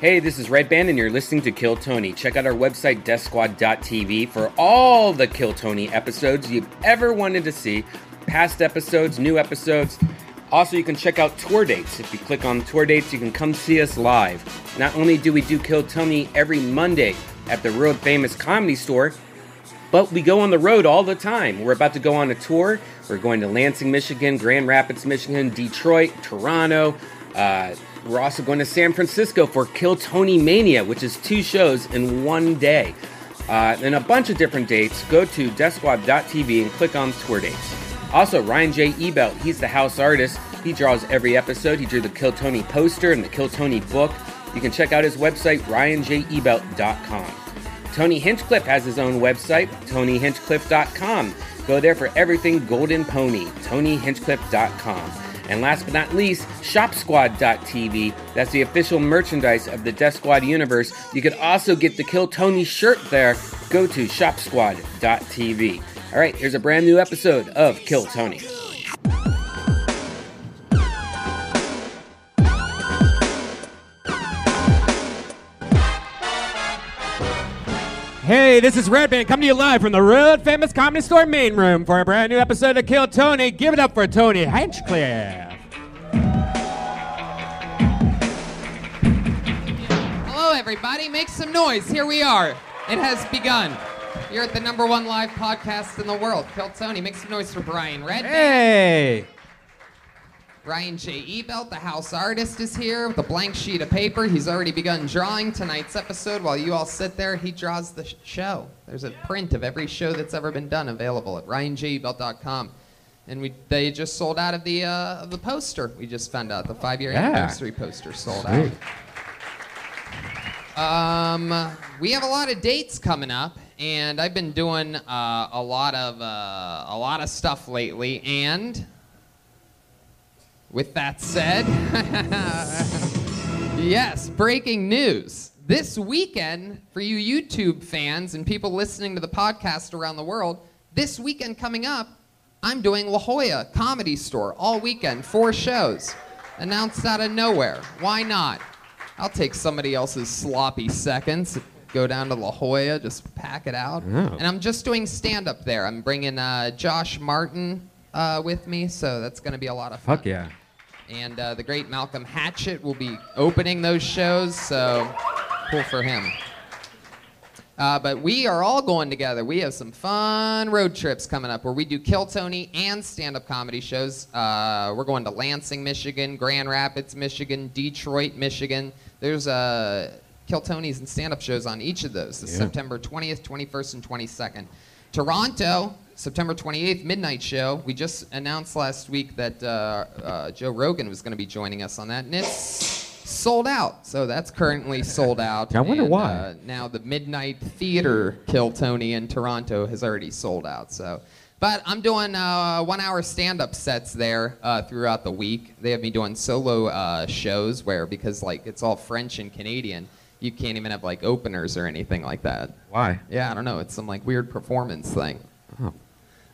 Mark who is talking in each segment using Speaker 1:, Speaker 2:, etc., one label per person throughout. Speaker 1: Hey, this is Red Band, and you're listening to Kill Tony. Check out our website, DeathSquad.tv, for all the Kill Tony episodes you've ever wanted to see past episodes, new episodes. Also, you can check out tour dates. If you click on tour dates, you can come see us live. Not only do we do Kill Tony every Monday at the world famous comedy store, but we go on the road all the time. We're about to go on a tour. We're going to Lansing, Michigan, Grand Rapids, Michigan, Detroit, Toronto. Uh, we're also going to San Francisco for Kill Tony Mania, which is two shows in one day. Uh, and a bunch of different dates. Go to desquad.tv and click on tour dates. Also, Ryan J. Ebelt, he's the house artist. He draws every episode. He drew the Kill Tony poster and the Kill Tony book. You can check out his website, ryanjebelt.com. Tony Hinchcliffe has his own website, TonyHinchcliffe.com. Go there for everything Golden Pony, TonyHinchcliffe.com. And last but not least, ShopSquad.tv. That's the official merchandise of the Death Squad universe. You could also get the Kill Tony shirt there. Go to ShopSquad.tv. All right, here's a brand new episode of Kill Tony.
Speaker 2: Hey, this is Red Band coming to you live from the Road Famous Comedy Store main room for a brand new episode of Kill Tony. Give it up for Tony Hinchcliffe.
Speaker 3: Hello, everybody. Make some noise. Here we are. It has begun. You're at the number one live podcast in the world. Phil Tony, make some noise for Brian Red.
Speaker 2: Hey.
Speaker 3: Brian J. Ebelt, the house artist, is here with a blank sheet of paper. He's already begun drawing tonight's episode. While you all sit there, he draws the sh- show. There's a print of every show that's ever been done available at ryanjebelt.com. And we, they just sold out of the, uh, of the poster. We just found out the five-year
Speaker 2: Yeah.
Speaker 3: anniversary poster sold out. Um, we have a lot of dates coming up, and I've been doing uh, a lot of uh, a lot of stuff lately. And with that said, yes, breaking news this weekend for you YouTube fans and people listening to the podcast around the world. This weekend coming up, I'm doing La Jolla Comedy Store all weekend, four shows, announced out of nowhere. Why not? I'll take somebody else's sloppy seconds. Go down to La Jolla, just pack it out. And I'm just doing stand up there. I'm bringing uh, Josh Martin uh, with me, so that's going to be a lot of fun.
Speaker 2: Fuck yeah.
Speaker 3: And uh, the great Malcolm Hatchett will be opening those shows, so cool for him. Uh, but we are all going together. We have some fun road trips coming up where we do Kill Tony and stand up comedy shows. Uh, we're going to Lansing, Michigan, Grand Rapids, Michigan, Detroit, Michigan. There's uh, Kill Tony's and stand up shows on each of those this
Speaker 2: Yeah.
Speaker 3: September 20th, 21st, and 22nd. Toronto, September 28th, midnight show. We just announced last week that uh, uh, Joe Rogan was going to be joining us on that, and it's sold out. So that's currently sold out.
Speaker 2: I wonder
Speaker 3: And,
Speaker 2: why.
Speaker 3: uh, now the Midnight Theater Kill Tony in Toronto has already sold out. So, but I'm doing uh, one-hour stand-up sets there uh, throughout the week. They have me doing solo uh, shows where because like it's all French and Canadian, you can't even have like openers or anything like that.
Speaker 2: Why?
Speaker 3: Yeah, I don't know. It's some like weird performance thing.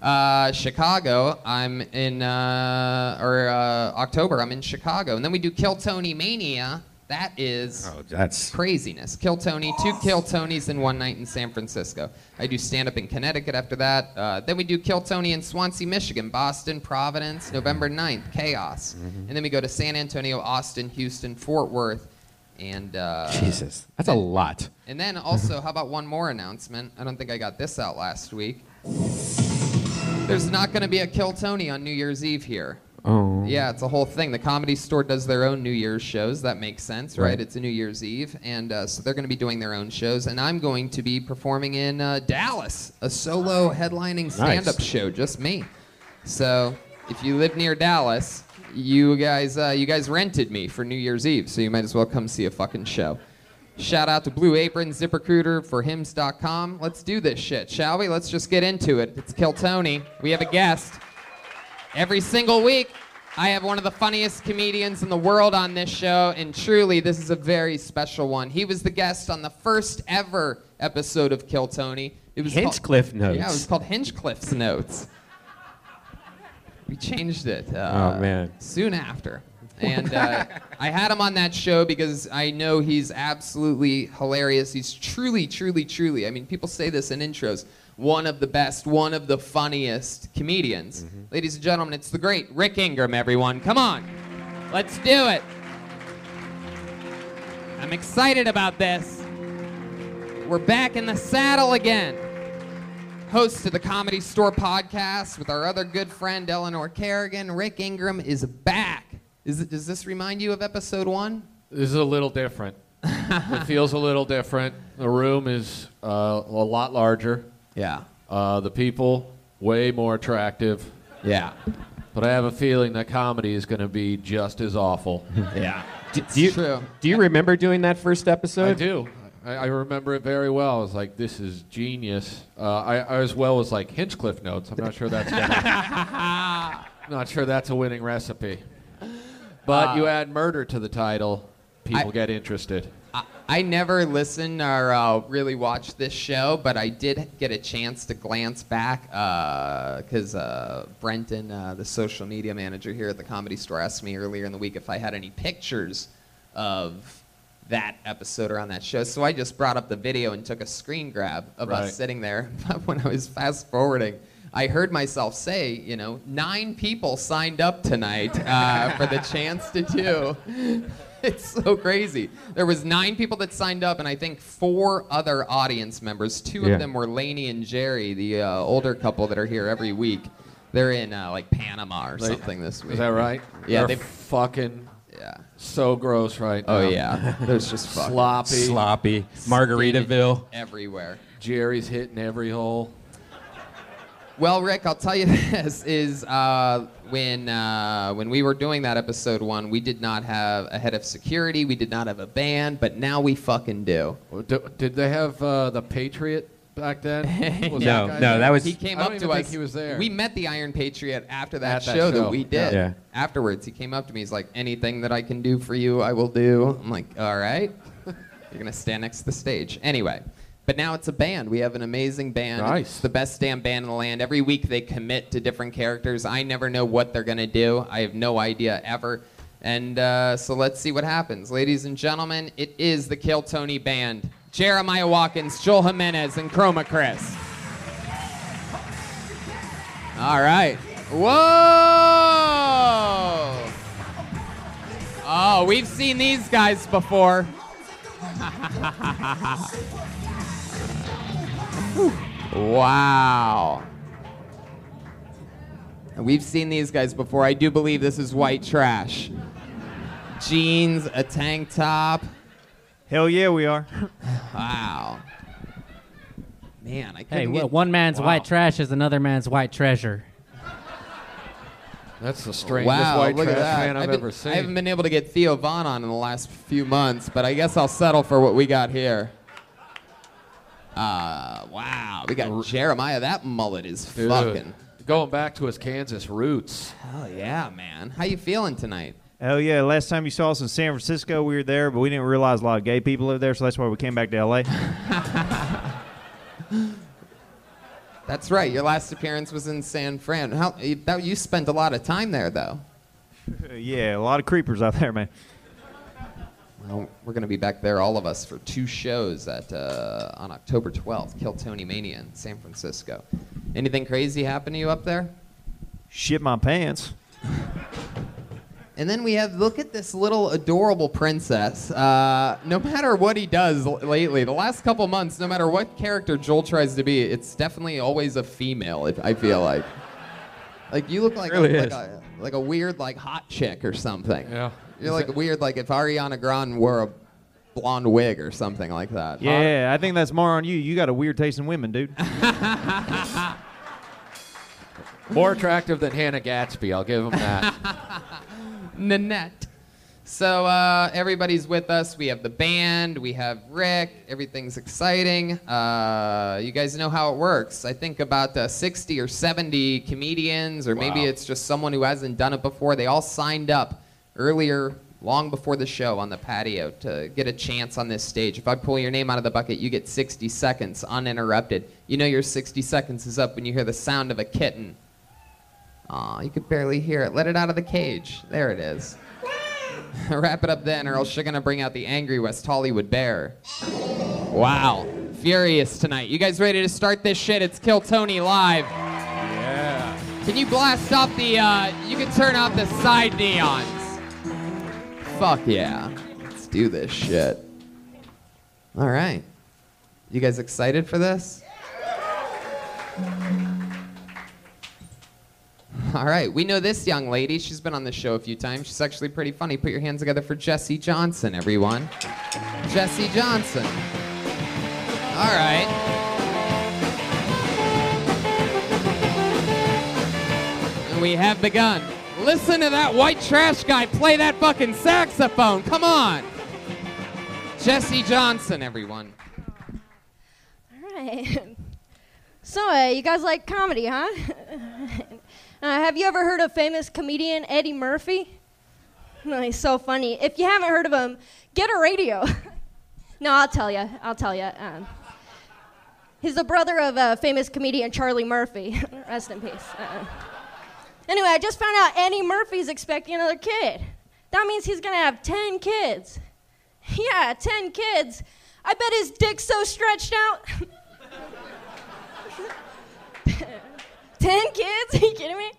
Speaker 3: Uh, Chicago. I'm in uh, or uh, October. I'm in Chicago, and then we do Kill Tony Mania. That is
Speaker 2: Oh, that's.
Speaker 3: craziness. Kill Tony, two Kill Tonys in one night in San Francisco. I do stand up in Connecticut after that. Uh, then we do Kill Tony in Swansea, Michigan, Boston, Providence,
Speaker 2: Mm-hmm.
Speaker 3: November 9th, Chaos. And then we go to San Antonio, Austin, Houston, Fort Worth, and uh,
Speaker 2: Jesus. That's a lot.
Speaker 3: and then also, how about one more announcement? I don't think I got this out last week. There's not going to be a Kill Tony on New Year's Eve here.
Speaker 2: Oh.
Speaker 3: Yeah, it's a whole thing. The Comedy Store does their own New Year's shows. That makes sense, right?
Speaker 2: Right.
Speaker 3: It's a New Year's Eve, and uh, so they're going to be doing their own shows. And I'm going to be performing in uh, Dallas, a solo headlining stand-up show, just me. So if you live near Dallas, you guys, uh, you guys rented me for New Year's Eve, so you might as well come see a fucking show. Shout out to Blue Apron, ZipRecruiter, for hymns.com. Let's do this shit, shall we? Let's just get into it. It's Kill Tony. We have a guest. Every single week, I have one of the funniest comedians in the world on this show, and truly, this is a very special one. He was the guest on the first ever episode of Kill Tony. It was called-
Speaker 2: Hinchcliffe Notes.
Speaker 3: Yeah, it was called Hinchcliffe's Notes. We changed it. Uh,
Speaker 2: Oh, man.
Speaker 3: Soon after. and uh, I had him on that show because I know he's absolutely hilarious. He's truly, truly, truly. I mean, people say this in intros. One of the best, one of the funniest comedians. Ladies and gentlemen, it's the great Rick Ingram. Everyone, come on, let's do it. I'm excited about this. We're back in the saddle again. Host of the Comedy Store podcast with our other good friend Eleanor Kerrigan. Rick Ingram is back. Is it, does this remind you of episode one?
Speaker 4: This is a little different. it feels a little different. The room is uh, a lot larger.
Speaker 3: Yeah.
Speaker 4: Uh, the people way more attractive.
Speaker 3: Yeah.
Speaker 4: But I have a feeling that comedy is going to be just as awful.
Speaker 2: Yeah. Do, do you,
Speaker 3: true.
Speaker 2: Do you remember doing that first episode?
Speaker 4: I do. I, I remember it very well. I was like, "This is genius." Uh, I, I as well was like Hinchcliffe notes. I'm not sure that's gonna, not sure that's a winning recipe. But you
Speaker 3: Uh,
Speaker 4: add murder to the title, people
Speaker 3: I-
Speaker 4: get interested.
Speaker 3: I, I never listened or uh, really watched this show, but I did get a chance to glance back because uh, Brenton, uh, the social media manager here at the Comedy Store, asked me earlier in the week if I had any pictures of that episode or on that show. So I just brought up the video and took a screen grab of
Speaker 4: Right.
Speaker 3: us sitting there. But when I was fast forwarding, I heard myself say, you know, nine people signed up tonight uh, for the chance to do. It's so crazy. There was nine people that signed up, and I think four other audience members. Two
Speaker 2: Yeah.
Speaker 3: of them were Laney and Jerry, the uh, older couple that are here every week. They're in uh, like Panama or something this week.
Speaker 4: Is that right?
Speaker 3: Yeah,
Speaker 4: They're
Speaker 3: they-
Speaker 4: fucking
Speaker 3: Yeah.
Speaker 4: so gross right now.
Speaker 3: Oh yeah. There's just fuck
Speaker 4: Sloppy.
Speaker 2: Sloppy. Margaritaville.
Speaker 3: everywhere.
Speaker 4: Jerry's hitting every hole.
Speaker 3: Well, Rick, I'll tell you this is uh, when uh, when we were doing that episode one, we did not have a head of security, we did not have a band, but now we fucking do.
Speaker 4: Oh, d- Did they have uh, the Patriot back then? Was
Speaker 2: No,
Speaker 4: guy
Speaker 2: no,
Speaker 4: there?
Speaker 2: that was-
Speaker 3: He came
Speaker 4: I don't
Speaker 3: up
Speaker 4: even
Speaker 3: to
Speaker 4: think
Speaker 3: us.
Speaker 4: he was there.
Speaker 3: We met the Iron Patriot after that,
Speaker 4: At that
Speaker 3: show,
Speaker 4: show,
Speaker 3: that we
Speaker 2: yeah.
Speaker 3: did.
Speaker 2: Yeah.
Speaker 3: Afterwards, he came up to me. He's like, "Anything that I can do for you, I will do." I'm like, "All right." You're gonna stand next to the stage anyway. But now it's a band. We have an amazing band.
Speaker 4: Nice.
Speaker 3: It's the best damn band in the land. Every week they commit to different characters. I never know what they're gonna do. I have no idea ever. And uh, so let's see what happens, ladies and gentlemen. It is the Kill Tony Band. Jeremiah Watkins, Joel Jimenez, and Chroma Chris. All right. Whoa! Oh, we've seen these guys before. wow. We've seen these guys before. I do believe this is white trash. Jeans, a tank top.
Speaker 5: Hell yeah, we are.
Speaker 3: Wow. Man, I couldn't
Speaker 6: Hey,
Speaker 3: get...
Speaker 6: wh- one man's
Speaker 3: Wow.
Speaker 6: white trash is another man's white treasure.
Speaker 4: That's the strangest
Speaker 3: Wow,
Speaker 4: white
Speaker 3: look
Speaker 4: trash
Speaker 3: at that.
Speaker 4: man I've,
Speaker 3: been-
Speaker 4: ever seen.
Speaker 3: I haven't been able to get Theo Vaughn on in the last few months, but I guess I'll settle for what we got here. Uh, wow, we got Jeremiah. That mullet is
Speaker 4: Dude,
Speaker 3: fucking.
Speaker 4: Going back to his Kansas roots.
Speaker 3: Hell yeah, man. How you feeling tonight?
Speaker 5: Hell Oh, yeah. Last time you saw us in San Francisco, we were there, but we didn't realize a lot of gay people lived there, so that's why we came back to LA.
Speaker 3: That's right. Your last appearance was in San Fran. How you, that, you spent a lot of time there, though.
Speaker 5: yeah, a lot of creepers out there, man.
Speaker 3: Well, we're going to be back there, all of us, for two shows at uh, on October 12th, Kill Tony Mania in San Francisco. Anything crazy happen to you up there?
Speaker 5: Shit my pants.
Speaker 3: And then we have look at this little adorable princess. Uh, no matter what he does l- lately, the last couple months, no matter what character Joel tries to be, it's definitely always a female. If I feel like, like you look like a,
Speaker 2: really
Speaker 3: like,
Speaker 2: is.
Speaker 3: a, like a weird like hot chick or something.
Speaker 4: Yeah.
Speaker 3: you're like weird like if Ariana Grande wore a blonde wig or something like that.
Speaker 5: Yeah, I think that's more on you. You got a weird taste in women, dude.
Speaker 4: More attractive than Hannah Gatsby, I'll give him that.
Speaker 3: Nanette. So uh, everybody's with us. We have the band. We have Rick. Everything's exciting. Uh, you guys know how it works. I think about uh, 60 or 70 comedians, or maybe it's just someone who hasn't done it before. They all signed up earlier, long before the show, on the patio to get a chance on this stage. If I pull your name out of the bucket, you get 60 seconds uninterrupted. You know your 60 seconds is up when you hear the sound of a kitten. Aw, you could barely hear it. Let it out of the cage. There it is. Wrap it up then, or else you're gonna bring out the angry West Hollywood bear. Wow, furious tonight. You guys ready to start this shit? It's Kill Tony live.
Speaker 4: Yeah.
Speaker 3: Can you blast off the? Uh, you can turn off the side neons. Fuck yeah. Let's do this shit. All right. You guys excited for this? All right. We know this young lady. She's been on the show a few times. She's actually pretty funny. Put your hands together for Jesse Johnson, everyone. Jesse Johnson. All right. And we have begun. Listen to that white trash guy play that fucking saxophone. Come on. Jesse Johnson, everyone.
Speaker 7: All right. So, uh, you guys like comedy, huh? uh, have you ever heard of famous comedian Eddie Murphy? No, he's so funny. If you haven't heard of him, get a radio. no, I'll tell you. I'll tell you. Um, he's the brother of uh, famous comedian Charlie Murphy. Rest in peace. Uh, anyway, I just found out Eddie Murphy's expecting another kid. That means he's gonna have ten kids. Yeah, ten kids. I bet his dick's so stretched out. Ten kids? Are you kidding me?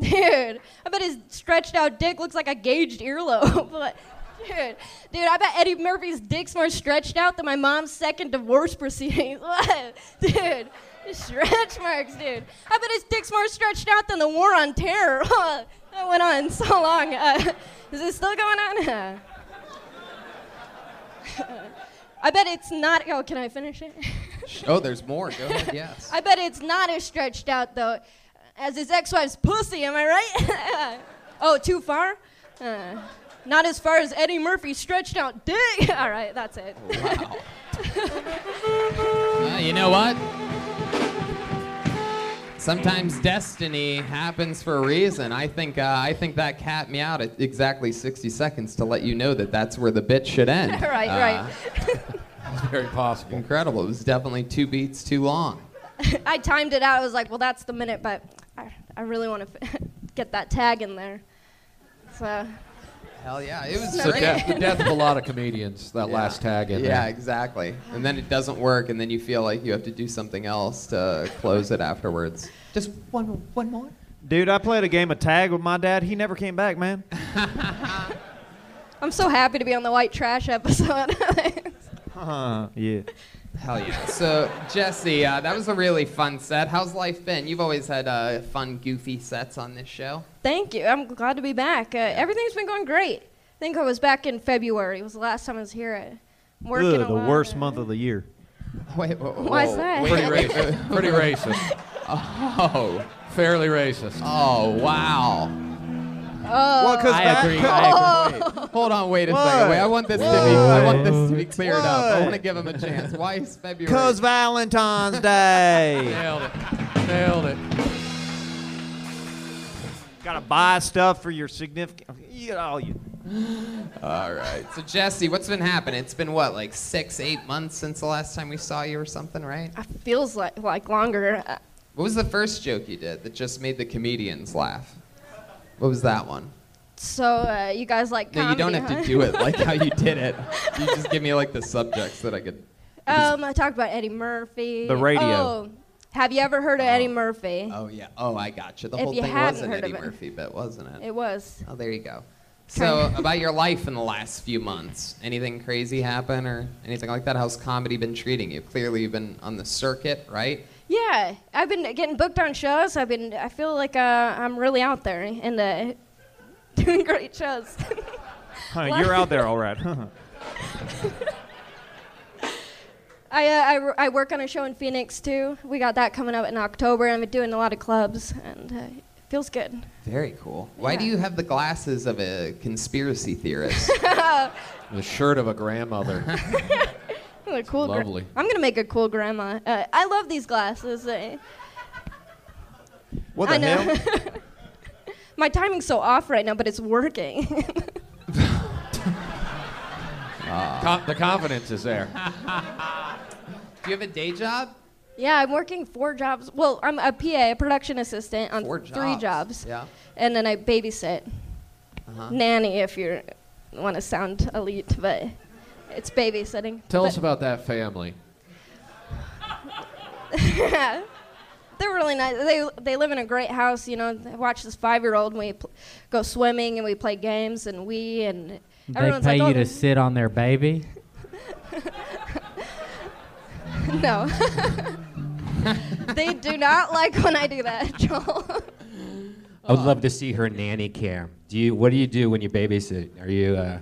Speaker 7: Dude, I bet his stretched out dick looks like a gauged earlobe. But, dude, dude, I bet Eddie Murphy's dick's more stretched out than my mom's second divorce proceedings. What? dude, stretch marks, dude. I bet his dick's more stretched out than the war on terror. that went on so long. Uh, is it still going on? Uh, I bet it's not. Oh, can I finish it?
Speaker 3: Sh- Oh, there's more. Go ahead. Yes.
Speaker 7: I bet it's not as stretched out though, as his ex-wife's pussy. Am I right? oh, too far? Uh, not as far as Eddie Murphy's stretched out dick. All right, that's it.
Speaker 3: Wow. Oh, Uh, you know what? Sometimes destiny happens for a reason. I think uh, I think that cat meowed at exactly 60 seconds to let you know that that's where the bit should end.
Speaker 7: right,
Speaker 3: Uh,
Speaker 7: right.
Speaker 4: It's very possible.
Speaker 3: Incredible. It was definitely two beats too long. Uh.
Speaker 7: I timed it out. I was like, well, that's the minute, but I, I really want to f- get that tag in there. So,
Speaker 3: Hell yeah, it was
Speaker 4: It's the
Speaker 3: great.
Speaker 4: death, the death of a lot of comedians. That last tag in
Speaker 3: Yeah,
Speaker 4: there.
Speaker 3: exactly. And then it doesn't work, and then you feel like you have to do something else to close it afterwards. Just one, one more.
Speaker 5: Dude, I played a game of tag with my dad. He never came back, man.
Speaker 7: I'm so happy to be on the white trash episode.
Speaker 5: Uh, yeah.
Speaker 3: Uh-huh. Hell yeah. So, Jesse, uh, that was a really fun set. How's life been? You've always had uh, fun, goofy sets on this show.
Speaker 7: Thank you. I'm glad to be back. Uh, everything's been going great. I think I was back in February. It was the last time I was here. uh, Working
Speaker 5: Ugh,
Speaker 7: a
Speaker 5: the
Speaker 7: lot.
Speaker 5: worst month of the year.
Speaker 3: Wait, whoa, whoa,
Speaker 7: Why's that?
Speaker 3: wait,
Speaker 7: Pretty
Speaker 3: wait, wait.
Speaker 4: Pretty racist.
Speaker 3: Oh,
Speaker 4: Fairly racist.
Speaker 3: oh, wow.
Speaker 7: Oh,
Speaker 5: Well, 'cause
Speaker 6: I
Speaker 5: that
Speaker 6: agree,
Speaker 5: co-
Speaker 6: I
Speaker 3: Hold on, wait a
Speaker 5: What?
Speaker 3: second. Wait, I want this to be, I want this to be cleared up. I
Speaker 5: What?
Speaker 3: want to give him a chance. Why is February?
Speaker 5: Cause Valentine's Day.
Speaker 4: Nailed it. Nailed it.
Speaker 5: Gotta buy stuff for your significant. You know, you-
Speaker 3: All right. So Jesse, what's been happening? It's been what, like six, eight months since the last time we saw you or something, right?
Speaker 7: it feels like like longer. Uh,
Speaker 3: What was the first joke you did that just made the comedians laugh? What was that one?
Speaker 7: So uh, you guys like
Speaker 3: No, you
Speaker 7: comedy?
Speaker 3: don't have
Speaker 7: huh?
Speaker 3: to do it like how you did it. You just give me like the subjects that I could.
Speaker 7: Um, I talked about Eddie Murphy.
Speaker 5: The radio.
Speaker 7: Oh, have you ever heard of Eddie Murphy?
Speaker 3: Oh yeah. Oh, I got you. The
Speaker 7: If
Speaker 3: whole
Speaker 7: you
Speaker 3: thing
Speaker 7: hadn't
Speaker 3: was an
Speaker 7: heard
Speaker 3: Eddie
Speaker 7: of it.
Speaker 3: Murphy bit, wasn't it?
Speaker 7: It was.
Speaker 3: Oh, there you go. So about your life in the last few months, anything crazy happen or anything like that? How's comedy been treating you? Clearly, you've been on the circuit, right?
Speaker 7: Yeah, I've been getting booked on shows. I've been. I feel like uh, I'm really out there and uh, doing great shows.
Speaker 5: huh, you're out there, all right. huh.
Speaker 7: I, uh, I, wor- I work on a show in Phoenix too. We got that coming up in October. and I've been doing a lot of clubs, and uh, it feels good.
Speaker 3: Very cool. Why do
Speaker 7: Yeah.
Speaker 3: you have the glasses of a conspiracy theorist?
Speaker 4: The shirt of a grandmother.
Speaker 7: What a cool gra-
Speaker 4: lovely.
Speaker 7: I'm gonna make a cool grandma. Uh, I love these glasses. eh.
Speaker 5: What
Speaker 7: I
Speaker 5: the
Speaker 7: know.
Speaker 5: hell?
Speaker 7: My timing's so off right now, but it's working.
Speaker 4: Com- the confidence is there.
Speaker 3: do you have a day job?
Speaker 7: yeah, I'm working four jobs. Well, I'm a PA, a production assistant on
Speaker 3: Four
Speaker 7: three jobs,
Speaker 3: Yeah.
Speaker 7: Uh-huh. and then I babysit, nanny if you're want to sound elite, but it's babysitting.
Speaker 4: Tell
Speaker 7: But
Speaker 4: us about that family.
Speaker 7: They're really nice. They they live in a great house. You know, I watch this five year old. and We pl- go swimming and we play games and we and
Speaker 6: They
Speaker 7: everyone's
Speaker 6: pay you
Speaker 3: "Oh,
Speaker 7: like,
Speaker 6: to sit on their baby.
Speaker 7: oh, no. they do not like when I do that, Joel.
Speaker 2: I would love to see her nanny cam. Do you? What do you do when you babysit? Are you uh,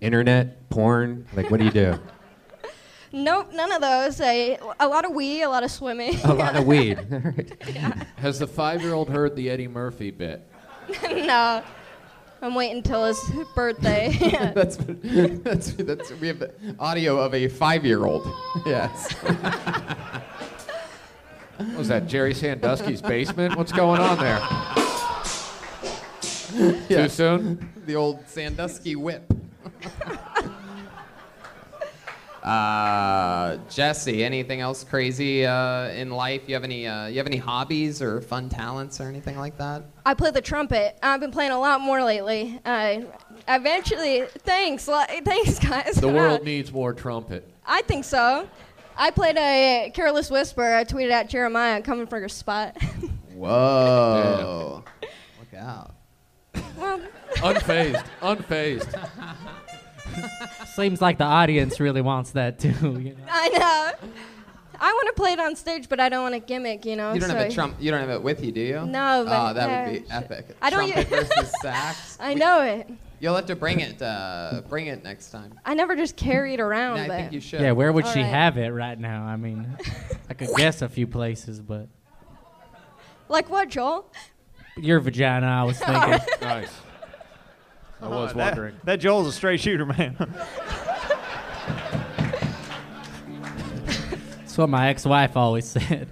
Speaker 2: internet porn? Like, what do you do?
Speaker 7: nope, none of those. I, a lot of we, a lot of swimming.
Speaker 2: A lot of weed. All right.
Speaker 4: Has the five-year-old heard the Eddie Murphy bit?
Speaker 7: no, I'm waiting until his birthday.
Speaker 3: that's, that's that's we have the audio of a five-year-old. Yes.
Speaker 4: What was that Jerry Sandusky's basement? What's going on there?
Speaker 3: Yeah.
Speaker 4: Too soon?
Speaker 3: the old Sandusky whip. uh, Jesse, anything else crazy uh, in life? You have any? Uh, you have any hobbies or fun talents or anything like that?
Speaker 7: I play the trumpet. I've been playing a lot more lately. I eventually, thanks, li- thanks guys.
Speaker 4: The world needs more trumpet.
Speaker 7: I think so. I played a careless whisper. I tweeted at Jeremiah coming from your spot.
Speaker 3: Whoa! Look out!
Speaker 7: well,
Speaker 4: Unfazed, Oh, unfazed.
Speaker 6: Seems like the audience really wants that too. You know?
Speaker 7: I know. I want to play it on stage, but I don't want to gimmick, you know.
Speaker 3: You don't
Speaker 7: so
Speaker 3: have a trump. You don't have it with you, do you?
Speaker 7: Oh, No, but
Speaker 3: oh, that would be
Speaker 7: yeah.
Speaker 3: epic.
Speaker 7: I don't
Speaker 3: Trumpet
Speaker 7: u-
Speaker 3: versus sax.
Speaker 7: I know it.
Speaker 3: You'll have to bring it. Uh, bring it next time.
Speaker 7: I never just carry it around.
Speaker 3: Yeah, I
Speaker 7: but
Speaker 3: think you should.
Speaker 6: Yeah, where would she
Speaker 7: Alright.
Speaker 6: have it right now? I mean, I could guess a few places, but
Speaker 7: like what, Joel?
Speaker 6: your vagina, I was thinking.
Speaker 4: Nice. I was wondering.
Speaker 5: That, that Joel's a straight shooter, man.
Speaker 6: That's what my ex-wife always said.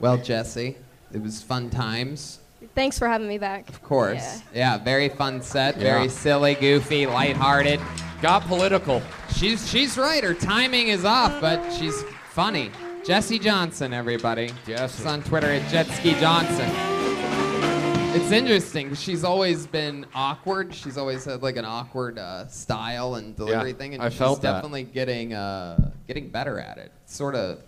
Speaker 3: Well, Jesse, it was fun times.
Speaker 7: Thanks for having me back.
Speaker 3: Of course. Yeah, very fun set. Very
Speaker 4: Yeah.
Speaker 3: silly, goofy, lighthearted.
Speaker 4: Got political.
Speaker 3: She's she's right. Her timing is off, but she's funny. Jesse Johnson, everybody.
Speaker 4: Jesse.
Speaker 3: She's on Twitter at Jetski Johnson. It's interesting. She's always been awkward. She's always had like an awkward uh, style and delivery
Speaker 4: Yeah,
Speaker 3: thing, and
Speaker 4: I
Speaker 3: she's
Speaker 4: felt that.
Speaker 3: definitely getting uh, getting better at it. Sort of.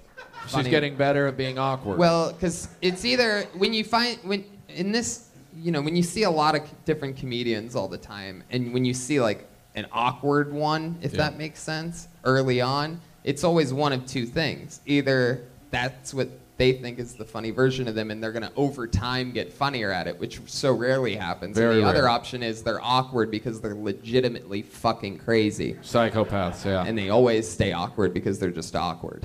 Speaker 4: She's getting better at being awkward.
Speaker 3: Well, because it's either when you find when in this, you know, when you see a lot of c- different comedians all the time, and when you see like an awkward one, if
Speaker 4: Yeah.
Speaker 3: that makes sense, early on, it's always one of two things: either that's what they think is the funny version of them, and they're going to over time get funnier at it, which so rarely happens.
Speaker 4: Very
Speaker 3: and the other
Speaker 4: rare.
Speaker 3: option is they're awkward because they're legitimately fucking crazy
Speaker 4: psychopaths. Yeah.
Speaker 3: and they always stay awkward because they're just awkward.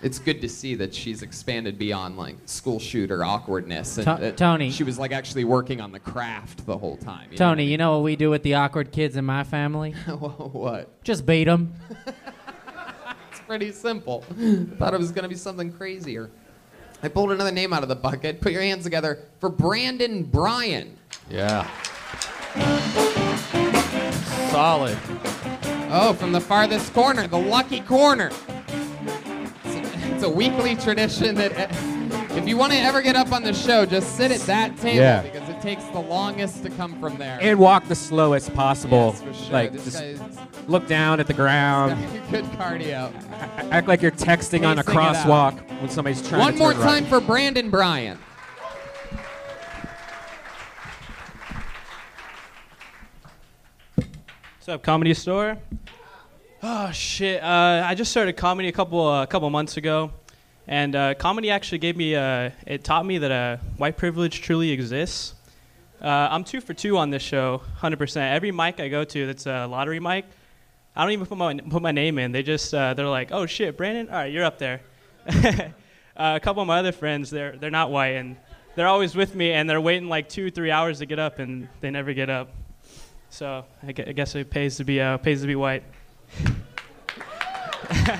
Speaker 3: It's good to see that she's expanded beyond like school shooter awkwardness. And
Speaker 6: To-
Speaker 3: that
Speaker 6: Tony.
Speaker 3: she was like actually working on the craft the whole time. you know
Speaker 6: Tony, you know what we do with the awkward kids in my family?
Speaker 3: what?
Speaker 6: Just beat them.
Speaker 3: It's pretty simple. Thought it was gonna be something crazier. I pulled another name out of the bucket. Put your hands together for Brandon Bryan.
Speaker 4: yeah. Solid.
Speaker 3: Oh, from the farthest corner, the lucky corner. It's a, it's a weekly tradition that eh, if you want to ever get up on the show, just sit at that table
Speaker 2: Yeah.
Speaker 3: because it takes the longest to come from there.
Speaker 2: And walk the slowest possible.
Speaker 3: Yes, for sure.
Speaker 2: Like,
Speaker 3: this
Speaker 2: just
Speaker 3: guy's
Speaker 2: look down at the ground.
Speaker 3: got good cardio.
Speaker 2: um, Act like you're texting on a
Speaker 3: Pacing it out.
Speaker 2: crosswalk when somebody's trying
Speaker 3: One
Speaker 2: to
Speaker 3: more
Speaker 2: turn right.
Speaker 3: time for Brandon Bryan.
Speaker 8: What's up, Comedy Store? Oh shit! Uh, I just started comedy a couple a couple months ago, and uh, comedy actually gave me uh, it taught me that uh, white privilege truly exists. Uh, I'm two for two on this show, 100%. Every mic I go to, that's a lottery mic. I don't even put my put my name in. They just uh, they're like, oh shit, Brandon, all right, you're up there. uh, a couple of my other friends, they're they're not white, and they're always with me, and they're waiting like two three hours to get up, and they never get up. So I gue- I guess it pays to be uh, pays to be white.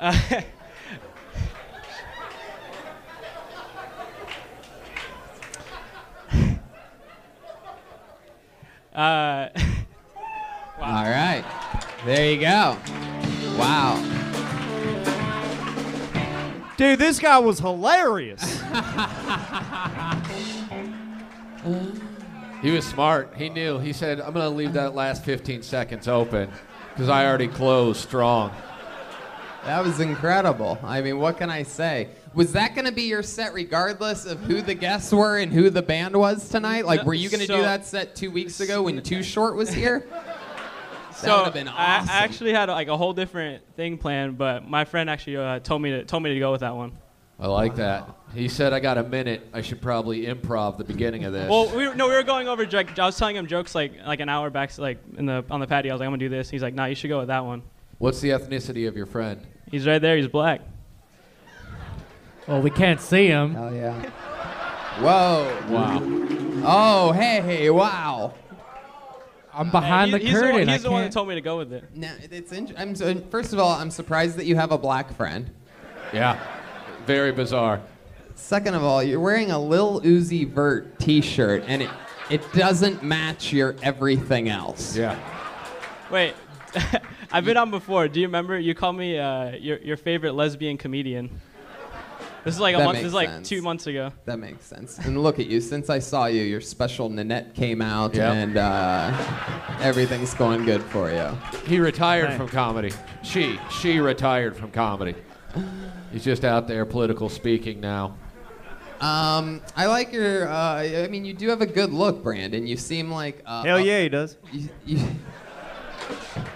Speaker 8: Uh,
Speaker 3: There you go. Wow.
Speaker 5: Dude, this guy was hilarious.
Speaker 4: He was smart. He knew. He said, I'm going to leave that last 15 seconds open because I already closed strong.
Speaker 3: That was incredible. I mean, what can I say? Was that going to be your set regardless of who the guests were and who the band was tonight? Like,
Speaker 8: No,
Speaker 3: were you going to
Speaker 8: so-
Speaker 3: do that set two weeks ago when Too Short was here?
Speaker 8: So
Speaker 3: would've been awesome.
Speaker 8: I, I actually had like a whole different thing planned, but my friend actually uh, told me to told me to go with that one.
Speaker 4: I like that. He said, I got a minute. I should probably improv the beginning of this.
Speaker 8: Well, we were, no, we were going over. Like, I was telling him jokes like like an hour back, like in the on the patio. I was like, I'm gonna do this. He's like, Nah, you should go with that one.
Speaker 4: What's the ethnicity of your friend?
Speaker 8: He's right there. He's black.
Speaker 6: Well, we can't see him.
Speaker 3: Hell yeah. Whoa.
Speaker 4: Wow.
Speaker 3: Oh, hey, hey, wow.
Speaker 6: I'm behind
Speaker 8: He-
Speaker 6: the
Speaker 8: he's
Speaker 6: curtain.
Speaker 8: The one,
Speaker 6: I
Speaker 8: he's the one that
Speaker 6: can't-
Speaker 8: told me to go with it.
Speaker 3: Now, it's int- I'm so, first of all, I'm surprised that you have a black friend.
Speaker 4: Yeah. Very bizarre.
Speaker 3: Second of all, you're wearing a Lil Uzi Vert t-shirt, and it, it doesn't match your everything else.
Speaker 4: Yeah.
Speaker 8: Wait, I've been on before. Do you remember? You called me uh, your your favorite lesbian comedian. This is like a
Speaker 3: That
Speaker 8: month. This
Speaker 3: makes
Speaker 8: is like
Speaker 3: sense.
Speaker 8: two months ago.
Speaker 3: That makes sense. And look at you. Since I saw you, your special Nanette came out,
Speaker 4: Yeah.
Speaker 3: and uh, everything's going good for you.
Speaker 4: He retired from comedy. She. She retired from comedy. He's just out there political speaking now.
Speaker 3: Um, I like your. Uh, I mean, you do have a good look, Brandon. You seem like. Uh,
Speaker 5: Hell
Speaker 3: a-
Speaker 5: yeah, he does.
Speaker 3: You, you,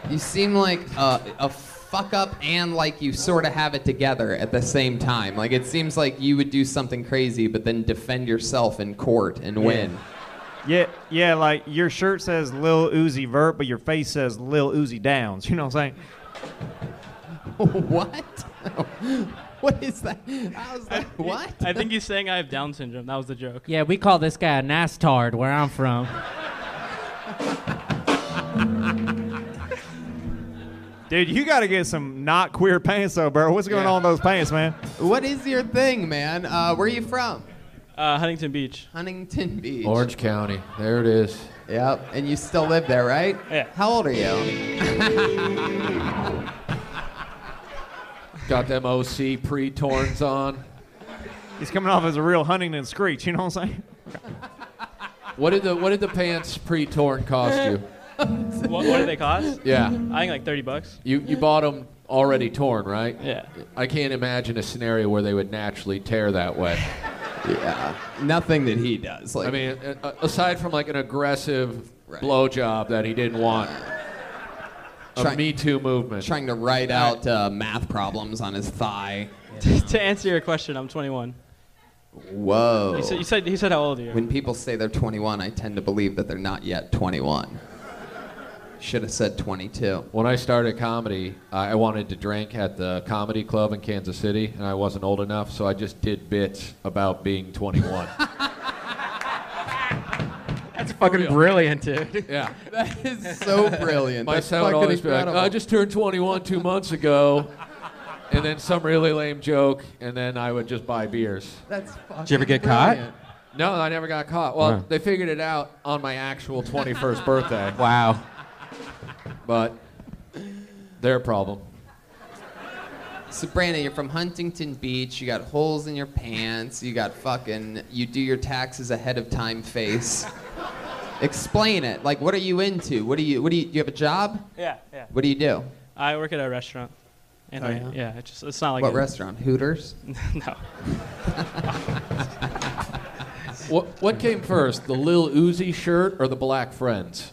Speaker 3: you seem like a, a fuck up and like you sort of have it together at the same time. Like it seems like you would do something crazy, but then defend yourself in court and win.
Speaker 5: Yeah, yeah. Like your shirt says Lil Uzi Vert, but your face says Lil Uzi Downs. You know what I'm saying?
Speaker 3: what? what is that? I was like, what?
Speaker 8: I think he's saying I have Down syndrome. That was the joke.
Speaker 6: Yeah, we call this guy a Nastard where I'm from.
Speaker 5: Dude, you got to get some not queer pants though, bro. What's going
Speaker 3: Yeah.
Speaker 5: on in those pants, man?
Speaker 3: What is your thing, man? Uh, where are you from?
Speaker 8: Uh, Huntington Beach.
Speaker 3: Huntington Beach.
Speaker 4: Orange County. There it is.
Speaker 3: Yep. And you still live there, right?
Speaker 8: Yeah.
Speaker 3: How old are you?
Speaker 4: Got them OC pre torns on.
Speaker 5: He's coming off as a real Huntington Screech. You know what I'm saying?
Speaker 4: What did the What did the pants pre torn cost you?
Speaker 8: what, what do they cost?
Speaker 4: Yeah.
Speaker 8: I think like 30 bucks.
Speaker 4: You you bought them already torn, right?
Speaker 8: Yeah.
Speaker 4: I can't imagine a scenario where they would naturally tear that way.
Speaker 3: yeah. Nothing that he does. Like,
Speaker 4: I mean, a- a- aside from like an aggressive
Speaker 3: Right.
Speaker 4: blowjob that he didn't want, a
Speaker 3: Try-
Speaker 4: Me Too movement.
Speaker 3: trying to write out uh, math problems on his thigh.
Speaker 8: to answer your question, I'm 21.
Speaker 3: Whoa.
Speaker 8: You said, you said, he said how old are you?
Speaker 3: When people say they're 21, I tend to believe that they're not yet 21. Should have said 22.
Speaker 4: When I started comedy, I I wanted to drink at the comedy club in Kansas City, and I wasn't old enough, so I just did bits about being 21.
Speaker 6: That's fucking brilliant, dude.
Speaker 4: yeah.
Speaker 3: That is so brilliant.
Speaker 4: My
Speaker 3: That's
Speaker 4: son would
Speaker 3: fucking
Speaker 4: always be like,
Speaker 3: incredible.
Speaker 4: I just turned 21 two months ago, and then some really lame joke, and then I would just buy beers.
Speaker 3: That's fucking
Speaker 2: Did you ever get caught? Uh-huh.
Speaker 3: brilliant.
Speaker 4: No, I never got caught. Well,
Speaker 2: Wow.
Speaker 4: they figured it out on my actual 21st birthday,
Speaker 2: Wow.
Speaker 4: but their problem.
Speaker 3: So Brandon, you're from Huntington Beach. You got holes in your pants. You got fucking. You do your taxes ahead of time. Face. Explain it. Like, what are you into? What do you? What do you? Do you have a job?
Speaker 8: Yeah, yeah.
Speaker 3: What do you do?
Speaker 8: I work at a restaurant. And
Speaker 3: Oh,
Speaker 8: I,
Speaker 3: yeah?
Speaker 8: yeah, it's, just, it's not like
Speaker 3: what
Speaker 8: a-
Speaker 3: restaurant? Hooters.
Speaker 8: no.
Speaker 4: What, what came first, the Lil Uzi shirt or the Black Friends?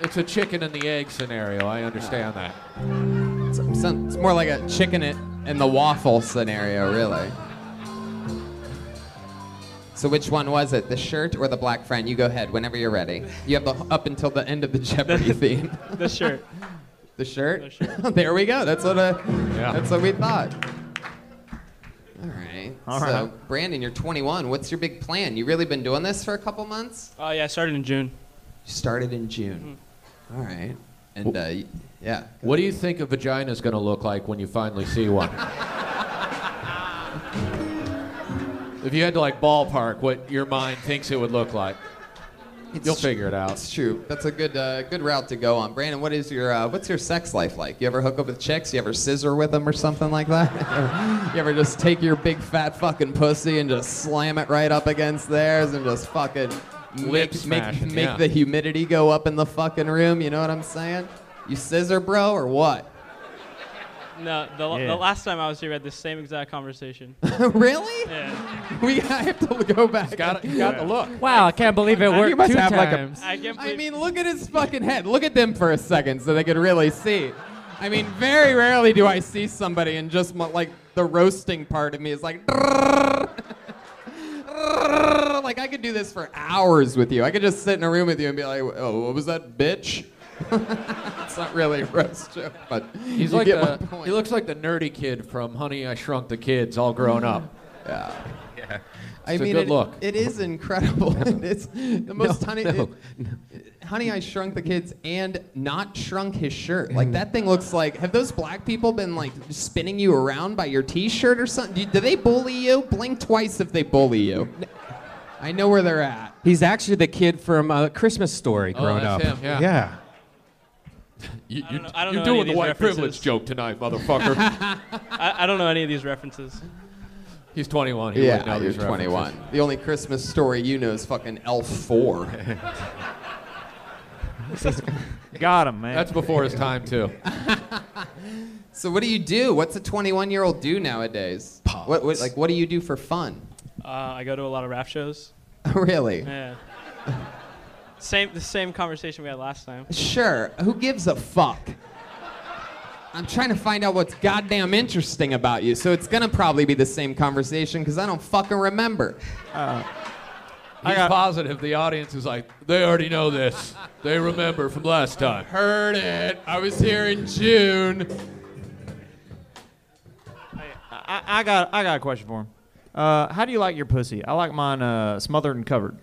Speaker 4: It's a chicken and the egg scenario. I understand that.
Speaker 3: It's, some- it's more like a chicken it and the waffle scenario, really. So which one was it? The shirt or the black friend? You go ahead whenever you're ready. You have the, up until the end of the Jeopardy theme.
Speaker 8: This shirt.
Speaker 3: The shirt.
Speaker 8: The shirt.
Speaker 3: there we go. That's what I,
Speaker 4: Yeah.
Speaker 3: That's what we thought. All right.
Speaker 5: All
Speaker 3: so,
Speaker 5: right.
Speaker 3: Brandon, you're 21. What's your big plan? You really been doing this for a couple months?
Speaker 8: Oh, yeah, I started in June. Mm-hmm.
Speaker 3: You started in June. All right. And uh, y- yeah.
Speaker 4: What do you think a vagina's going to look like when you finally see one? If you had to like ballpark what your mind thinks it would look like, you'll
Speaker 3: tr-
Speaker 4: figure it out.
Speaker 3: That's true. That's a good uh, good route to go on. Brandon, what is your uh, what's your sex life like? You ever hook up with chicks? You ever scissor with them or something like that? you ever just take your big fat fucking pussy and just slam it right up against theirs and just fucking
Speaker 4: Lip
Speaker 3: make make,
Speaker 4: smashing,
Speaker 3: make
Speaker 4: yeah.
Speaker 3: the humidity go up in the fucking room? You know what I'm saying? You scissor, bro, or what?
Speaker 8: No, the,
Speaker 5: Yeah.
Speaker 8: the last time I was here, we had the same exact conversation.
Speaker 3: really?
Speaker 8: Yeah.
Speaker 3: We I have to go back.
Speaker 4: Got it, you got the look.
Speaker 6: Wow, I can't believe it worked
Speaker 3: You must
Speaker 6: two
Speaker 3: have, like, a-
Speaker 6: times.
Speaker 8: I can't
Speaker 3: I
Speaker 8: believe-
Speaker 3: mean, look at his fucking head. Look at them for a second so they could really see. I mean, very rarely do I see somebody and just mo- like the roasting part of me is like. Like I could do this for hours with you. I could just sit in a room with you and be like, "Oh, what was that, bitch?" it's not really a roast joke, but
Speaker 4: He's
Speaker 3: you
Speaker 4: like
Speaker 3: get my
Speaker 4: the,
Speaker 3: point.
Speaker 4: he looks like the nerdy kid from Honey I Shrunk the Kids, all grown up.
Speaker 3: I
Speaker 4: It's a
Speaker 3: mean,
Speaker 4: good
Speaker 3: it-
Speaker 4: look.
Speaker 3: it is incredible. it's the most honey.
Speaker 4: no,
Speaker 3: it- honey, I shrunk the kids and not shrunk his shirt. Like that thing looks like. Have those black people been like spinning you around by your T-shirt or something? Do, do they bully you? Blink twice if they bully you. I know where they're at.
Speaker 2: He's actually the kid from uh, Christmas Story
Speaker 4: Oh,
Speaker 2: grown
Speaker 4: that's
Speaker 2: up.
Speaker 4: him, yeah. You,
Speaker 8: don't know- I don't know any
Speaker 4: you're doing
Speaker 8: of
Speaker 4: the
Speaker 8: these
Speaker 4: white
Speaker 8: references.
Speaker 4: privilege joke tonight, motherfucker.
Speaker 8: I, I don't know any of these references.
Speaker 4: He's 21. He
Speaker 3: Yeah,
Speaker 4: would know
Speaker 3: you're
Speaker 4: these references.
Speaker 3: 21. The only Christmas story you know is fucking Elf 4.
Speaker 5: Got him, man.
Speaker 4: That's before his time too.
Speaker 3: so what do you do? What's a 21 year old do nowadays? What, what like what do you do for fun?
Speaker 8: Uh, I go to a lot of rap shows.
Speaker 3: really?
Speaker 8: Yeah. same the same conversation we had last time.
Speaker 3: Sure. Who gives a fuck? I'm trying to find out what's goddamn interesting about you, so it's gonna probably be the same conversation because I don't fucking remember.
Speaker 5: Uh.
Speaker 4: He's positive the audience is like, they already know this. They remember from last time.
Speaker 3: Heard it. I was here in June.
Speaker 5: I, I got I got a question for him. Uh, how do you like your pussy? I like mine uh, smothered and covered.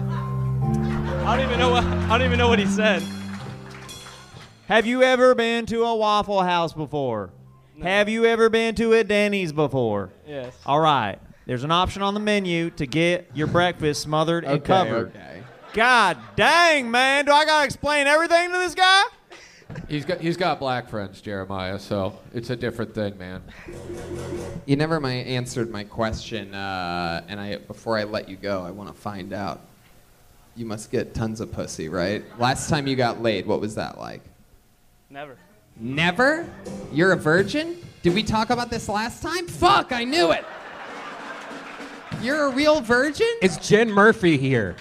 Speaker 8: I don't even know what I don't even know what he said.
Speaker 5: Have you ever been to a Waffle House before? Have you ever been to a Denny's before?
Speaker 8: Yes.
Speaker 5: All right. There's an option on the menu to get your breakfast smothered and covered.
Speaker 3: okay.
Speaker 5: God dang, man. Do I got to explain everything to this guy?
Speaker 4: He's got he's got black friends, Jeremiah. So it's a different thing, man.
Speaker 3: You never my, answered my question, uh, and I before I let you go, I want to find out. You must get tons of pussy, right? Last time you got laid, what was that like?
Speaker 8: Never.
Speaker 3: Never? You're a virgin? Did we talk about this last time? Fuck, I knew it. You're a real virgin?
Speaker 2: Is Jen Murphy here?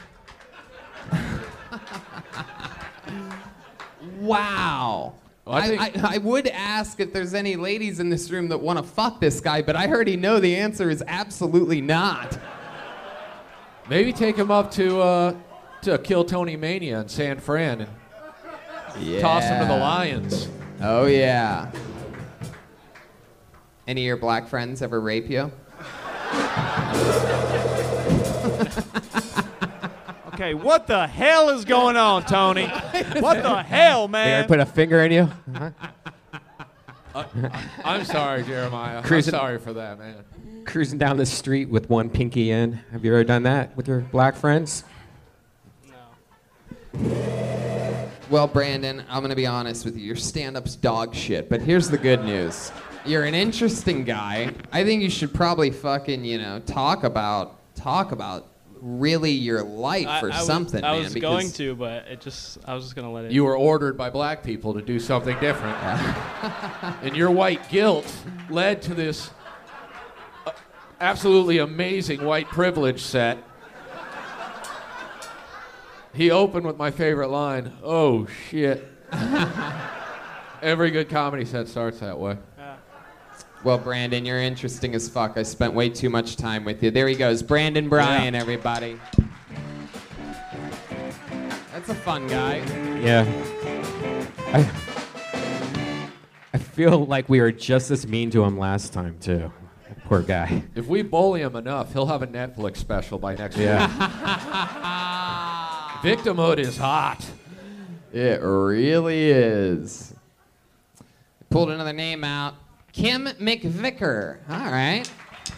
Speaker 3: Wow.
Speaker 4: Well, I
Speaker 3: I, I,
Speaker 4: think-
Speaker 3: I, would ask if there's any ladies in this room that want to fuck this guy, but I already know the answer is absolutely not.
Speaker 4: Maybe take him up to uh, to Kill Tony Mania in San Fran and toss him to the
Speaker 3: Yeah.
Speaker 4: lions.
Speaker 3: Oh, yeah. Any of your black friends ever rape you?
Speaker 5: Okay, what the hell is going on, Tony? What the hell,
Speaker 2: They
Speaker 5: man?
Speaker 2: ever put a finger in you?
Speaker 4: Uh, I'm sorry, Jeremiah. I'm
Speaker 2: Cruising-
Speaker 4: sorry for that, man.
Speaker 2: Cruising down the street with one pinky in. Have you ever done that with your black friends?
Speaker 3: Well, Brandon, I'm going to be honest with you. Your stand up's dog shit, but here's the good news. You're an interesting guy. I think you should probably fucking, you know, talk about talk about really your life or
Speaker 8: I, I
Speaker 3: something,
Speaker 8: Was, I
Speaker 3: man.
Speaker 8: was
Speaker 3: because-
Speaker 8: going to, but it just I was just gonna let it.
Speaker 4: You were ordered by black people to do something different, and your white guilt led to this uh, absolutely amazing white privilege set. He opened with my favorite line. Oh shit! Every good comedy set starts that way.
Speaker 3: Well, Brandon, you're interesting as fuck. I spent way too much time with you. There he goes, Brandon Bryan, everybody. That's a fun guy.
Speaker 2: Yeah. I, I feel like we were just as mean to him last time, too. Poor guy.
Speaker 4: If we bully him enough, he'll have a Netflix special by next week.
Speaker 2: Yeah.
Speaker 4: Victimhood is hot.
Speaker 3: It really is. Pulled another name out. Kim McVicker. All right.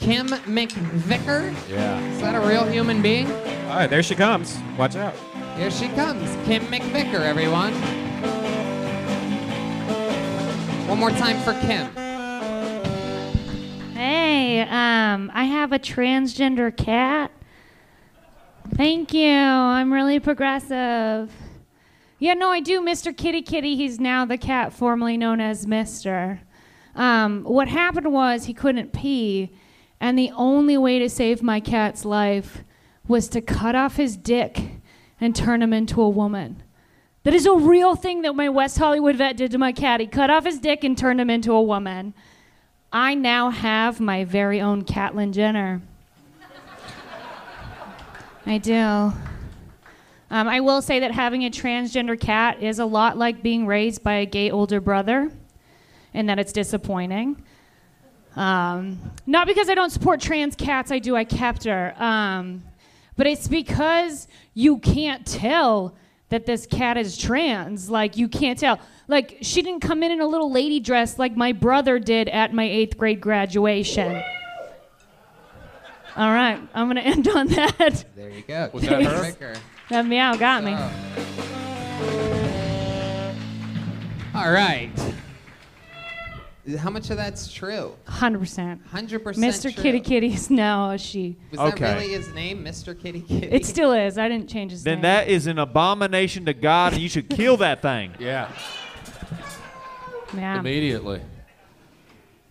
Speaker 3: Kim McVicker?
Speaker 2: Yeah.
Speaker 3: Is that a real human being?
Speaker 2: All right, there she comes. Watch out.
Speaker 3: Here she comes, Kim McVicker, everyone. One more time for Kim.
Speaker 9: Hey, um, I have a transgender cat. Thank you. I'm really progressive. Yeah, no, I do. Mr. Kitty Kitty, he's now the cat formerly known as Mr. Um, what happened was he couldn't pee, and the only way to save my cat's life was to cut off his dick and turn him into a woman. That is a real thing that my West Hollywood vet did to my cat. He cut off his dick and turned him into a woman. I now have my very own Catelyn Jenner. I do. Um, I will say that having a transgender cat is a lot like being raised by a gay older brother, and that it's disappointing. Um, not because I don't support trans cats, I do, I kept her. Um, but it's because you can't tell that this cat is trans. Like, you can't tell. Like, she didn't come in in a little lady dress like my brother did at my eighth grade graduation. All right, I'm gonna end on that.
Speaker 3: There you go.
Speaker 4: Was that her?
Speaker 9: That meow got me.
Speaker 3: All right. How much of that's true?
Speaker 9: 100%.
Speaker 3: 100%
Speaker 9: Mr.
Speaker 3: true.
Speaker 9: Kitty Kitty is now a she.
Speaker 3: Was
Speaker 5: Okay.
Speaker 3: that really his name, Mr. Kitty Kitty?
Speaker 9: It still is. I didn't change his
Speaker 5: Then
Speaker 9: name.
Speaker 5: that is an abomination to God, and you should kill that thing.
Speaker 4: Yeah.
Speaker 9: Yeah.
Speaker 4: Immediately.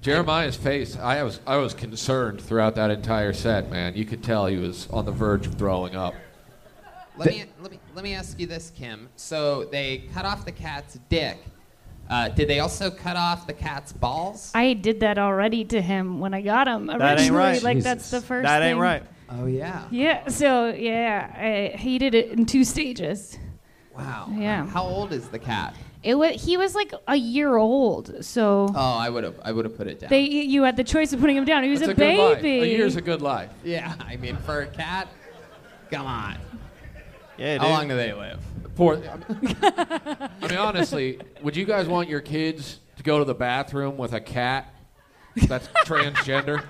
Speaker 4: Jeremiah's face, I was I was concerned throughout that entire set, man. You could tell he was on the verge of throwing up.
Speaker 3: Let me, let, me, let me ask you this, Kim. So they cut off the cat's dick. Uh, did they also cut off the cat's balls?
Speaker 9: I did that already to him when I got him originally.
Speaker 5: That ain't right.
Speaker 9: Like, that's the first
Speaker 5: that ain't
Speaker 9: thing.
Speaker 5: right.
Speaker 3: Oh, yeah.
Speaker 9: Yeah, so, yeah, I, he did it in two stages.
Speaker 3: Wow.
Speaker 9: Yeah.
Speaker 3: How old is the cat?
Speaker 9: It was, He was like a year old, so
Speaker 3: Oh, I would have I would have put it down.
Speaker 9: they you had the choice of putting him down. He was
Speaker 4: That's
Speaker 9: a
Speaker 4: good life.
Speaker 9: baby.
Speaker 4: A year's a good life.
Speaker 3: yeah, I mean for a cat, come on.
Speaker 5: Yeah, dude.
Speaker 3: How long do they live?
Speaker 4: Poor. I mean, I mean, honestly, would you guys want your kids to go to the bathroom with a cat that's transgender?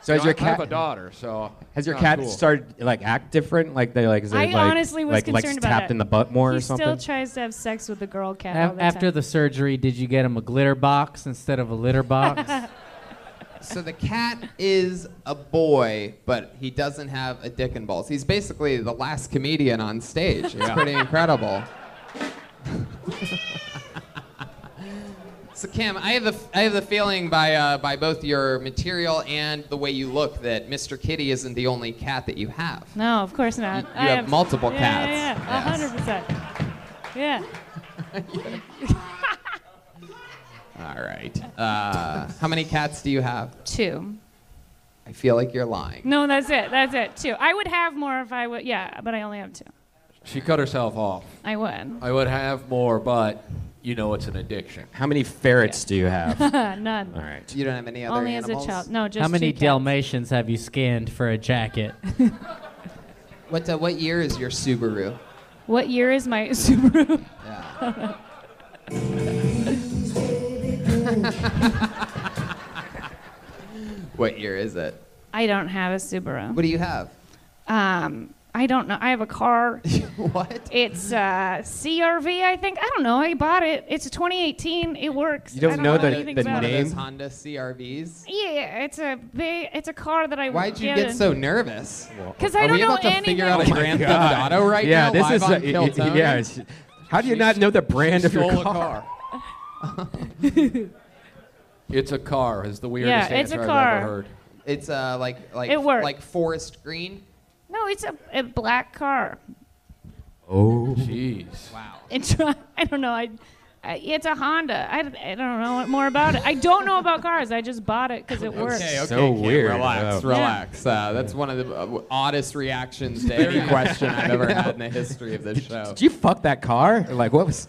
Speaker 1: So has
Speaker 4: You know,
Speaker 1: your
Speaker 4: I- I have a
Speaker 1: cat
Speaker 4: daughter, so
Speaker 1: has your
Speaker 4: not
Speaker 1: cat
Speaker 4: Oh, cool.
Speaker 1: started like act different? Like they like is it
Speaker 9: I
Speaker 1: like
Speaker 9: honestly was
Speaker 1: like, like
Speaker 9: concerned about
Speaker 1: tapped
Speaker 9: that.
Speaker 1: in the butt more
Speaker 9: he
Speaker 1: or something?
Speaker 9: still tries to have sex with the girl cat. all
Speaker 6: A-
Speaker 9: the
Speaker 6: after
Speaker 9: time.
Speaker 6: the surgery, did you get him a glitter box instead of a litter box?
Speaker 3: So the cat is a boy, but he doesn't have a dick and balls. He's basically the last comedian on stage. It's pretty incredible. so Kim, I have the I have the feeling by uh, by both your material and the way you look that Mr. Kitty isn't the only cat that you have.
Speaker 9: No, of course not.
Speaker 3: you
Speaker 9: I
Speaker 3: have multiple
Speaker 9: yeah,
Speaker 3: cats.
Speaker 9: Yeah,
Speaker 3: Yes.
Speaker 9: hundred percent. Yeah.
Speaker 3: All right. Uh, how many cats do you have?
Speaker 9: Two.
Speaker 3: I feel like you're lying.
Speaker 9: No, that's it. That's it. Two. I would have more if I would. Yeah, but I only have two.
Speaker 4: She cut herself off.
Speaker 9: I would.
Speaker 4: I would have more, but you know it's an addiction.
Speaker 1: How many ferrets do you have?
Speaker 9: None.
Speaker 1: All right.
Speaker 3: You don't have any other
Speaker 9: Only
Speaker 3: animals.
Speaker 9: as a child. No, just
Speaker 6: How many
Speaker 9: two cats.
Speaker 6: Dalmatians have you scanned for a jacket?
Speaker 3: What uh, what year is your Subaru?
Speaker 9: What year is my Subaru?
Speaker 3: Yeah. what year is it?
Speaker 9: I don't have a Subaru.
Speaker 3: What do you have?
Speaker 9: Um, I don't know. I have a car.
Speaker 3: what?
Speaker 9: It's uh, CRV, I think. I don't know. I bought it. It's a 2018. It works.
Speaker 1: You don't
Speaker 9: I don't
Speaker 1: know the-
Speaker 9: anything
Speaker 1: the
Speaker 9: about
Speaker 3: One of
Speaker 9: it.
Speaker 3: those
Speaker 1: Name?
Speaker 3: Honda CRVs.
Speaker 9: Yeah, yeah, it's a big, it's a car that I
Speaker 3: Why'd you get so nervous?
Speaker 9: Because
Speaker 3: Are
Speaker 9: I don't
Speaker 3: we
Speaker 9: know
Speaker 3: about to
Speaker 9: anything.
Speaker 3: figure out a Grand Theft Auto right
Speaker 1: yeah,
Speaker 3: now?
Speaker 1: this
Speaker 3: live
Speaker 1: is
Speaker 3: on
Speaker 1: a- y- y-
Speaker 3: Kiltona?
Speaker 1: yeah. it's- How do you
Speaker 4: She
Speaker 1: not know the brand
Speaker 4: She
Speaker 1: of your
Speaker 4: stole a
Speaker 1: car?
Speaker 4: it's a car is the weirdest
Speaker 9: Yeah, it's a
Speaker 4: answer
Speaker 9: car.
Speaker 4: I've ever heard.
Speaker 3: It's uh, like like
Speaker 9: It worked.
Speaker 3: like forest green.
Speaker 9: no, it's a, a black car.
Speaker 1: Oh,
Speaker 4: Jeez.
Speaker 3: Wow.
Speaker 9: It's I don't know. I, I it's a Honda. I, d- I don't know what more about it. I don't know about cars. I just bought it because it works.
Speaker 3: Okay, okay,
Speaker 1: So
Speaker 3: Kim,
Speaker 1: weird.
Speaker 3: Relax,
Speaker 1: Oh.
Speaker 3: relax. Uh, that's one of the uh, oddest reactions to any question I've ever had in the history of this show.
Speaker 1: did you fuck that car? Like what was?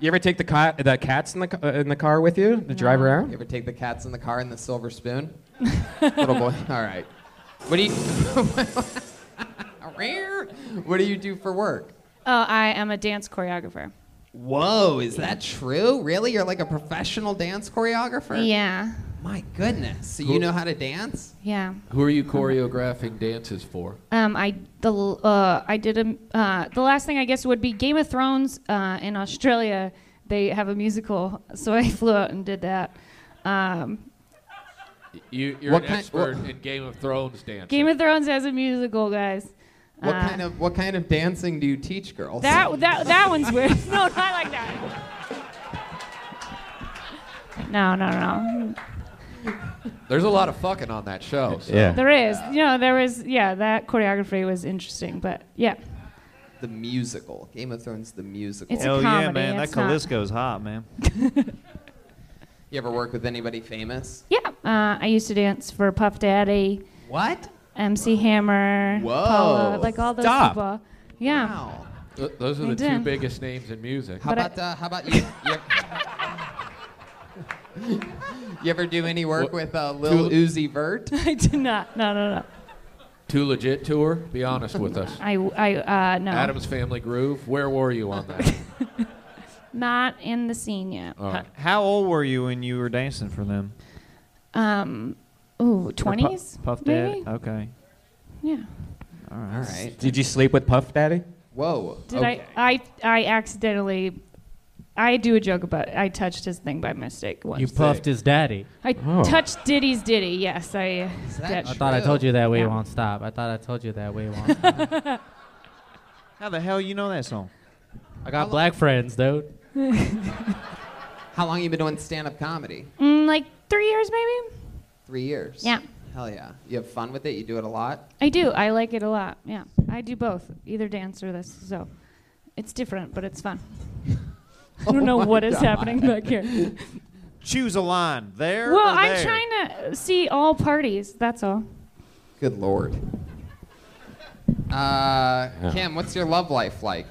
Speaker 1: You ever take the cat the cats in the ca- uh, in the car with you to drive
Speaker 3: You
Speaker 1: around?
Speaker 3: ever take the cats in the car and the silver spoon? Little boy. All right. What do you? Rare. what do you do for work?
Speaker 9: Oh, I am a dance choreographer.
Speaker 3: Whoa, is that true? Really? You're like a professional dance choreographer?
Speaker 9: Yeah.
Speaker 3: My goodness. So you
Speaker 4: Who-
Speaker 3: know how to dance?
Speaker 9: Yeah.
Speaker 4: Who are you choreographing dances for?
Speaker 9: Um, I the l- uh, I did a uh, the last thing I guess would be Game of Thrones uh, in Australia. They have a musical, so I flew out and did that. Um,
Speaker 4: You, you're
Speaker 3: What
Speaker 4: an
Speaker 3: kind-
Speaker 4: expert in Game of Thrones dancing.
Speaker 9: Game of Thrones has a musical, guys.
Speaker 3: What
Speaker 9: Uh,
Speaker 3: kind of what kind of dancing do you teach girls?
Speaker 9: that that that one's weird. no, not like that. No, no, no.
Speaker 4: There's a lot of fucking on that show. so-
Speaker 2: Yeah.
Speaker 9: There is, you know, there is. Yeah, that choreography was interesting, but yeah,
Speaker 3: the musical. Game of Thrones the musical.
Speaker 9: It's a
Speaker 5: Hell yeah,
Speaker 9: comedy,
Speaker 5: man. That
Speaker 9: it's not-
Speaker 5: Calisco's hot, man.
Speaker 3: You ever work with anybody famous?
Speaker 9: yeah. Uh, I used to dance for Puff Daddy.
Speaker 3: What?
Speaker 9: MC Hammer,
Speaker 3: Whoa.
Speaker 9: Paula, like all those
Speaker 2: Stop.
Speaker 9: people. Yeah.
Speaker 3: Wow.
Speaker 4: Th- those are
Speaker 9: I
Speaker 4: the two
Speaker 9: did.
Speaker 4: biggest names in music.
Speaker 3: How
Speaker 9: But I-
Speaker 3: about uh, how about you? You, you ever do any work
Speaker 4: What-
Speaker 3: with uh, Lil
Speaker 4: Two-
Speaker 3: Uzi Vert?
Speaker 9: I did not. No, no, no.
Speaker 4: Too legit tour? Be honest with us.
Speaker 9: I, I, uh, no.
Speaker 4: Adam's Family Groove. Where were you on that?
Speaker 9: Not in the scene yet.
Speaker 4: All right.
Speaker 5: How old were you when you were dancing for them?
Speaker 9: Um, ooh,
Speaker 5: Or Pu-
Speaker 9: twenties.
Speaker 5: Puff
Speaker 9: maybe?
Speaker 5: Daddy? Okay.
Speaker 9: Yeah.
Speaker 5: All
Speaker 3: All
Speaker 5: right.
Speaker 3: right.
Speaker 2: Did you sleep with Puff Daddy?
Speaker 3: Whoa.
Speaker 9: Did
Speaker 5: Oh,
Speaker 9: I, I, I accidentally. I do a joke about I touched his thing by mistake once.
Speaker 6: You puffed his daddy.
Speaker 9: I
Speaker 2: Oh.
Speaker 9: touched Diddy's Diddy. Yes, I.
Speaker 3: Is that
Speaker 9: touched-
Speaker 6: I thought I told you that way
Speaker 9: Yeah.
Speaker 6: won't stop. I thought I told you that way won't stop.
Speaker 5: How the hell you know that song?
Speaker 6: I got black friends, dude.
Speaker 3: How long you been doing stand-up comedy?
Speaker 9: Mm, like three years, maybe.
Speaker 3: Three years.
Speaker 9: Yeah.
Speaker 3: Hell yeah. You have fun with it. You do it a lot.
Speaker 9: I do. I like it a lot. Yeah, I do both, either dance or this. So, it's different, but it's fun.
Speaker 5: Oh
Speaker 9: I don't know what is happening back here.
Speaker 5: Choose a line. There.
Speaker 9: well,
Speaker 5: or
Speaker 9: I'm
Speaker 5: there?
Speaker 9: trying to see all parties. That's all.
Speaker 3: Good lord. Uh, Kim, what's your love life like?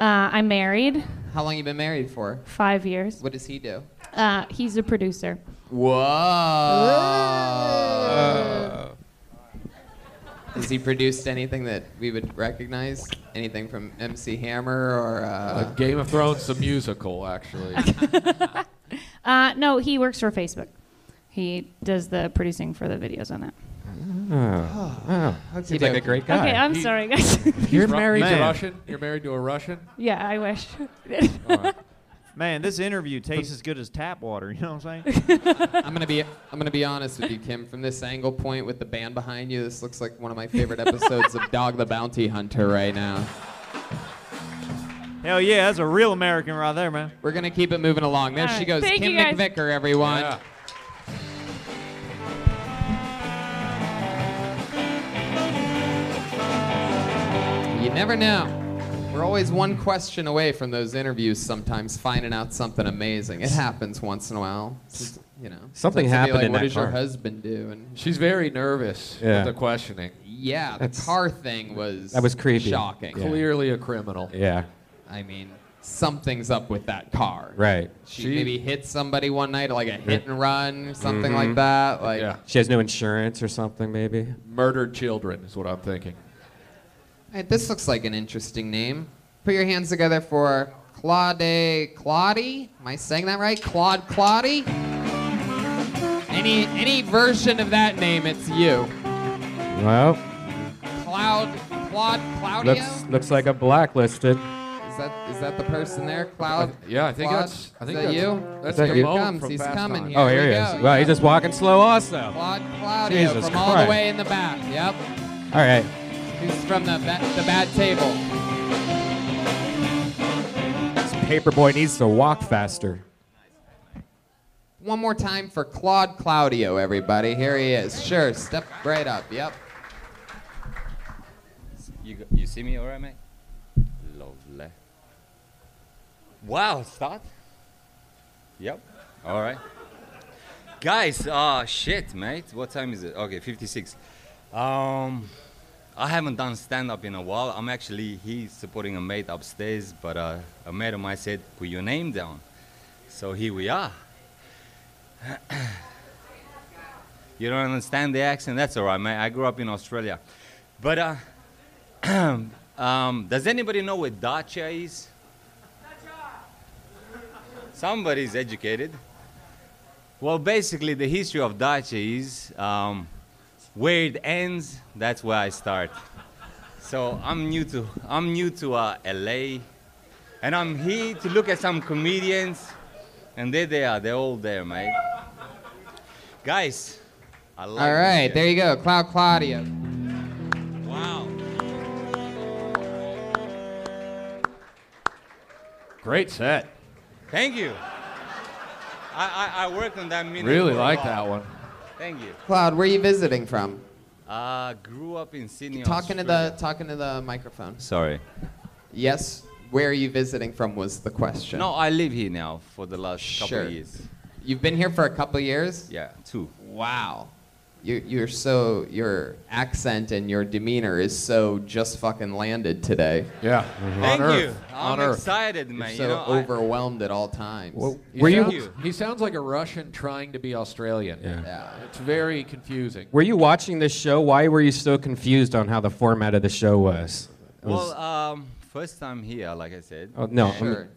Speaker 9: Uh, I'm married,
Speaker 3: How long you been married for?
Speaker 9: five years.
Speaker 3: What does he do?
Speaker 9: Uh, he's a producer.
Speaker 3: Whoa. Has he produced anything that we would recognize? Anything from MC Hammer or
Speaker 4: Uh,
Speaker 3: uh,
Speaker 4: Game of Thrones, the musical, actually.
Speaker 9: Uh, no, he works for Facebook. He does the producing for the videos on that.
Speaker 3: Mm-hmm.
Speaker 2: Oh, Seems like a great guy.
Speaker 9: Okay, I'm
Speaker 4: He-
Speaker 9: sorry, guys.
Speaker 2: You're
Speaker 4: Ru-
Speaker 2: married
Speaker 5: Man.
Speaker 2: to
Speaker 4: Russian? You're married to a Russian?
Speaker 9: yeah, I wish.
Speaker 5: Man, this interview tastes as good as tap water. You know what I'm saying?
Speaker 3: I'm gonna be I'm gonna be honest with you, Kim. From this angle point with the band behind you, this looks like one of my favorite episodes of Dog the Bounty Hunter right now.
Speaker 5: hell Oh, yeah, that's a real American right there, man.
Speaker 3: We're gonna keep it moving along. There
Speaker 9: All
Speaker 3: she
Speaker 9: right.
Speaker 3: goes,
Speaker 9: Thank
Speaker 3: Kim
Speaker 9: you, guys.
Speaker 3: McVicker, everyone.
Speaker 4: Yeah.
Speaker 3: You never know. We're always one question away from those interviews. Sometimes finding out something amazing. It happens once in a while. It's just, you know,
Speaker 2: Something
Speaker 3: sometimes they'll be
Speaker 2: happened
Speaker 3: Like,
Speaker 2: in
Speaker 3: what
Speaker 2: that
Speaker 3: does your
Speaker 2: car."
Speaker 3: husband do? And
Speaker 4: She's very nervous
Speaker 2: Yeah.
Speaker 4: with the questioning.
Speaker 3: yeah, the
Speaker 2: That's-
Speaker 3: car thing was
Speaker 2: That was creepy.
Speaker 3: shocking.
Speaker 2: Yeah.
Speaker 4: Clearly a criminal.
Speaker 2: Yeah,
Speaker 3: I mean, something's up with that car.
Speaker 2: right.
Speaker 3: She,
Speaker 4: She-
Speaker 3: maybe hit somebody one night, like a hit and run, or something
Speaker 2: Mm-hmm.
Speaker 3: like that. Like,
Speaker 4: Mm-hmm. Yeah.
Speaker 2: She has no insurance or something, maybe.
Speaker 4: Murdered children is what I'm thinking.
Speaker 3: All right, this looks like an interesting name. Put your hands together for Claude Claudie. Am I saying that right? Claude Claudie? Any any version of that name, it's you.
Speaker 2: Well,
Speaker 3: Cloud Claude Claudio?
Speaker 2: looks looks like I'm blacklisted.
Speaker 3: Is that is that the person there? Cloud?
Speaker 4: yeah, I think
Speaker 3: Claude?
Speaker 4: that's. I think
Speaker 3: is that
Speaker 4: that's,
Speaker 3: you?
Speaker 4: That's
Speaker 2: that you?
Speaker 4: the
Speaker 3: Here
Speaker 4: Mo
Speaker 3: he comes.
Speaker 4: from
Speaker 3: He's
Speaker 4: Fast
Speaker 3: coming
Speaker 4: Times.
Speaker 3: here.
Speaker 2: Oh, here he
Speaker 3: we
Speaker 2: is.
Speaker 3: go.
Speaker 2: Wow, he's just walking slow, also.
Speaker 3: Claude Claudio
Speaker 2: Jesus
Speaker 3: from all the
Speaker 2: Christ.
Speaker 3: way in the back. Yep.
Speaker 2: All right.
Speaker 3: He's from the ba- the bad table.
Speaker 2: This paperboy needs to walk faster.
Speaker 3: One more time for Claude Claudio, everybody. Here he is. Sure, step right up. Yep.
Speaker 10: You, go- you see me all right, mate? Lovely. Wow, start. Yep. All right. Guys, ah, shit, mate. What time is it? Okay, 56. Um, I haven't done stand up in a while. I'm actually he's supporting a mate upstairs, but uh, a mate of mine said, put your name down. So here we are. you don't understand the accent? That's all right, mate. I grew up in Australia. But uh, um, does anybody know where Dacia is? Somebody's educated. Well, basically, the history of Dacia is um, where it ends. That's where I start. So I'm new to I'm new to uh, LA, and I'm here to look at some comedians, and there they are. They're all there, mate. Guys, I love.
Speaker 3: All right, there you go, Cloud Claudio.
Speaker 4: Great set.
Speaker 10: Thank you. I, I, I worked on that minute.
Speaker 4: Really
Speaker 10: for a
Speaker 4: like
Speaker 10: while.
Speaker 4: that one.
Speaker 10: Thank you.
Speaker 3: Cloud, where are you visiting from?
Speaker 10: Uh, grew up in Sydney.
Speaker 3: Talking to
Speaker 10: Australia.
Speaker 3: the talking to the microphone.
Speaker 10: Sorry.
Speaker 3: Yes, where are you visiting from was the question.
Speaker 10: No, I live here now for the last couple
Speaker 3: Sure.
Speaker 10: of years.
Speaker 3: You've been here for a couple years?
Speaker 10: Yeah, two.
Speaker 3: Wow. You, you're so, your accent and your demeanor is so just fucking landed today.
Speaker 4: Yeah.
Speaker 10: Mm-hmm. Thank you. I'm excited,
Speaker 3: You're
Speaker 10: mate.
Speaker 3: so
Speaker 10: you know, I-
Speaker 3: overwhelmed at all times.
Speaker 4: He sounds- He sounds like a Russian trying to be Australian. Yeah. It's very confusing.
Speaker 2: Were you watching this show? Why were you so confused on how the format of the show was? It was-
Speaker 10: well, um, first time here, like I said.
Speaker 2: Oh, no, I mean-
Speaker 3: Sure.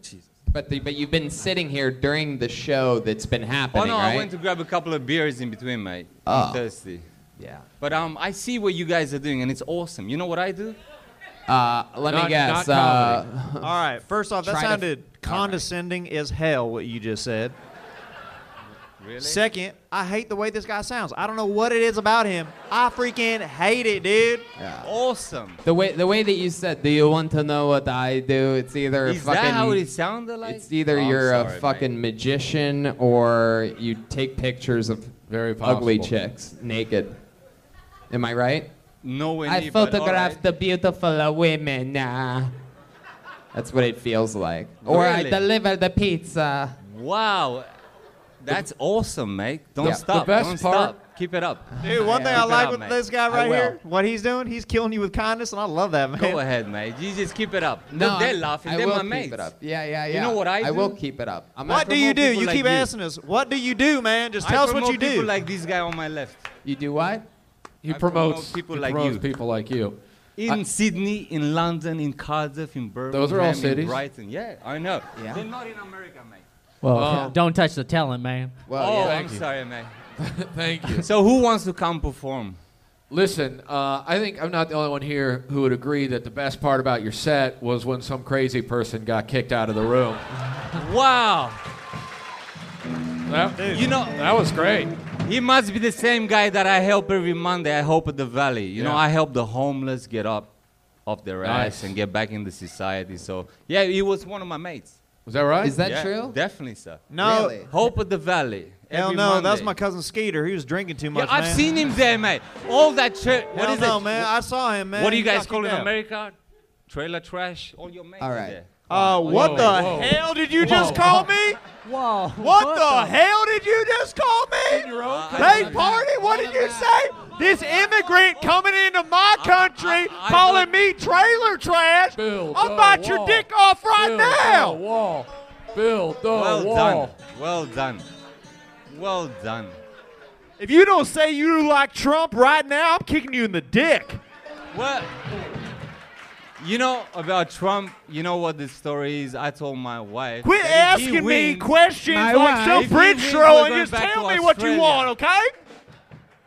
Speaker 3: But, the, but you've been sitting here during the show that's been
Speaker 10: Oh
Speaker 3: happening,
Speaker 10: no,
Speaker 3: right?
Speaker 10: I went to grab a couple of beers in between, mate.
Speaker 3: Oh.
Speaker 10: I'm thirsty.
Speaker 3: Yeah.
Speaker 10: But um, I see what you guys are doing, and it's awesome. You know what I do?
Speaker 3: Uh,
Speaker 10: let me Not- guess, not uh,
Speaker 5: all right. First off, that
Speaker 10: Try to-
Speaker 5: sounded condescending as hell. What you just said. Second, I hate the way this guy sounds. I don't know what it is about him. I freaking hate it, dude.
Speaker 10: Awesome.
Speaker 3: The way the way that you said, "Do you want to know what I do?" It's either
Speaker 10: Is
Speaker 3: fucking.
Speaker 10: that how it sounded like?
Speaker 3: It's either
Speaker 10: Oh, I'm
Speaker 3: you're
Speaker 10: sorry,
Speaker 3: a
Speaker 10: mate.
Speaker 3: fucking magician or you take pictures of
Speaker 4: very
Speaker 3: ugly
Speaker 10: possible.
Speaker 3: chicks naked. Am I right?
Speaker 10: Nowhere
Speaker 3: I
Speaker 10: near, but all
Speaker 3: photograph the beautiful women. Nah. That's what it feels like. Or I
Speaker 10: Really?
Speaker 3: deliver the pizza.
Speaker 10: Wow, that's awesome, mate. Don't
Speaker 3: Yeah. The
Speaker 10: stop.
Speaker 3: best
Speaker 10: Don't
Speaker 3: part-
Speaker 10: stop. Keep it up.
Speaker 5: Dude, one thing I
Speaker 10: Keep it
Speaker 5: like
Speaker 10: up,
Speaker 5: with
Speaker 10: mate.
Speaker 5: this guy
Speaker 10: I
Speaker 5: right
Speaker 10: will.
Speaker 5: here, what he's doing, he's killing you with kindness, and I love that, man.
Speaker 10: Go ahead, mate. You just keep it up.
Speaker 5: No,
Speaker 10: No, they're
Speaker 5: I-
Speaker 10: laughing.
Speaker 5: I
Speaker 10: they're
Speaker 5: will
Speaker 10: my
Speaker 5: keep
Speaker 10: mates.
Speaker 5: it up.
Speaker 3: Yeah, yeah,
Speaker 10: You
Speaker 3: yeah.
Speaker 10: know what I do?
Speaker 3: I will keep it up. I'm
Speaker 5: what
Speaker 3: gonna
Speaker 5: do you
Speaker 3: promote
Speaker 5: do?
Speaker 3: people
Speaker 5: You
Speaker 3: like
Speaker 5: keep asking us, what do you do, man? Just
Speaker 10: I
Speaker 5: tell us what
Speaker 10: promote
Speaker 5: you do.
Speaker 10: People like this guy on my left.
Speaker 3: You do what?
Speaker 4: He
Speaker 10: I promote
Speaker 4: promotes
Speaker 10: people
Speaker 4: he
Speaker 10: like
Speaker 4: promotes
Speaker 10: you.
Speaker 4: people like you.
Speaker 10: In Sydney, in London, in Cardiff, in Birmingham,
Speaker 4: Those are all
Speaker 10: in
Speaker 4: cities.
Speaker 10: Brighton. Yeah, I know.
Speaker 3: Yeah.
Speaker 10: They're not in America, mate.
Speaker 6: Well,
Speaker 10: Oh.
Speaker 6: don't touch the talent, man.
Speaker 10: oh,
Speaker 4: yeah.
Speaker 10: I'm
Speaker 4: Thank you.
Speaker 10: sorry, mate.
Speaker 4: Thank you.
Speaker 10: So who wants to come perform?
Speaker 4: Listen, uh, I think I'm not the only one here who would agree that the best part about your set was when some crazy person got kicked out of the room.
Speaker 10: Wow.
Speaker 4: That,
Speaker 10: You know,
Speaker 4: that was great.
Speaker 10: he must be the same guy that I help every Monday. I help at the Valley. You know,
Speaker 4: Yeah.
Speaker 10: I help the homeless get up off their
Speaker 4: Nice.
Speaker 10: ass and get back into society. So, yeah, he was one of my mates.
Speaker 4: Was that right?
Speaker 3: Is that
Speaker 10: Yeah,
Speaker 3: true?
Speaker 10: Definitely, sir.
Speaker 5: no,
Speaker 3: Really?
Speaker 10: Hope at the Valley.
Speaker 5: hell
Speaker 10: every
Speaker 5: no, that was
Speaker 10: Monday.
Speaker 5: my cousin Skeeter. He was drinking too
Speaker 10: Yeah,
Speaker 5: much,
Speaker 10: I've
Speaker 5: man.
Speaker 10: seen him there, mate. All that church. What
Speaker 5: Hell
Speaker 10: is
Speaker 5: no,
Speaker 10: it?
Speaker 5: man. I saw him, man.
Speaker 10: What do you
Speaker 5: He
Speaker 10: guys
Speaker 5: got
Speaker 10: call
Speaker 5: kicked
Speaker 10: in
Speaker 5: out.
Speaker 10: America? Trailer trash. All your mates.
Speaker 3: All
Speaker 10: are
Speaker 3: right.
Speaker 10: there.
Speaker 5: Uh, what
Speaker 4: Whoa,
Speaker 5: the
Speaker 4: whoa.
Speaker 5: hell did you just call me?
Speaker 6: Whoa.
Speaker 5: What, the hell did you just call me? Hey, party, what did you say? This immigrant coming into my country
Speaker 10: I- I
Speaker 5: calling
Speaker 10: want-
Speaker 5: me trailer trash.
Speaker 4: Build
Speaker 5: I'll
Speaker 4: the
Speaker 5: bite your
Speaker 4: wall.
Speaker 5: dick off right
Speaker 4: Build
Speaker 5: now.
Speaker 4: the wall. Build the
Speaker 10: Well
Speaker 4: wall.
Speaker 10: done. Well done. Well done.
Speaker 5: If you don't say you like Trump right now, I'm kicking you in the dick.
Speaker 10: Well, you know about Trump. You know what the story is. I told my wife.
Speaker 5: Quit
Speaker 10: that if he
Speaker 5: asking me
Speaker 10: wins-
Speaker 5: questions
Speaker 6: My
Speaker 5: like
Speaker 6: wife.
Speaker 5: some
Speaker 10: If he
Speaker 5: French
Speaker 10: wins,
Speaker 5: troll
Speaker 10: we're
Speaker 5: and
Speaker 10: going
Speaker 5: just
Speaker 10: back
Speaker 5: tell
Speaker 10: to
Speaker 5: me what you
Speaker 10: Australia.
Speaker 5: want, okay?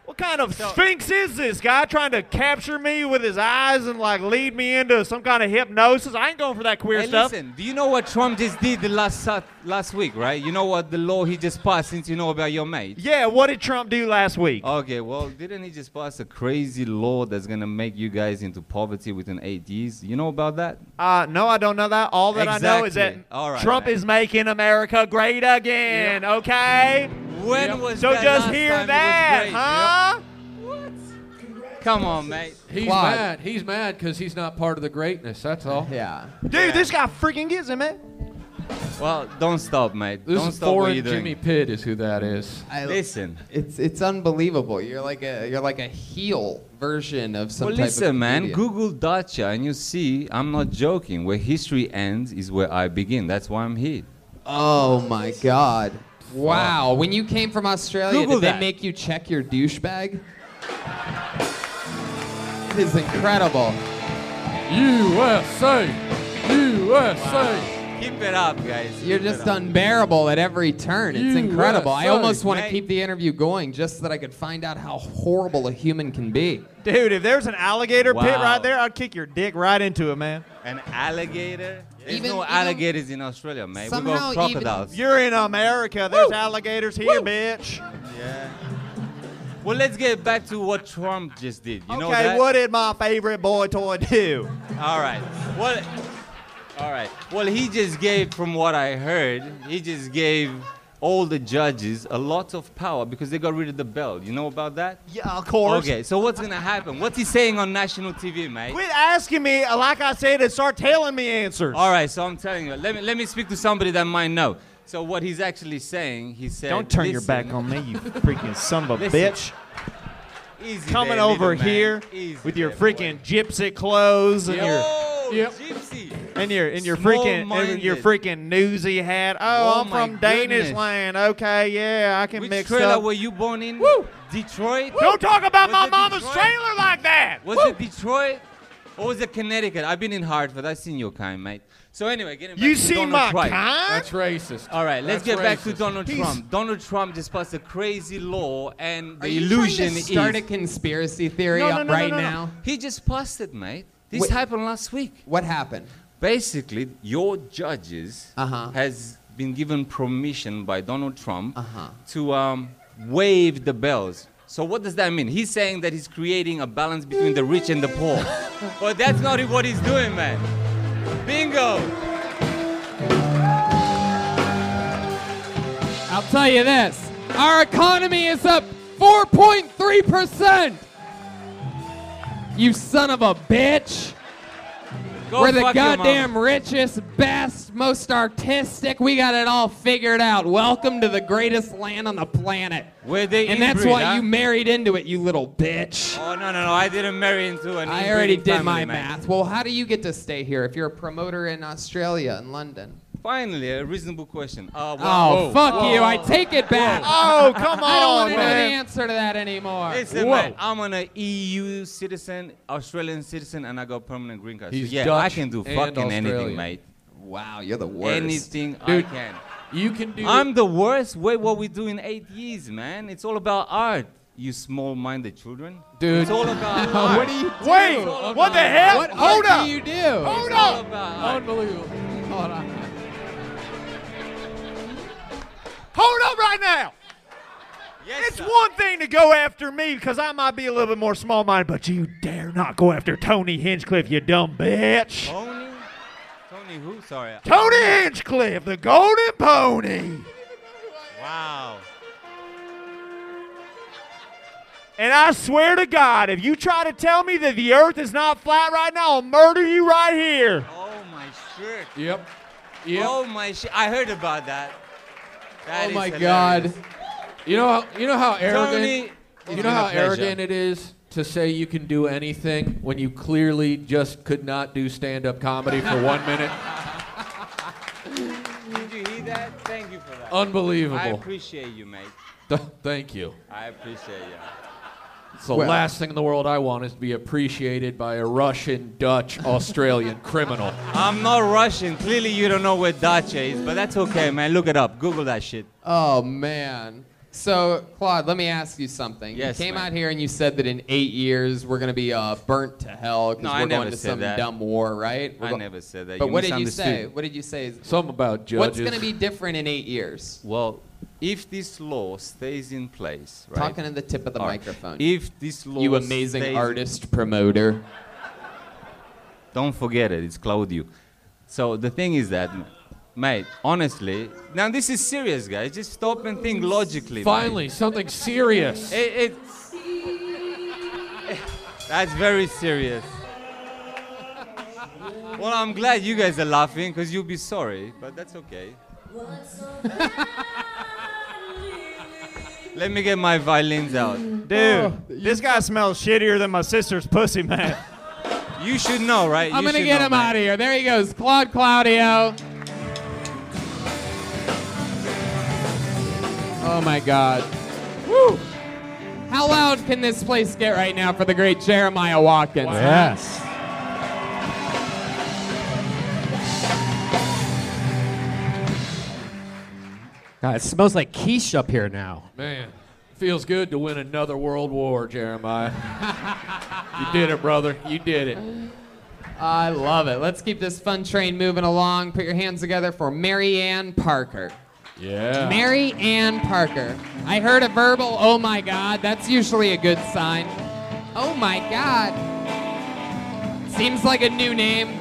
Speaker 5: What kind of
Speaker 10: So-
Speaker 5: sphinx is this guy trying to capture me with his eyes and like lead me into some kind of hypnosis? I ain't going for that queer
Speaker 10: Hey,
Speaker 5: stuff.
Speaker 10: listen. Do you know what Trump just did the last sat- last week, right? You know what the law he just passed since you know about your mate.
Speaker 5: Yeah, what did Trump do last week?
Speaker 10: Okay, well, didn't he just pass a crazy law that's gonna make you guys into poverty within eight years? You know about that?
Speaker 5: Uh, no, I don't know that. All that I know is that
Speaker 10: Exactly. All right,
Speaker 5: Trump
Speaker 10: man.
Speaker 5: is making America great again, okay?
Speaker 10: When was
Speaker 5: So
Speaker 10: that
Speaker 5: just
Speaker 10: last
Speaker 5: hear
Speaker 10: time it was
Speaker 5: that,
Speaker 10: great?
Speaker 5: huh?
Speaker 10: Yep. Come on, mate.
Speaker 4: He's
Speaker 3: Claude.
Speaker 4: mad. He's mad because he's not part of the greatness. That's all.
Speaker 3: Yeah.
Speaker 5: Dude, this guy freaking gets it, man.
Speaker 10: Well, don't stop, mate.
Speaker 4: This
Speaker 10: don't
Speaker 4: is
Speaker 10: stop what
Speaker 4: foreign
Speaker 10: you're doing.
Speaker 4: Jimmy Pitt is who that is.
Speaker 3: I,
Speaker 10: Listen.
Speaker 3: It's it's unbelievable. You're like a you're like a heel version of some
Speaker 10: well,
Speaker 3: type
Speaker 10: listen,
Speaker 3: of
Speaker 10: man.
Speaker 3: comedian.
Speaker 10: Google Dacia, and you see, I'm not joking. Where history ends is where I begin. That's why I'm here.
Speaker 3: Oh my God! Wow. When you came from Australia,
Speaker 10: Google
Speaker 3: did they
Speaker 10: that.
Speaker 3: make you check your douchebag? It is incredible.
Speaker 4: USA, USA.
Speaker 10: Keep it up, guys.
Speaker 3: You're
Speaker 10: Keep it
Speaker 3: just
Speaker 10: up.
Speaker 3: unbearable at every turn. It's
Speaker 10: You
Speaker 3: incredible.
Speaker 10: are
Speaker 3: I
Speaker 10: so
Speaker 3: almost want to
Speaker 10: great.
Speaker 3: keep the interview going just so that I could find out how horrible a human can be.
Speaker 5: Dude, if there's an alligator pit
Speaker 10: Wow.
Speaker 5: right there, I'd kick your dick right into it, man.
Speaker 10: An alligator? There's
Speaker 5: Even-
Speaker 10: no
Speaker 5: even-
Speaker 10: alligators in Australia, mate. We
Speaker 5: Somehow
Speaker 10: got crocodiles.
Speaker 5: You're in America. There's alligators here, bitch.
Speaker 10: Yeah. Well, let's get back to what Trump just did. You know
Speaker 5: okay,
Speaker 10: that?
Speaker 5: what did my favorite boy toy do?
Speaker 10: All right. What? All right. Well, he just gave, from what I heard, he just gave all the judges a lot of power because they got rid of the bell. You know about that?
Speaker 5: Yeah, of course.
Speaker 10: Okay. So what's gonna happen? What's he saying on national TV, mate?
Speaker 5: Quit asking me, uh, like I said, and start telling me answers.
Speaker 10: All right. So I'm telling you. Let me let me speak to somebody that might know. So what he's actually saying, he said.
Speaker 5: Don't turn your
Speaker 10: "Listen,
Speaker 5: back on me, you freaking son of a
Speaker 10: Listen.
Speaker 5: bitch.
Speaker 10: Easy
Speaker 5: Coming
Speaker 10: there,
Speaker 5: over
Speaker 10: little man.
Speaker 5: here
Speaker 10: Easy
Speaker 5: with your freaking gypsy clothes and
Speaker 10: Yo,
Speaker 5: your
Speaker 10: gypsy.
Speaker 5: and your and your freaking and your
Speaker 10: Small-minded.
Speaker 5: freaking newsy hat. Oh,
Speaker 10: Oh,
Speaker 5: I'm
Speaker 10: my
Speaker 5: from
Speaker 10: goodness.
Speaker 5: Danish land. Okay, yeah, I can
Speaker 10: Which
Speaker 5: mix
Speaker 10: trailer
Speaker 5: up.
Speaker 10: were you born in? Detroit.
Speaker 5: Don't talk about
Speaker 10: Was
Speaker 5: my
Speaker 10: it
Speaker 5: mama's
Speaker 10: Detroit?
Speaker 5: trailer like that.
Speaker 10: Was it Detroit or was it Connecticut? I've been in Hartford. I've seen your kind, mate. So anyway, getting back
Speaker 5: You
Speaker 10: to
Speaker 5: seen
Speaker 10: Donald
Speaker 5: my
Speaker 10: Trump.
Speaker 5: kind?
Speaker 4: That's racist.
Speaker 10: All right, let's
Speaker 4: That's
Speaker 10: get back to
Speaker 4: racist.
Speaker 10: Donald
Speaker 4: He's-
Speaker 10: Trump. Donald Trump just passed a crazy law, and the
Speaker 3: Are you trying
Speaker 10: illusion
Speaker 3: to start
Speaker 10: is
Speaker 3: a conspiracy theory
Speaker 10: No, no,
Speaker 3: up
Speaker 10: no, no,
Speaker 3: right
Speaker 10: no, no.
Speaker 3: now?
Speaker 10: He just passed it, mate. This
Speaker 3: Wait.
Speaker 10: happened last week.
Speaker 3: What happened?
Speaker 10: Basically, your judges
Speaker 3: Uh-huh.
Speaker 10: has been given permission by Donald Trump
Speaker 3: Uh-huh.
Speaker 10: to um, waive the bells. So what does that mean? He's saying that he's creating a balance between the rich and the poor. but that's not what he's doing, man. Bingo.
Speaker 3: I'll tell you this our economy is up 4.3%. You son of a bitch.
Speaker 10: Go
Speaker 3: We're the
Speaker 10: fuck your mama.
Speaker 3: goddamn richest, best, most artistic. We got it all figured out. Welcome to the greatest land on the planet.
Speaker 10: Where they
Speaker 3: and that's
Speaker 10: inbreed,
Speaker 3: why
Speaker 10: huh?
Speaker 3: you married into it, you little bitch.
Speaker 10: Oh no no no! I didn't marry into an.
Speaker 3: I already
Speaker 10: inbreeding
Speaker 3: did my
Speaker 10: family, man.
Speaker 3: math. Well, how do you get to stay here if you're a promoter in Australia and London?
Speaker 10: Finally, a reasonable question. Uh, well,
Speaker 3: Oh,
Speaker 10: whoa.
Speaker 3: fuck you.
Speaker 10: Whoa.
Speaker 3: I take it back.
Speaker 5: Oh, come
Speaker 3: I don't
Speaker 5: on,
Speaker 3: want to know the
Speaker 5: man.
Speaker 3: answer to that anymore.
Speaker 10: Listen, man, I'm an EU citizen, Australian citizen, and I got permanent green card. So
Speaker 4: He's
Speaker 10: yeah, I
Speaker 4: Dutch
Speaker 10: can do
Speaker 4: and
Speaker 10: fucking anything,
Speaker 4: Australian.
Speaker 10: mate.
Speaker 3: Wow, you're the
Speaker 10: Anything
Speaker 4: Dude,
Speaker 10: I can.
Speaker 4: You can do.
Speaker 10: I'm the worst. Wait, what we do in eight years, man? It's all about art. You small-minded children.
Speaker 3: Dude.
Speaker 10: it's all about art.
Speaker 3: what do you do?
Speaker 5: Wait, what the hell?
Speaker 3: What
Speaker 5: Hold
Speaker 3: art
Speaker 5: up.
Speaker 3: do you do?
Speaker 5: Hold
Speaker 10: It's all
Speaker 5: up.
Speaker 10: about art.
Speaker 4: Unbelievable. Hold on.
Speaker 5: Hold up right now.
Speaker 10: Yes,
Speaker 5: It's
Speaker 10: sir.
Speaker 5: one thing to go after me because I might be a little bit more small minded, but you dare not go after Tony Hinchcliffe, you dumb bitch.
Speaker 10: Tony. Tony who? Sorry.
Speaker 5: Tony Hinchcliffe, the golden pony.
Speaker 10: Wow.
Speaker 5: And I swear to God, if you try to tell me that the earth is not flat right now, I'll murder you right here.
Speaker 10: Oh my shirt.
Speaker 4: Yep. Yep.
Speaker 10: Oh my shit! I heard about that. That
Speaker 4: oh
Speaker 10: is
Speaker 4: my
Speaker 10: hilarious.
Speaker 4: God. You know how you know how arrogant
Speaker 10: Tony,
Speaker 4: you know how
Speaker 10: it's been a pleasure.
Speaker 4: arrogant it is to say you can do anything when you clearly just could not do stand-up comedy for one minute.
Speaker 10: Did you hear that? Thank you for that. I
Speaker 4: Unbelievable.
Speaker 10: appreciate you, mate.
Speaker 4: Th- Thank you.
Speaker 10: I appreciate you.
Speaker 4: It's the
Speaker 3: Well-
Speaker 4: last thing in the world I want is to be appreciated by a Russian, Dutch, Australian criminal.
Speaker 10: I'm not Russian. Clearly, you don't know where Dacha is, but that's okay, man. Look it up. Google that shit.
Speaker 3: Oh man. So Claude, let me ask you something.
Speaker 10: Yes,
Speaker 3: you came
Speaker 10: ma'am.
Speaker 3: out here and you said that in eight years we're gonna be uh, burnt to hell because
Speaker 10: No,
Speaker 3: we're
Speaker 10: I
Speaker 3: going
Speaker 10: never
Speaker 3: to
Speaker 10: said
Speaker 3: some
Speaker 10: that.
Speaker 3: dumb war, right? We're
Speaker 10: I
Speaker 3: go-
Speaker 10: never said that.
Speaker 3: But
Speaker 10: You
Speaker 3: what did you say?
Speaker 10: misunderstood.
Speaker 3: What did you say? is-
Speaker 4: Something about judges.
Speaker 3: What's gonna be different in eight years?
Speaker 10: Well, if this law stays in place, right?
Speaker 3: Talking to the tip of the
Speaker 10: All right.
Speaker 3: microphone.
Speaker 10: If this law
Speaker 3: you amazing
Speaker 10: stays-
Speaker 3: artist promoter.
Speaker 10: Don't forget it. It's Claudio. So the thing is that, mate, honestly, now this is serious, guys. Just stop and think logically. mate.
Speaker 4: Finally, something serious.
Speaker 10: It, it, that's very serious. Well, I'm glad you guys are laughing because you'll be sorry, but that's okay. Let me get my violins out.
Speaker 5: Dude, Oh, this guy smells shittier than my sister's pussy, man.
Speaker 10: You should know, right?
Speaker 3: I'm gonna get him out of here. There he goes, Claude Claudio. Oh my God. Woo! How loud can this place get right now for the great Jeremiah Watkins?
Speaker 2: Yes. God, it smells like quiche up here now.
Speaker 4: Man, feels good to win another world war, Jeremiah. you did it, brother. You did it.
Speaker 3: I love it. Let's keep this fun train moving along. Put your hands together for Mary Ann Parker.
Speaker 4: Yeah.
Speaker 3: Mary Ann Parker. I heard a verbal, oh my God. That's usually a good sign. Oh my God. Seems like a new name.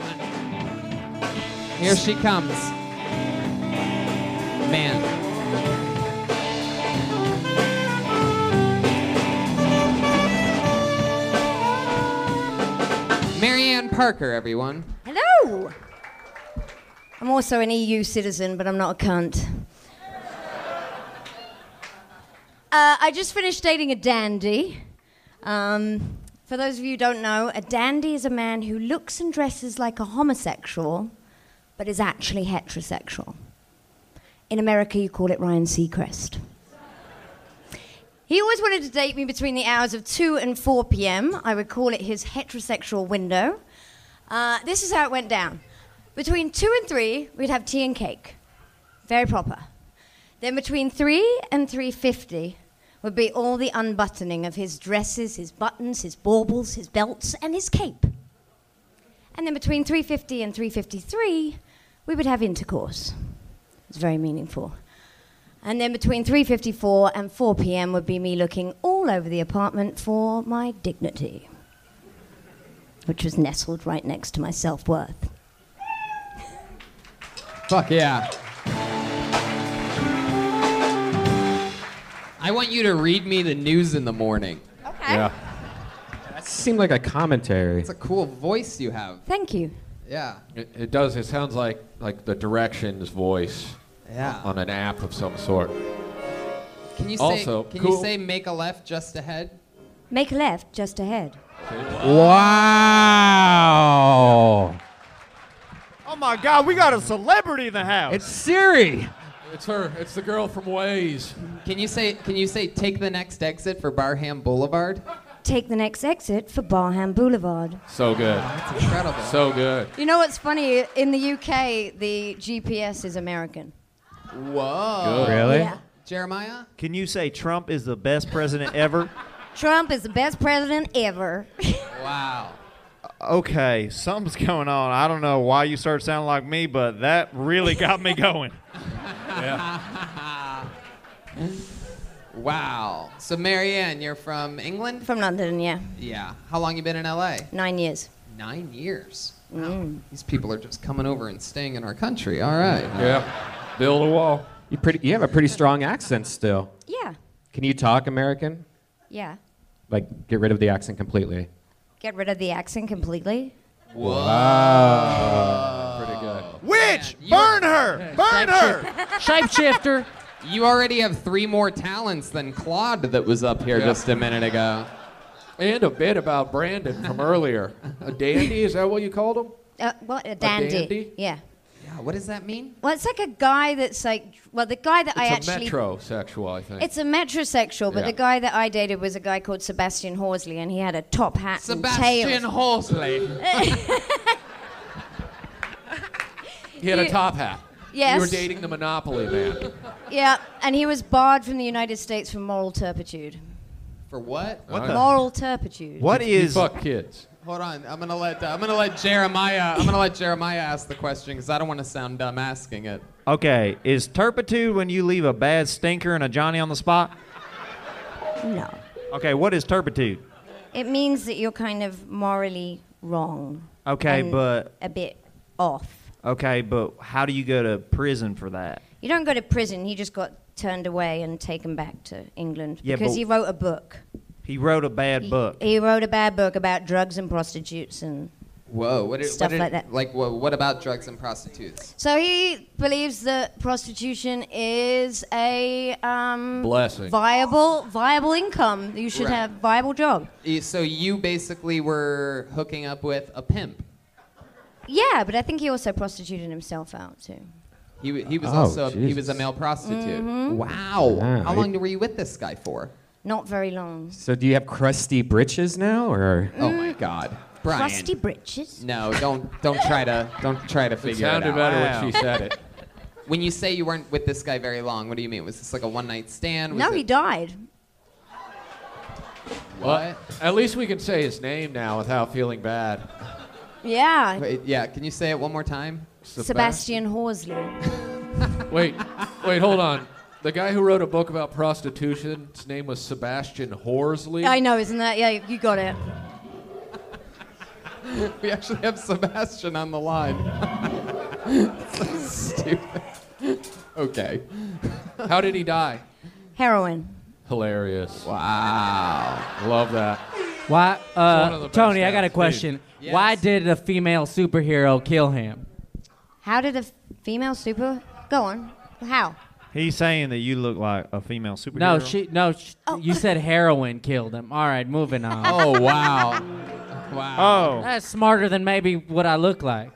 Speaker 3: Here she comes. Man. Mary Ann Parker, everyone.
Speaker 11: Hello. I'm also an EU citizen, but I'm not a cunt. Uh, I just finished dating a dandy. Um, for those of you who don't know, a dandy is a man who looks and dresses like a homosexual, but is actually heterosexual. In America, you call it Ryan Seacrest. He always wanted to date me between the hours of 2 and 4 p.m. I would call it his heterosexual window. Uh, this is how it went down. Between 2 and 3, we'd have tea and cake. Very proper. Then between 3 and 3.50 would be all the unbuttoning of his dresses, his buttons, his baubles, his belts, and his cape. And then between 3.50 and 3.53, we would have intercourse. It's very meaningful. And then between 3:54 and 4 p.m. would be me looking all over the apartment for my dignity, which was nestled right next to my self-worth.
Speaker 3: Fuck yeah. I want you to read me the news in the morning.
Speaker 11: Okay.
Speaker 2: Yeah. That seemed like a commentary.
Speaker 3: It's a cool voice you have.
Speaker 11: Thank you.
Speaker 3: Yeah.
Speaker 4: It, it does. It sounds like like the directions voice.
Speaker 3: Yeah.
Speaker 4: On an app of some sort.
Speaker 3: Can you say,
Speaker 4: also,
Speaker 3: can
Speaker 4: cool.
Speaker 3: you say make a left just ahead?
Speaker 11: Make a left just ahead.
Speaker 2: Wow.
Speaker 5: Oh my God, we got a celebrity in the house.
Speaker 2: It's Siri.
Speaker 4: It's her. It's the girl from Waze.
Speaker 3: Can you say can you say take the next exit for Barham Boulevard?
Speaker 11: Take the next exit for Barham Boulevard.
Speaker 4: So good.
Speaker 3: That's incredible.
Speaker 4: So good.
Speaker 11: You know what's funny? In the UK, the GPS is American.
Speaker 3: Whoa.
Speaker 5: Good. Really?
Speaker 11: Yeah.
Speaker 3: Jeremiah?
Speaker 5: Can you say Trump is the best president ever?
Speaker 11: Trump is the best president ever.
Speaker 3: Wow.
Speaker 5: Okay, something's going on. I don't know why you start sounding like me, but that really got me going.
Speaker 3: Wow. So Marianne, you're from England?
Speaker 11: From London, yeah.
Speaker 3: Yeah. How long you been in LA?
Speaker 11: Nine years.
Speaker 3: Nine years. These people are just coming over and staying in our country. All right.
Speaker 4: Yeah. Build a wall.
Speaker 2: You pretty. You have a pretty strong accent still.
Speaker 11: Yeah.
Speaker 2: Can you talk American?
Speaker 11: Yeah.
Speaker 2: Like, get rid of the accent completely.
Speaker 11: Get rid of the accent completely.
Speaker 4: Pretty good.
Speaker 5: Witch! Burn her! Burn her!
Speaker 6: Shapeshifter.
Speaker 3: You already have three more talents than Claude that was up here
Speaker 4: Yeah.
Speaker 3: just a minute ago.
Speaker 4: And a bit about Brandon from earlier. A dandy, is that what you called him?
Speaker 11: Uh, what a dandy.
Speaker 4: dandy?
Speaker 11: Yeah.
Speaker 3: Yeah, what does that mean?
Speaker 11: Well, it's like a guy that's like, well, the guy that I
Speaker 4: it's a
Speaker 11: actually.
Speaker 4: metrosexual, I think.
Speaker 11: It's a metrosexual, but
Speaker 4: Yeah.
Speaker 11: the guy that I dated was a guy called Sebastian Horsley, and he had a top hat and
Speaker 3: Sebastian
Speaker 11: tails.
Speaker 3: Horsley.
Speaker 4: he had a top hat. You were
Speaker 11: Yes.
Speaker 4: dating the Monopoly man.
Speaker 11: Yeah, and he was barred from the United States for moral turpitude.
Speaker 3: For what? What
Speaker 4: the-
Speaker 11: Moral turpitude.
Speaker 5: What
Speaker 4: You
Speaker 5: is
Speaker 4: fuck kids.
Speaker 3: Hold on. I'm gonna let uh, I'm gonna let Jeremiah I'm gonna let Jeremiah ask the question because I don't want to sound dumb asking it.
Speaker 5: okay? Is turpitude when you leave a bad stinker and a Johnny on the spot?
Speaker 11: No.
Speaker 5: Okay, what is turpitude?
Speaker 11: It means that you're kind of morally wrong.
Speaker 5: Okay,
Speaker 11: and
Speaker 5: but
Speaker 11: a bit off.
Speaker 5: okay, but how do you go to prison for that?
Speaker 11: You don't go to prison. He just got turned away and taken back to England
Speaker 5: Yeah,
Speaker 11: because
Speaker 5: but-
Speaker 11: he wrote a book.
Speaker 5: He wrote a bad book.
Speaker 11: He wrote a bad book about drugs and prostitutes and
Speaker 3: Whoa. What did, what
Speaker 11: Stuff
Speaker 3: did-
Speaker 11: like that.
Speaker 3: Like what, what about drugs and prostitutes?
Speaker 11: So he believes that prostitution is a um,
Speaker 4: Blessing.
Speaker 11: viable viable income. You should
Speaker 3: Right.
Speaker 11: have viable job.
Speaker 3: Y- So you basically were hooking up with a pimp.
Speaker 11: Yeah, but I think he also prostituted himself out too.
Speaker 3: He, wa- he was
Speaker 2: Oh,
Speaker 3: also a, he was a
Speaker 2: Jesus.
Speaker 3: male prostitute.
Speaker 11: Mm-hmm.
Speaker 3: Wow.
Speaker 2: Wow,
Speaker 3: How
Speaker 2: he-
Speaker 3: long were you with this guy for?
Speaker 11: Not very long.
Speaker 2: So, do you have crusty britches now, or?
Speaker 3: Oh my God, Brian.
Speaker 11: Crusty britches.
Speaker 3: No, don't don't try to don't try to figure it,
Speaker 4: Sounded
Speaker 3: out.
Speaker 4: better
Speaker 5: Wow.
Speaker 4: when she said it.
Speaker 3: When you say you weren't with this guy very long, what do you mean? Was this like a one night stand? Was
Speaker 11: No,
Speaker 3: it-
Speaker 11: he died.
Speaker 4: Well, at least we can say his name now without feeling bad.
Speaker 11: Yeah.
Speaker 3: Wait, yeah, can you say it one more time?
Speaker 11: Sebastian Horsley.
Speaker 4: Wait, wait, hold on. The guy who wrote a book about prostitution, his name was Sebastian Horsley.
Speaker 11: I know, isn't that? Yeah, you got it.
Speaker 3: we actually have Sebastian on the line. so stupid. Okay.
Speaker 4: How did he die?
Speaker 11: Heroin.
Speaker 4: Hilarious.
Speaker 3: Wow.
Speaker 4: Love that.
Speaker 6: Why,
Speaker 4: one of the
Speaker 6: uh,
Speaker 4: best
Speaker 6: Tony? I got a
Speaker 4: hats, dude.
Speaker 6: question.
Speaker 11: Yes.
Speaker 6: Why did a female superhero kill him?
Speaker 11: How did a f- female super? Go on. How?
Speaker 5: He's saying that you look like a female superhero.
Speaker 6: No, she. No, sh you said heroin killed him. All right, moving on.
Speaker 3: Oh wow,
Speaker 5: Oh.
Speaker 6: that's smarter than maybe what I look like.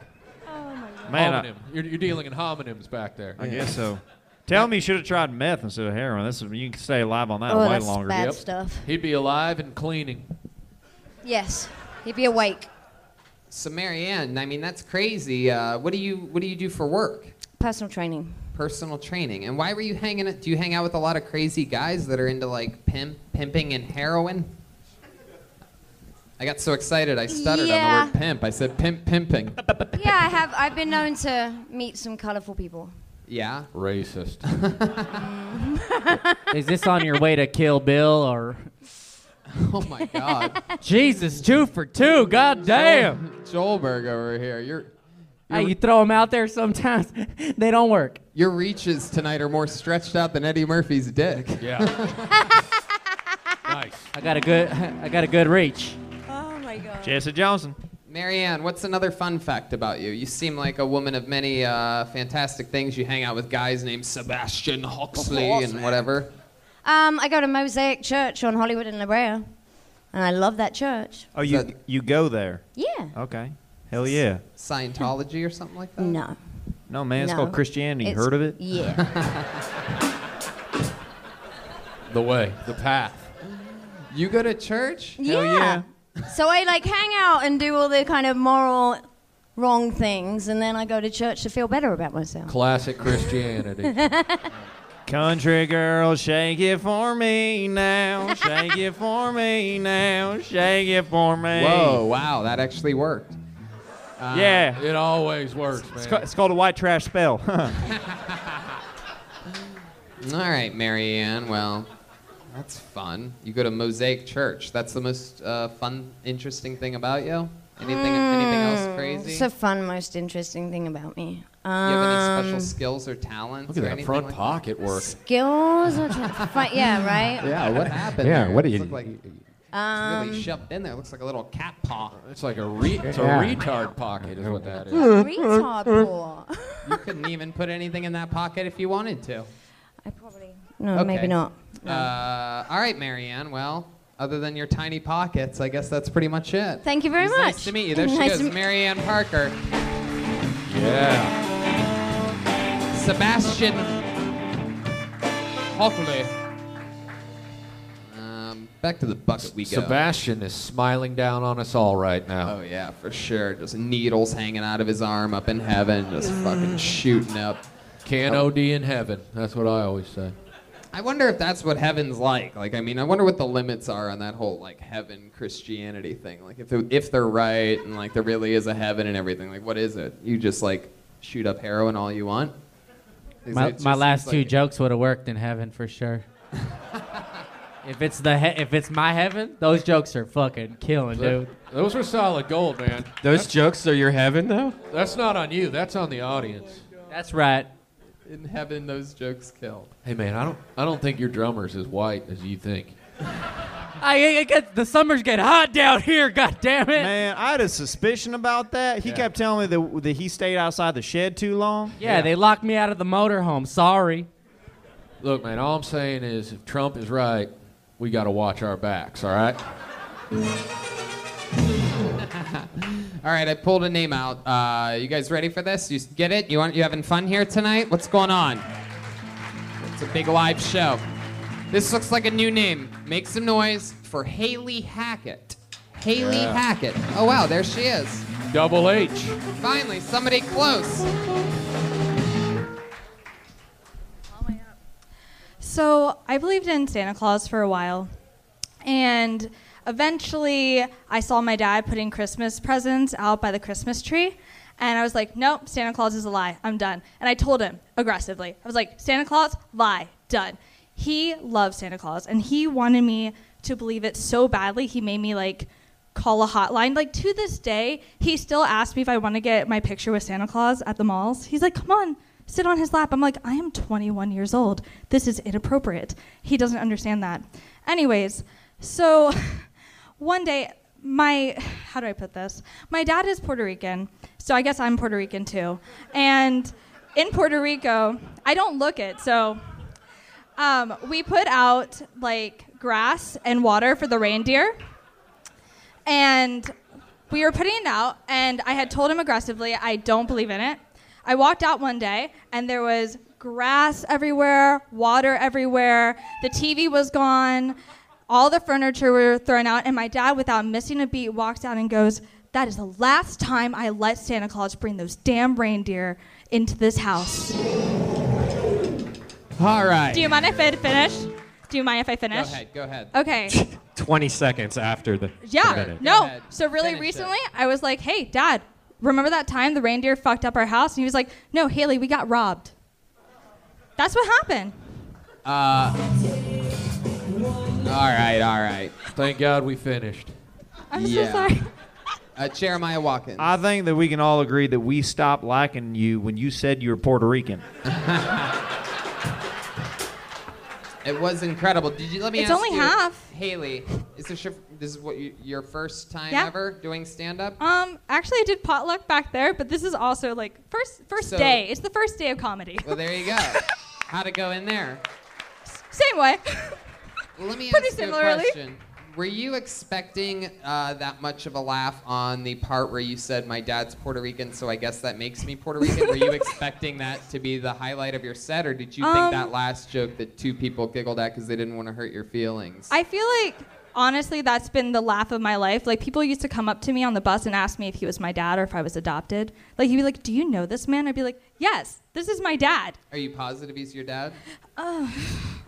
Speaker 5: Man, I-
Speaker 4: Homonym. You're, you're dealing in homonyms back there.
Speaker 5: I guess so. Tell me, you should have tried meth instead of heroin. This is, you can stay alive on that
Speaker 11: Oh,
Speaker 5: way
Speaker 11: that's
Speaker 5: longer.
Speaker 11: bad Yep. stuff.
Speaker 4: He'd be alive and cleaning.
Speaker 11: Yes, he'd be awake.
Speaker 3: So Marianne, I mean that's crazy. Uh, what do you what do you do for work?
Speaker 11: Personal training.
Speaker 3: Personal training. And why were you hanging? Do you hang out with a lot of crazy guys that are into like pimp, pimping and heroin? I got so excited I stuttered on
Speaker 11: Yeah.
Speaker 3: the word pimp. I said pimp pimping.
Speaker 11: Yeah, I have. I've been known to meet some colorful people.
Speaker 3: Yeah.
Speaker 4: Racist.
Speaker 6: Is this on your way to Kill Bill or?
Speaker 3: Oh my God.
Speaker 6: Jesus, two for two. God damn.
Speaker 3: Joel- Joelberg over here. You're
Speaker 6: Hey, you throw them out there sometimes, they don't work.
Speaker 3: Your reaches tonight are more stretched out than Eddie Murphy's dick.
Speaker 4: Yeah. nice.
Speaker 6: I got a good. I got a good reach.
Speaker 11: Oh my God.
Speaker 5: Jesse Johnson.
Speaker 3: Marianne, what's another fun fact about you? You seem like a woman of many uh, fantastic things. You hang out with guys named Sebastian Huxley and whatever.
Speaker 11: Um, I go to Mosaic Church on Hollywood and La Brea, and I love that church.
Speaker 5: Oh, you you go there?
Speaker 11: Yeah.
Speaker 5: Okay. Hell yeah.
Speaker 3: Scientology or something like that?
Speaker 11: No.
Speaker 5: No man, it's
Speaker 11: No.
Speaker 5: called Christianity. You
Speaker 11: It's-
Speaker 5: heard of it?
Speaker 11: Yeah.
Speaker 4: The way, the path.
Speaker 3: You go to church?
Speaker 11: Hell yeah. so I like hang out and do all the kind of moral wrong things, and then I go to church to feel better about myself.
Speaker 4: Classic Christianity.
Speaker 5: Country girl, shake it for me now. Shake it for me now. Shake it for me.
Speaker 3: Whoa, wow, that actually worked. Uh,
Speaker 5: Yeah.
Speaker 4: It always works,
Speaker 5: It's,
Speaker 4: man.
Speaker 5: ca- it's called a white trash spell.
Speaker 3: All right, Marianne. Well, that's fun. You go to Mosaic Church. That's the most uh, fun, interesting thing about you. Anything, anything else
Speaker 11: Mm,
Speaker 3: crazy?
Speaker 11: It's a fun, most interesting thing about me.
Speaker 3: Do you have any
Speaker 11: Um,
Speaker 3: special skills or talents?
Speaker 4: Look at
Speaker 3: or
Speaker 4: that
Speaker 3: anything
Speaker 4: front
Speaker 3: like
Speaker 4: pocket work.
Speaker 11: skills? or ta- fi- yeah, right?
Speaker 3: Yeah, what happened?
Speaker 2: Yeah,
Speaker 3: there?
Speaker 2: what
Speaker 3: It
Speaker 2: do you-
Speaker 3: looked Like, it's
Speaker 11: Um,
Speaker 3: really shoved in there. It looks like a little cat paw.
Speaker 4: It's like a re- it's a
Speaker 2: Yeah.
Speaker 4: retard pocket is what that is.
Speaker 11: retard poor.
Speaker 3: You couldn't even put anything in that pocket if you wanted to.
Speaker 11: I probably. No,
Speaker 3: Okay.
Speaker 11: maybe not.
Speaker 3: Uh, all right, Marianne. Well, other than your tiny pockets, I guess that's pretty much it.
Speaker 11: Thank you very
Speaker 3: It was
Speaker 11: much.
Speaker 3: Nice to meet you. There she
Speaker 11: Nice
Speaker 3: is,
Speaker 11: to meet-
Speaker 3: Marianne Parker.
Speaker 4: Yeah.
Speaker 3: Sebastian Hockley. Um, back to the bucket we go.
Speaker 4: Sebastian is smiling down on us all right now.
Speaker 3: Oh yeah, for sure. Just needles hanging out of his arm up in heaven, just fucking shooting up.
Speaker 4: Can OD in heaven. That's what I always say.
Speaker 3: I wonder if that's what heaven's like. Like, I mean, I wonder what the limits are on that whole like heaven Christianity thing. Like, if it, if they're right and like there really is a heaven and everything, like what is it? You just like shoot up heroin all you want? Is it
Speaker 6: My,
Speaker 3: just
Speaker 6: my last
Speaker 3: seems
Speaker 6: two
Speaker 3: like-
Speaker 6: jokes would have worked in heaven for sure. if it's the he- if it's my heaven, those jokes are fucking killing, dude.
Speaker 4: Those were solid gold, man.
Speaker 2: Those jokes are your heaven, though?
Speaker 4: That's not on you. That's on the audience.
Speaker 6: That's right.
Speaker 3: in heaven those jokes kill.
Speaker 4: Hey man, I don't I don't think your drummer's as white as you think.
Speaker 6: I, I get the summers get hot down here. God damn it.
Speaker 5: Man, I had a suspicion about that. He
Speaker 4: Yeah.
Speaker 5: kept telling me that, that he stayed outside the shed too long.
Speaker 6: Yeah, they locked me out of the motorhome. Sorry.
Speaker 4: Look, man, all I'm saying is if Trump is right, we got to watch our backs, all right?
Speaker 3: All right, I pulled a name out. Uh, you guys ready for this? You s- get it? You want you having fun here tonight? What's going on? It's a big live show. This looks like a new name. Make some noise for Haley Hackett. Haley
Speaker 4: Yeah.
Speaker 3: Hackett. Oh wow, there she is.
Speaker 4: Double H.
Speaker 3: Finally, somebody close.
Speaker 12: So I believed in Santa Claus for a while, and eventually I saw my dad putting Christmas presents out by the Christmas tree. And I was like, nope, Santa Claus is a lie. I'm done. And I told him aggressively. I was like, Santa Claus, lie, done. He loves Santa Claus, and he wanted me to believe it so badly. He made me like call a hotline. Like to this day, he still asks me if I want to get my picture with Santa Claus at the malls. He's like, come on, sit on his lap. I'm like, I am 21 years old. This is inappropriate. He doesn't understand that. Anyways, so one day, my, how do I put this? My dad is Puerto Rican, so I guess I'm Puerto Rican too. And in Puerto Rico, I don't look it, so um, we put out like grass and water for the reindeer and we were putting it out and i had told him aggressively i don't believe in it i walked out one day and there was grass everywhere water everywhere the tv was gone all the furniture were thrown out and my dad without missing a beat walks out and goes that is the last time i let santa claus bring those damn reindeer into this house
Speaker 2: All right.
Speaker 12: do you mind if i finish do you mind if i finish
Speaker 3: ahead, go ahead.
Speaker 12: okay
Speaker 2: 20 seconds after the the
Speaker 12: Yeah.
Speaker 2: minute.
Speaker 12: No. So really recently, I was like, "Hey, Dad, remember that time the reindeer fucked up our house?" And he was like, "No, Haley, we got robbed." That's what happened.
Speaker 3: Uh, all right, all right.
Speaker 4: Thank God we finished.
Speaker 12: I'm
Speaker 3: yeah.
Speaker 12: so sorry.
Speaker 3: Uh, Jeremiah Watkins.
Speaker 5: I think that we can all agree that we stopped liking you when you said you were Puerto Rican.
Speaker 3: It was incredible. Did you let me
Speaker 12: It's
Speaker 3: ask
Speaker 12: only
Speaker 3: you,
Speaker 12: half.
Speaker 3: Haley, is this your, this is what you, your first time
Speaker 12: Yeah.
Speaker 3: ever doing stand up?
Speaker 12: Um, actually, I did potluck back there, but this is also like first first
Speaker 3: So-
Speaker 12: day. It's the first day of comedy.
Speaker 3: Well, there you go. How'd it go in there?
Speaker 12: Same way.
Speaker 3: Let me
Speaker 12: Pretty
Speaker 3: ask you a
Speaker 12: similarly.
Speaker 3: question. Were you expecting uh, that much of a laugh on the part where you said, My dad's Puerto Rican, so I guess that makes me Puerto Rican? Were you expecting that to be the highlight of your set, or did you
Speaker 12: Um,
Speaker 3: think that last joke that two people giggled at because they didn't want to hurt your feelings?
Speaker 12: I feel like honestly, that's been the laugh of my life. Like people used to come up to me on the bus and ask me if he was my dad or if I was adopted. Like he'd be like, "Do you know this man?" I'd be like, "Yes, this is my dad."
Speaker 3: Are you positive he's your dad?
Speaker 12: Oh.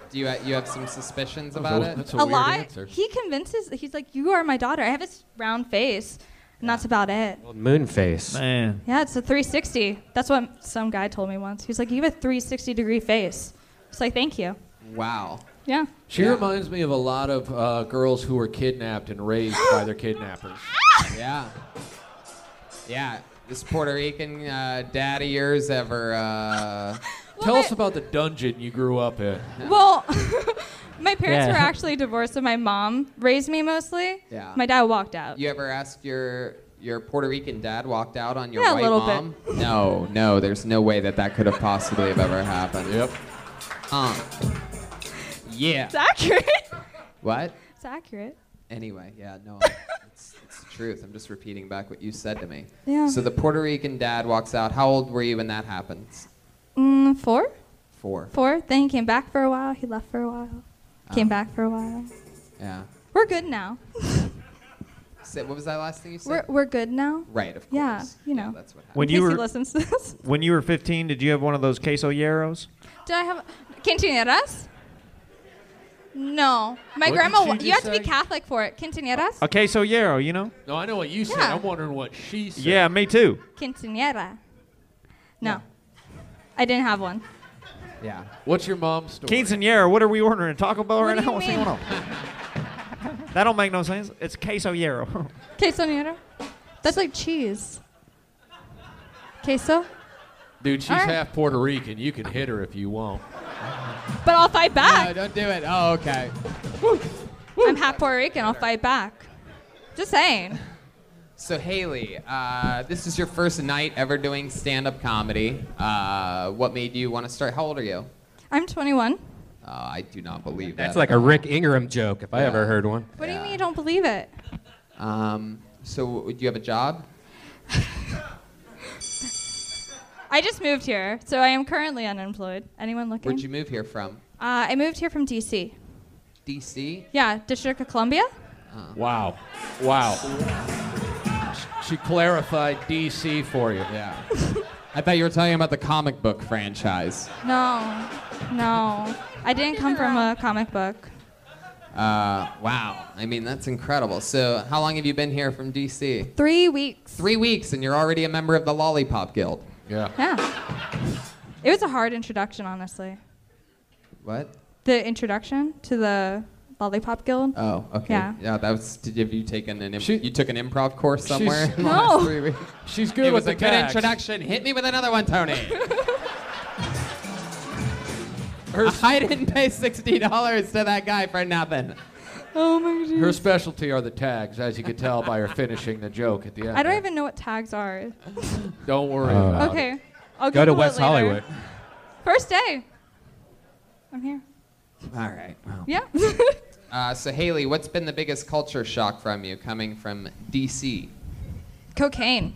Speaker 3: Do you, you have some suspicions
Speaker 4: That's a-
Speaker 3: about it?
Speaker 4: that's
Speaker 12: a, lot. He convinces. He's like, "You are my daughter." I have this round face, and that's about it.
Speaker 2: Moon face.
Speaker 5: Man.
Speaker 12: Yeah, it's a 360. That's what some guy told me once. He was like, "You have a 360 degree face." It's like, "Thank you."
Speaker 3: Wow.
Speaker 12: Yeah.
Speaker 4: She reminds me of a lot of uh, girls who were kidnapped and raised by their kidnappers.
Speaker 3: Yeah. Yeah. This Puerto Rican uh, dad of yours ever. Uh,
Speaker 4: Tell us about the dungeon you grew up in.
Speaker 12: Well, my parents
Speaker 4: Yeah.
Speaker 12: were actually divorced, so my mom raised me mostly.
Speaker 3: Yeah.
Speaker 12: My dad walked out.
Speaker 3: You ever ask your your Puerto Rican dad walked out on your
Speaker 12: Yeah, a
Speaker 3: white
Speaker 12: little bit.
Speaker 3: mom? No, no. There's no way that that could have possibly have ever happened. Yep. Um. Yeah.
Speaker 12: It's accurate.
Speaker 3: What?
Speaker 12: It's accurate.
Speaker 3: Anyway, yeah, no. it's, it's the truth. I'm just repeating back what you said to me.
Speaker 12: Yeah.
Speaker 3: So the Puerto Rican dad walks out. How old were you when that happens?
Speaker 12: Mm, four?
Speaker 3: Four.
Speaker 12: Four. Then he came back for a while. He left for a while. Came
Speaker 3: Oh.
Speaker 12: back for a while.
Speaker 3: Yeah.
Speaker 12: We're good now.
Speaker 3: Say, what was that last thing you said?
Speaker 12: We're, we're good now.
Speaker 3: Right, of
Speaker 12: Yeah, you know.
Speaker 3: that's what
Speaker 5: When
Speaker 12: In
Speaker 5: you
Speaker 12: case he
Speaker 5: were-
Speaker 12: listens to this.
Speaker 5: When you were 15, did you have one of those quesolleros?
Speaker 12: Did I have quinceañeras? No, my
Speaker 5: What
Speaker 12: grandma.
Speaker 5: did
Speaker 12: wa-
Speaker 5: she
Speaker 12: You have
Speaker 5: just
Speaker 12: to be
Speaker 5: say?
Speaker 12: Catholic for it. Quinceañeras,
Speaker 5: A quesollero, you know?
Speaker 4: No, I know what you said.
Speaker 12: Yeah.
Speaker 4: I'm wondering what she said.
Speaker 5: Yeah, me
Speaker 3: Oh.
Speaker 5: too.
Speaker 12: quinceañera. No, I didn't have one.
Speaker 3: Yeah.
Speaker 4: What's your mom's story?
Speaker 5: Quinceanera, what are we ordering? Taco Bell
Speaker 12: What
Speaker 5: right
Speaker 12: do
Speaker 5: now?
Speaker 12: you
Speaker 5: What's
Speaker 12: mean?
Speaker 5: going on? that don't make no sense. It's quesollero.
Speaker 12: Quesoñera. That's like cheese. Queso.
Speaker 4: Dude, she's
Speaker 12: All right.
Speaker 4: half Puerto Rican. You can hit her if you want.
Speaker 12: But I'll fight back.
Speaker 3: No, don't do it. Oh, okay.
Speaker 12: I'm half Puerto Rican. I'll fight back. Just saying.
Speaker 3: So Haley, uh, this is your first night ever doing stand-up comedy. Uh, what made you want to start? How old are you?
Speaker 12: I'm 21.
Speaker 3: Uh, I do not believe
Speaker 2: That's
Speaker 3: that.
Speaker 2: like a Rick Ingram joke if I
Speaker 3: Yeah.
Speaker 2: ever heard one.
Speaker 12: What do you mean you don't believe it?
Speaker 3: Um, so do you have a job?
Speaker 12: I just moved here, so I am currently unemployed. Anyone looking?
Speaker 3: Where'd you move here from?
Speaker 12: uh, I moved here from D.C.
Speaker 3: D.C.
Speaker 12: Yeah, District of Columbia. Uh-huh.
Speaker 4: Wow. Wow. She clarified DC for you.
Speaker 3: Yeah. I thought you were talking about the comic book franchise.
Speaker 12: No. No, I didn't come from a comic book.
Speaker 3: Uh, wow. I mean, that's incredible. So, how long have you been here from DC?
Speaker 12: Three weeks.
Speaker 3: Three weeks, and you're already a member of the Lollipop Guild.
Speaker 4: Yeah.
Speaker 12: Yeah. It was a hard introduction, honestly.
Speaker 3: What?
Speaker 12: The introduction to the Lollipop Guild.
Speaker 3: Oh, okay.
Speaker 12: Yeah.
Speaker 3: that was. Did, have you taken an? Imp- you took an improv course somewhere?
Speaker 4: She's-
Speaker 12: No.
Speaker 4: She's good
Speaker 3: it was
Speaker 4: with
Speaker 3: a
Speaker 4: the
Speaker 3: good
Speaker 4: gags.
Speaker 3: introduction. Hit me with another one, Tony. I didn't pay sixty dollars to that guy for nothing.
Speaker 12: Oh my
Speaker 4: Her
Speaker 12: goodness.
Speaker 4: specialty are the tags, as you could tell by her finishing the joke at the end.
Speaker 12: I don't even know what tags are.
Speaker 4: Don't worry.
Speaker 2: Uh,
Speaker 4: about
Speaker 12: okay.
Speaker 4: it.
Speaker 12: I'll
Speaker 2: Go to
Speaker 12: Google it
Speaker 2: West
Speaker 12: later.
Speaker 2: Hollywood.
Speaker 12: First day. I'm here.
Speaker 3: All right. Well.
Speaker 12: Yeah.
Speaker 3: Uh, so Haley, what's been the biggest culture shock from you coming from DC?
Speaker 12: Cocaine.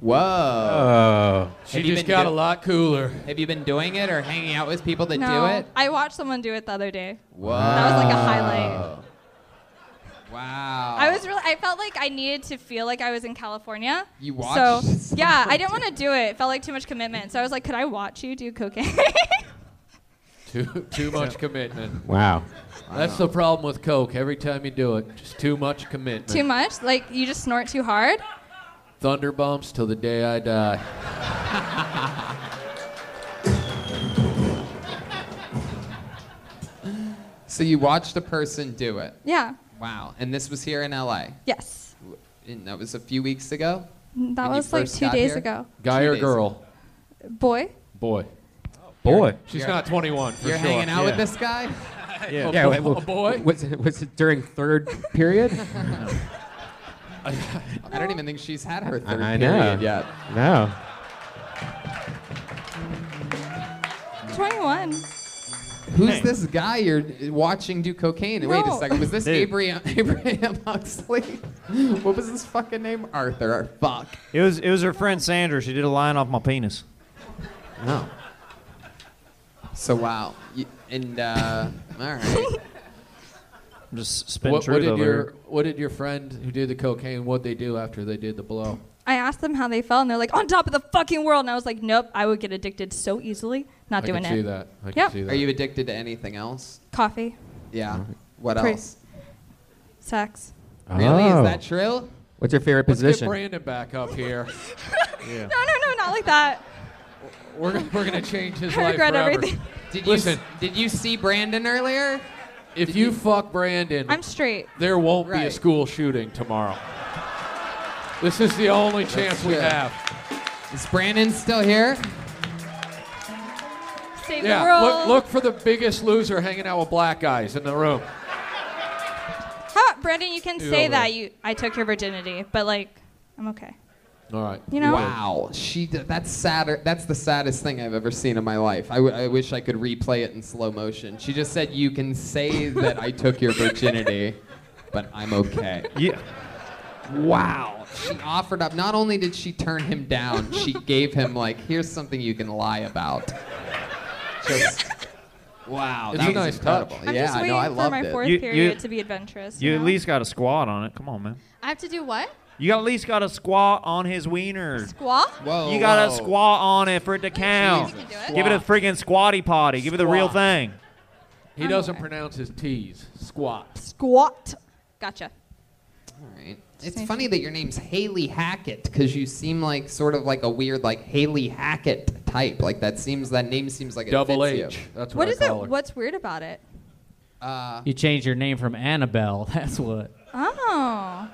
Speaker 3: Whoa.
Speaker 13: Uh,
Speaker 2: Oh.
Speaker 4: She just got a lot cooler.
Speaker 3: Have you been doing it or hanging out with people that
Speaker 12: no,
Speaker 3: do it?
Speaker 12: I watched someone do it the other day.
Speaker 3: Whoa.
Speaker 12: That was like a highlight.
Speaker 3: Wow.
Speaker 12: I was really. I felt like I needed to feel like I was in California.
Speaker 3: You watched
Speaker 12: So yeah, I didn't want to do it. It felt like too much commitment. So I was like, could I watch you do cocaine?
Speaker 4: Too, too much commitment.
Speaker 2: Wow.
Speaker 4: That's the problem with Coke. Every time you do it, just too much commitment.
Speaker 12: too much? Like you just snort too hard?
Speaker 4: Thunder bumps till the day I die.
Speaker 3: So you watched a person do it.
Speaker 12: Yeah.
Speaker 3: Wow. And this was here in LA.
Speaker 12: Yes.
Speaker 3: And that was a few weeks ago.
Speaker 12: Mm, That
Speaker 3: When you
Speaker 12: was like
Speaker 3: first
Speaker 12: two
Speaker 3: got
Speaker 12: days
Speaker 3: here?
Speaker 12: ago.
Speaker 4: Guy
Speaker 3: Two
Speaker 4: or
Speaker 3: days
Speaker 4: girl?
Speaker 12: Boy.
Speaker 4: Boy.
Speaker 2: Boy.
Speaker 4: Oh, She's
Speaker 3: You're-
Speaker 4: not 21 for
Speaker 3: You're
Speaker 4: sure.
Speaker 3: hanging out with
Speaker 4: Yeah.
Speaker 3: this guy?
Speaker 2: Yeah.
Speaker 4: A
Speaker 2: yeah
Speaker 4: bo-
Speaker 2: wait, well,
Speaker 4: a boy?
Speaker 2: Was it, was it during third period?
Speaker 3: I don't even think she's had her third
Speaker 2: I, I know.
Speaker 3: period yet.
Speaker 2: No.
Speaker 12: 21.
Speaker 3: Who's this guy you're uh, watching do cocaine? Wait a
Speaker 12: No.
Speaker 3: second. Was this
Speaker 5: Dude.
Speaker 3: Abraham, Abraham Huxley? what was his fucking name? Arthur. Fuck.
Speaker 5: It was it was her friend Sandra. She did a line off my penis.
Speaker 3: No. So wow. Y- And uh, all right.
Speaker 5: I'm just spin
Speaker 4: What, what
Speaker 5: truth
Speaker 4: did
Speaker 5: over
Speaker 4: your
Speaker 5: here.
Speaker 4: What did your friend who did the cocaine? What they do after they did the blow?
Speaker 12: I asked them how they felt, and they're like, on top of the fucking world. And I was like, nope, I would get addicted so easily. Not
Speaker 4: I
Speaker 12: doing
Speaker 4: can
Speaker 12: it.
Speaker 4: see that. I can
Speaker 12: Yep.
Speaker 4: see that.
Speaker 3: Are you addicted to anything else?
Speaker 12: Coffee,
Speaker 3: Yeah. What
Speaker 12: Pre-
Speaker 3: else?
Speaker 12: sex.
Speaker 3: Really?
Speaker 2: Oh.
Speaker 3: Is that true?
Speaker 2: What's your favorite
Speaker 4: Let's get
Speaker 2: position?
Speaker 4: Brandon back up here.
Speaker 12: No, no, no, not like that.
Speaker 4: We're gonna, we're gonna change his
Speaker 12: I
Speaker 4: life
Speaker 12: regret
Speaker 4: forever.
Speaker 12: everything.
Speaker 3: Did
Speaker 4: Listen.
Speaker 3: You, s- did you see Brandon earlier?
Speaker 4: If you fuck Brandon,
Speaker 12: I'm straight.
Speaker 4: there won't be a
Speaker 3: Right.
Speaker 4: school shooting tomorrow. This is the only chance we
Speaker 3: true.
Speaker 4: have.
Speaker 3: Is Brandon still here?
Speaker 12: Save the
Speaker 4: Yeah,
Speaker 12: world.
Speaker 4: look, look for the biggest loser hanging out with black guys in the room.
Speaker 12: How about, Brandon, you can
Speaker 4: Dude,
Speaker 12: say
Speaker 4: over
Speaker 12: that
Speaker 4: there.
Speaker 12: you I took your virginity, but like, I'm okay.
Speaker 4: All right.
Speaker 12: You know?
Speaker 3: Wow, she d- that's sadder. That's the saddest thing I've ever seen in my life. I, w- I wish I could replay it in slow motion. She just said, "You can say that I took your virginity, but I'm okay."
Speaker 5: Yeah.
Speaker 3: Wow, she offered up. Not only did she turn him down, she gave him like, "Here's something you can lie about." Just wow, Oh,
Speaker 4: It's
Speaker 3: that
Speaker 4: a
Speaker 3: was
Speaker 4: nice touch.
Speaker 3: incredible.
Speaker 12: I'm
Speaker 3: yeah,
Speaker 12: just
Speaker 3: I
Speaker 12: waiting
Speaker 3: know. I
Speaker 12: for
Speaker 3: loved
Speaker 12: my
Speaker 3: it.
Speaker 12: fourth
Speaker 5: You-
Speaker 12: period
Speaker 5: you-
Speaker 12: to be adventurous.
Speaker 5: You
Speaker 12: know?
Speaker 5: at least got a squat on it. Come on, man.
Speaker 12: I have to do what?
Speaker 5: You got at least got a squat on his wiener.
Speaker 12: Squat?
Speaker 3: Whoa,
Speaker 5: you got
Speaker 3: whoa.
Speaker 5: a squat on it for it to count.
Speaker 12: You can do it.
Speaker 5: Give it a freaking squatty potty. Give it the real
Speaker 4: Squat.
Speaker 5: thing.
Speaker 4: He
Speaker 12: I'm
Speaker 4: doesn't
Speaker 12: aware.
Speaker 4: pronounce his T's. Squat.
Speaker 12: Squat. Gotcha.
Speaker 3: Alright. It's funny that your name's Haley Hackett because you seem like sort of like a weird like Haley Hackett type. Like that seems that name seems like it
Speaker 4: Double
Speaker 3: fits you.
Speaker 4: H. That's what,
Speaker 12: What is
Speaker 4: I
Speaker 12: it?
Speaker 4: call her.
Speaker 12: What's weird about it?
Speaker 3: Uh,
Speaker 6: You changed your name from Annabelle. That's what.
Speaker 12: Oh.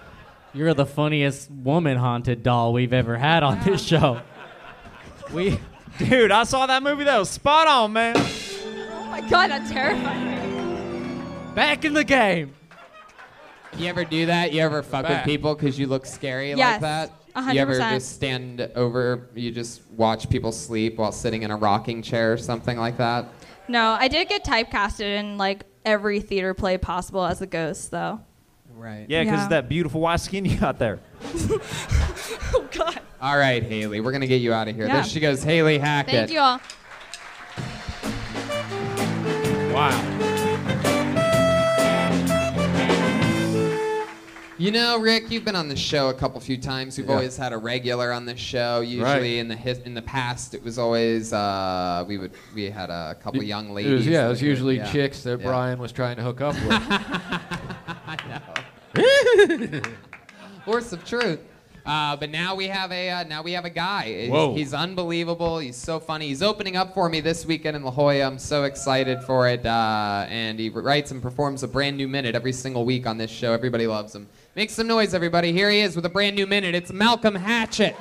Speaker 6: You're the funniest woman haunted doll we've ever had on this show. We
Speaker 5: Dude, I saw that movie. That was spot on, man.
Speaker 12: Oh my god, that terrified me.
Speaker 6: back in the game.
Speaker 3: you ever do that? You ever fuck with
Speaker 4: Back.
Speaker 3: people because you look scary like
Speaker 12: Yes,
Speaker 3: that?
Speaker 12: a
Speaker 3: You
Speaker 12: hundred
Speaker 3: ever
Speaker 12: percent.
Speaker 3: just stand over? You just watch people sleep while sitting in a rocking chair or something like that?
Speaker 12: No, I did get typecasted in like every theater play possible as a ghost, though.
Speaker 3: Right.
Speaker 5: Yeah, because
Speaker 12: Yeah.
Speaker 5: that beautiful white skin you got there.
Speaker 12: Oh god.
Speaker 3: All right, Haley, we're gonna get you out of here.
Speaker 12: Yeah.
Speaker 3: There she goes, Haley
Speaker 12: Thank
Speaker 3: Hackett.
Speaker 12: you all.
Speaker 5: Wow.
Speaker 3: You know, Rick, you've been on the show a couple few times. We've
Speaker 4: Yeah.
Speaker 3: always had a regular on the show. Usually
Speaker 4: Right.
Speaker 3: in the his, in the past, it was always uh, we would we had a couple young
Speaker 4: It
Speaker 3: ladies.
Speaker 4: was, yeah, it
Speaker 3: that
Speaker 4: was
Speaker 3: we would-
Speaker 4: usually
Speaker 3: yeah.
Speaker 4: chicks that
Speaker 3: Yeah.
Speaker 4: Brian was trying to hook up
Speaker 3: with. Horse of truth. Uh, but now we have a uh, now we have a guy. He's,
Speaker 4: Whoa.
Speaker 3: he's unbelievable. He's so funny. He's opening up for me this weekend in La Jolla. I'm so excited for it. Uh, and he writes and performs a brand new minute every single week on this show. Everybody loves him. Make some noise, everybody. Here he is with a brand new minute. It's Malcolm Hatchett.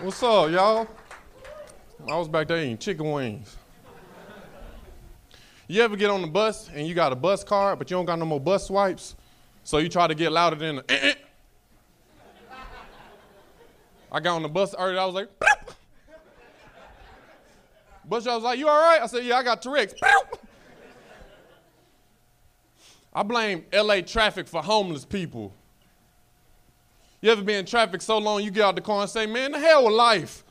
Speaker 13: What's up, y'all? I was back there eating chicken wings. You ever get on the bus and you got a bus card, but you don't got no more bus swipes? So you try to get louder than the. "Eh, eh." I got on the bus earlier, I was like. "Bloop." Bus driver was like, You all right? I said, Yeah, I got Tourette's. Bloop. I blame LA traffic for homeless people. You ever been in traffic so long you get out the car and say, man, the hell with life.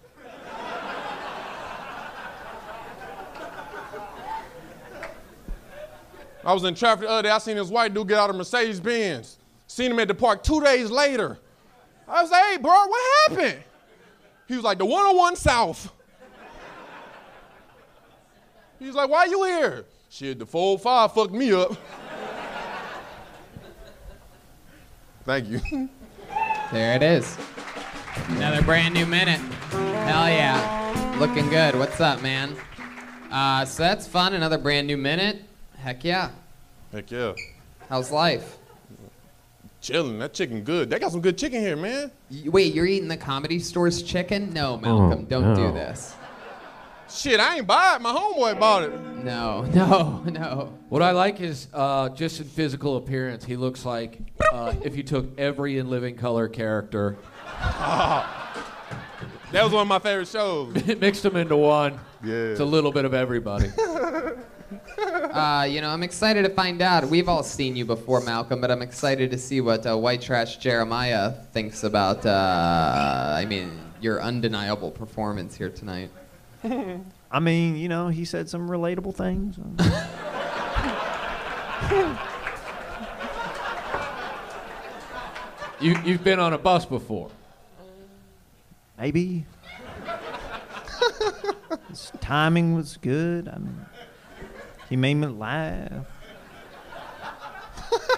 Speaker 13: I was in traffic the other day, I seen this white dude get out of Mercedes Benz. Seen him at the park two days later. I was like, hey, bro, what happened? He was like, the 101 South. He was like, why you here? Shit, the 405 fucked me up. Thank you.
Speaker 3: There it is. Another brand new minute. Hell yeah. Looking good. What's up, man? Uh, so that's fun. Another brand new minute. Heck yeah.
Speaker 13: Heck yeah.
Speaker 3: How's life?
Speaker 13: Chilling. That chicken good. They got some good chicken here, man.
Speaker 3: Wait, you're eating the comedy store's chicken? No, Malcolm, don't do
Speaker 13: no.
Speaker 3: this.
Speaker 13: Shit, I ain't buy it. My homeboy bought it.
Speaker 3: No, no, no.
Speaker 4: What I like is uh, just in physical appearance, he looks like uh, if you took every in living color character,
Speaker 13: That was one of my favorite shows.
Speaker 4: mixed them into one.
Speaker 13: Yeah.
Speaker 4: It's a little bit of everybody.
Speaker 3: Uh, you know, I'm excited to find out. We've all seen you before, Malcolm, but I'm excited to see what uh, White Trash Jeremiah thinks about, uh, I mean, your undeniable performance here tonight.
Speaker 5: I mean, you know, he said some relatable things.
Speaker 4: You, you've been on a bus before.
Speaker 5: Maybe. His timing was good. I mean, he made me laugh.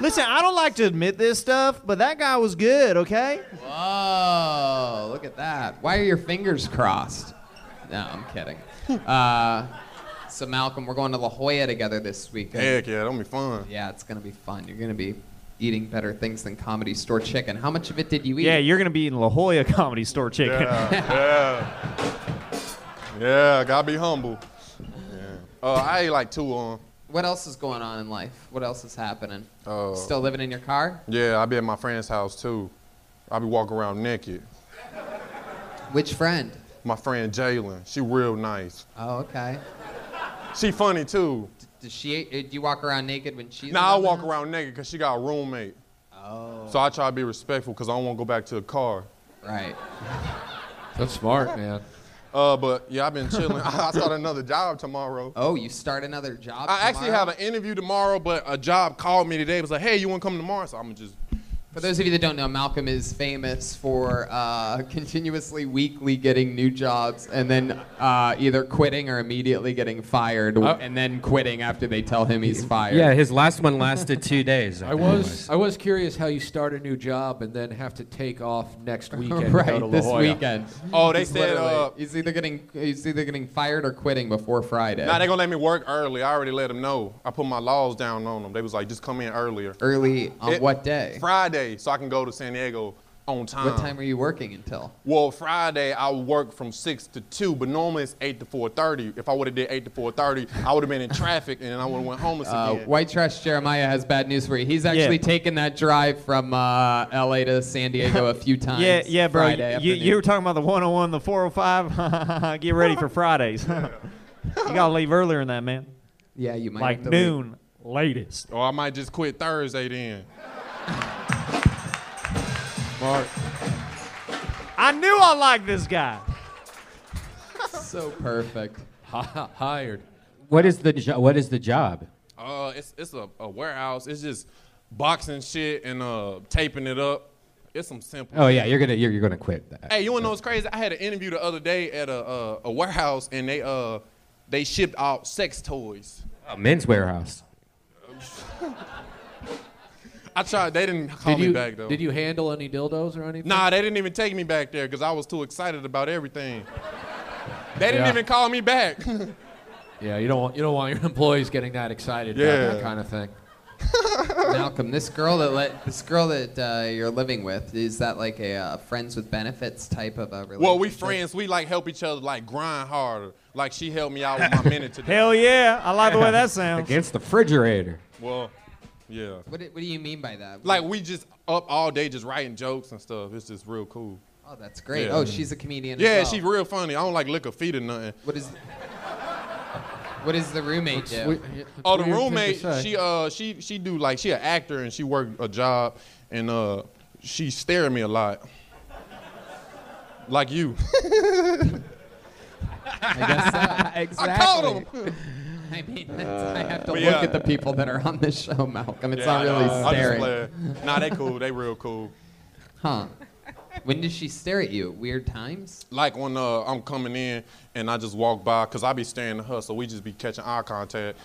Speaker 5: Listen, I don't like to admit this stuff, but that guy was good, okay?
Speaker 3: Whoa, look at that. Why are your fingers crossed? No, I'm kidding. Uh, so, Malcolm, we're going to La Jolla together this weekend.
Speaker 13: Heck yeah, that'll be fun.
Speaker 3: Yeah, it's going to be fun. You're going to be eating better things than comedy store chicken. How much of it did you eat?
Speaker 5: Yeah, you're going to be in La Jolla Comedy Store Chicken.
Speaker 13: Yeah. yeah. Yeah, gotta be humble. Yeah. Uh, I ate like two of 'em.
Speaker 3: What else is going on in life? What else is happening?
Speaker 13: Uh,
Speaker 3: Still living in your car?
Speaker 13: Yeah, I be at my friend's house too. I be walking around naked.
Speaker 3: Which friend?
Speaker 13: My friend Jalen. She real nice.
Speaker 3: Oh, okay.
Speaker 13: She funny too.
Speaker 3: Does she? uh, Do you walk around naked when she's?
Speaker 13: Now I
Speaker 3: around?
Speaker 13: walk around naked because she got a roommate.
Speaker 3: Oh.
Speaker 13: So I try to be respectful because I don't want to go back to the car.
Speaker 3: Right.
Speaker 4: That's smart, man.
Speaker 13: Uh, but yeah, I've been chilling. I I start another job tomorrow.
Speaker 3: Oh, you start another job?
Speaker 13: I actually
Speaker 3: tomorrow?
Speaker 13: have an interview tomorrow, but a job called me today. It was like, hey, you want to come tomorrow? So I'm gonna just
Speaker 3: For those of you that don't know, Malcolm is famous for uh, continuously weekly getting new jobs and then uh, either quitting or immediately getting fired
Speaker 1: Uh,
Speaker 3: and then quitting after they tell him he's fired.
Speaker 1: Yeah, his last one lasted two days.
Speaker 4: I was I was curious how you start a new job and then have to take off next weekend. to go
Speaker 3: right
Speaker 4: to La
Speaker 3: this
Speaker 4: Jolla.
Speaker 3: weekend.
Speaker 13: Oh, they
Speaker 3: He's
Speaker 13: said,
Speaker 3: literally-
Speaker 13: uh,
Speaker 3: he's either getting he's either getting fired or quitting before Friday.
Speaker 13: Now they gonna let me work early. I already let them know. I put my laws down on them. They was like, just come in earlier.
Speaker 3: Early on
Speaker 13: It-
Speaker 3: what day?
Speaker 13: Friday, so I can go to San Diego on time.
Speaker 3: What time are you working until?
Speaker 13: Well, Friday I work from six to two, but normally it's eight to four thirty. If I would have did eight to four thirty, I would have been in traffic and then I would have went homeless
Speaker 3: Uh,
Speaker 13: again.
Speaker 3: White Trash Jeremiah has bad news for you. He's actually taken that drive from uh, LA to San Diego a few times.
Speaker 5: Yeah, yeah, bro.
Speaker 3: Friday
Speaker 5: you,
Speaker 3: afternoon.
Speaker 5: you were talking about the 101, the 405. Get ready for Fridays. you got to leave earlier than that, man.
Speaker 3: Yeah, you might
Speaker 5: Like
Speaker 13: have to leave.
Speaker 5: noon, latest.
Speaker 13: Or I might just quit Thursday then.
Speaker 4: Mark.
Speaker 5: I knew I liked this guy.
Speaker 3: so perfect.
Speaker 4: Hired.
Speaker 2: What is the jo- what is the job?
Speaker 13: Uh, it's it's a, a warehouse. It's just boxing shit and uh taping it up. It's some simple.
Speaker 2: Oh yeah, you're gonna you're, you're gonna quit. That.
Speaker 13: Hey, you wanna know what's crazy? I had an interview the other day at a uh, a warehouse and they uh they shipped out sex toys.
Speaker 2: A Oh, men's warehouse.
Speaker 13: I tried. They didn't call
Speaker 4: did
Speaker 13: me
Speaker 4: you,
Speaker 13: back though.
Speaker 4: Did you handle any dildos or anything?
Speaker 13: Nah, they didn't even take me back there because I was too excited about everything. They didn't
Speaker 4: Yeah.
Speaker 13: even call me back.
Speaker 4: Yeah, you don't want you don't want your employees getting that excited about
Speaker 3: Yeah.
Speaker 4: that kind of thing.
Speaker 3: Malcolm, this girl that let this girl that uh, you're living with is that like a uh, friends with benefits type of a relationship?
Speaker 13: well, we friends. We like help each other, like grind harder. Like she helped me out with my minute today.
Speaker 5: Hell yeah. I like the way that sounds.
Speaker 2: Against the refrigerator.
Speaker 13: Well, yeah.
Speaker 3: What do, what do you mean by that?
Speaker 13: Like we just up all day just writing jokes and stuff. It's just real cool.
Speaker 3: Oh, that's great. Oh, she's a comedian as
Speaker 13: Yeah,
Speaker 3: well.
Speaker 13: she real funny. I don't like lick her feet or nothing.
Speaker 3: What is? What does the roommate do?
Speaker 13: Oh, the roommate. She uh she she do like she an actor and she work a job and uh she stare at me a lot. Like you.
Speaker 3: I
Speaker 13: guess so. I called him.
Speaker 3: I mean, that's, I have to
Speaker 13: But
Speaker 3: look
Speaker 13: yeah.
Speaker 3: at the people that are on this show, Malcolm. It's
Speaker 13: Yeah,
Speaker 3: not
Speaker 13: I
Speaker 3: really
Speaker 13: know. I'm just
Speaker 3: staring.
Speaker 13: playing. Nah, they cool. They real cool.
Speaker 3: Huh? When does she stare at you? Weird times.
Speaker 13: Like when uh, I'm coming in and I just walk by, cause I be staring at her, so we just be catching eye contact.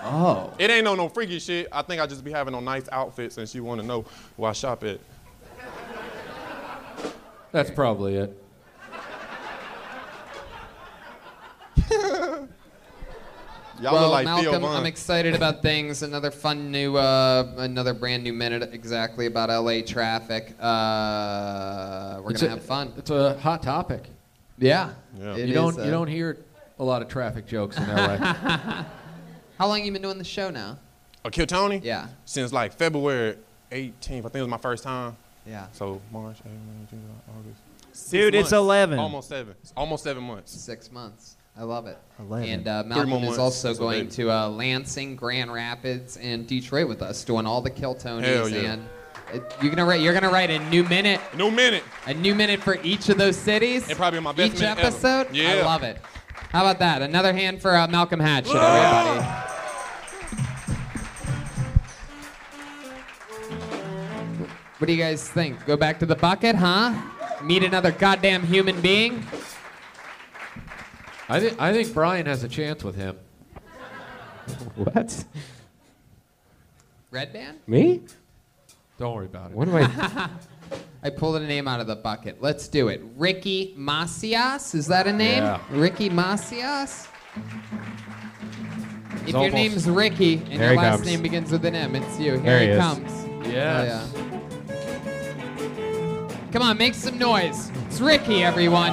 Speaker 3: Oh.
Speaker 13: It ain't no no freaky shit. I think I just be having on nice outfits, and she want to know where I shop at.
Speaker 4: That's probably it.
Speaker 13: Y'all
Speaker 3: well,
Speaker 13: look like Theo
Speaker 3: Malcolm,
Speaker 13: Von.
Speaker 3: I'm excited about things. Another fun new, uh, another brand new minute exactly about LA traffic. Uh, we're
Speaker 4: It's
Speaker 3: gonna
Speaker 4: a-
Speaker 3: have fun.
Speaker 4: It's a hot topic.
Speaker 3: Yeah.
Speaker 4: You don't you don't hear a lot of traffic jokes in LA.
Speaker 3: How long you been doing the show now?
Speaker 13: Oh, Kill Tony?
Speaker 3: Yeah.
Speaker 13: Since like February 18th, I think it was my first time.
Speaker 3: Yeah.
Speaker 13: So March, April, May, June, July, August. Six
Speaker 3: Dude, it's
Speaker 13: months.
Speaker 3: 11.
Speaker 13: Almost seven. It's Almost seven months.
Speaker 3: Six months. I love it.
Speaker 13: 11.
Speaker 3: And uh,
Speaker 13: Three
Speaker 3: Malcolm
Speaker 13: more
Speaker 3: is
Speaker 13: months.
Speaker 3: also
Speaker 13: That's a
Speaker 3: going
Speaker 13: baby.
Speaker 3: to uh, Lansing, Grand Rapids, and Detroit with us, doing all the Kill Tonys.
Speaker 13: Hell yeah.
Speaker 3: And it, you're gonna write. You're gonna write a new minute.
Speaker 13: New minute.
Speaker 3: A new minute for each of those cities. It
Speaker 13: probably my best
Speaker 3: each
Speaker 13: minute ever.
Speaker 3: episode. I
Speaker 13: Yeah.
Speaker 3: love it. How about that? Another hand for uh, Malcolm Hatchet, everybody. What do you guys think? Go back to the bucket, huh? Meet another goddamn human being?
Speaker 4: I think I think Brian has a chance with him.
Speaker 2: What?
Speaker 3: Red band?
Speaker 2: Me?
Speaker 4: Don't worry about it.
Speaker 2: What do I?
Speaker 3: I pulled a name out of the bucket. Let's do it. Ricky Macias. Is that a name?
Speaker 4: Yeah.
Speaker 3: Ricky Macias? If your
Speaker 4: almost-
Speaker 3: name's Ricky and
Speaker 4: There
Speaker 3: your
Speaker 4: he
Speaker 3: last
Speaker 4: comes.
Speaker 3: name begins with an M, it's you. Here
Speaker 2: There
Speaker 3: he,
Speaker 2: he is.
Speaker 3: comes.
Speaker 4: Yes.
Speaker 3: Oh, yeah. Come on, make some noise. It's Ricky, everyone.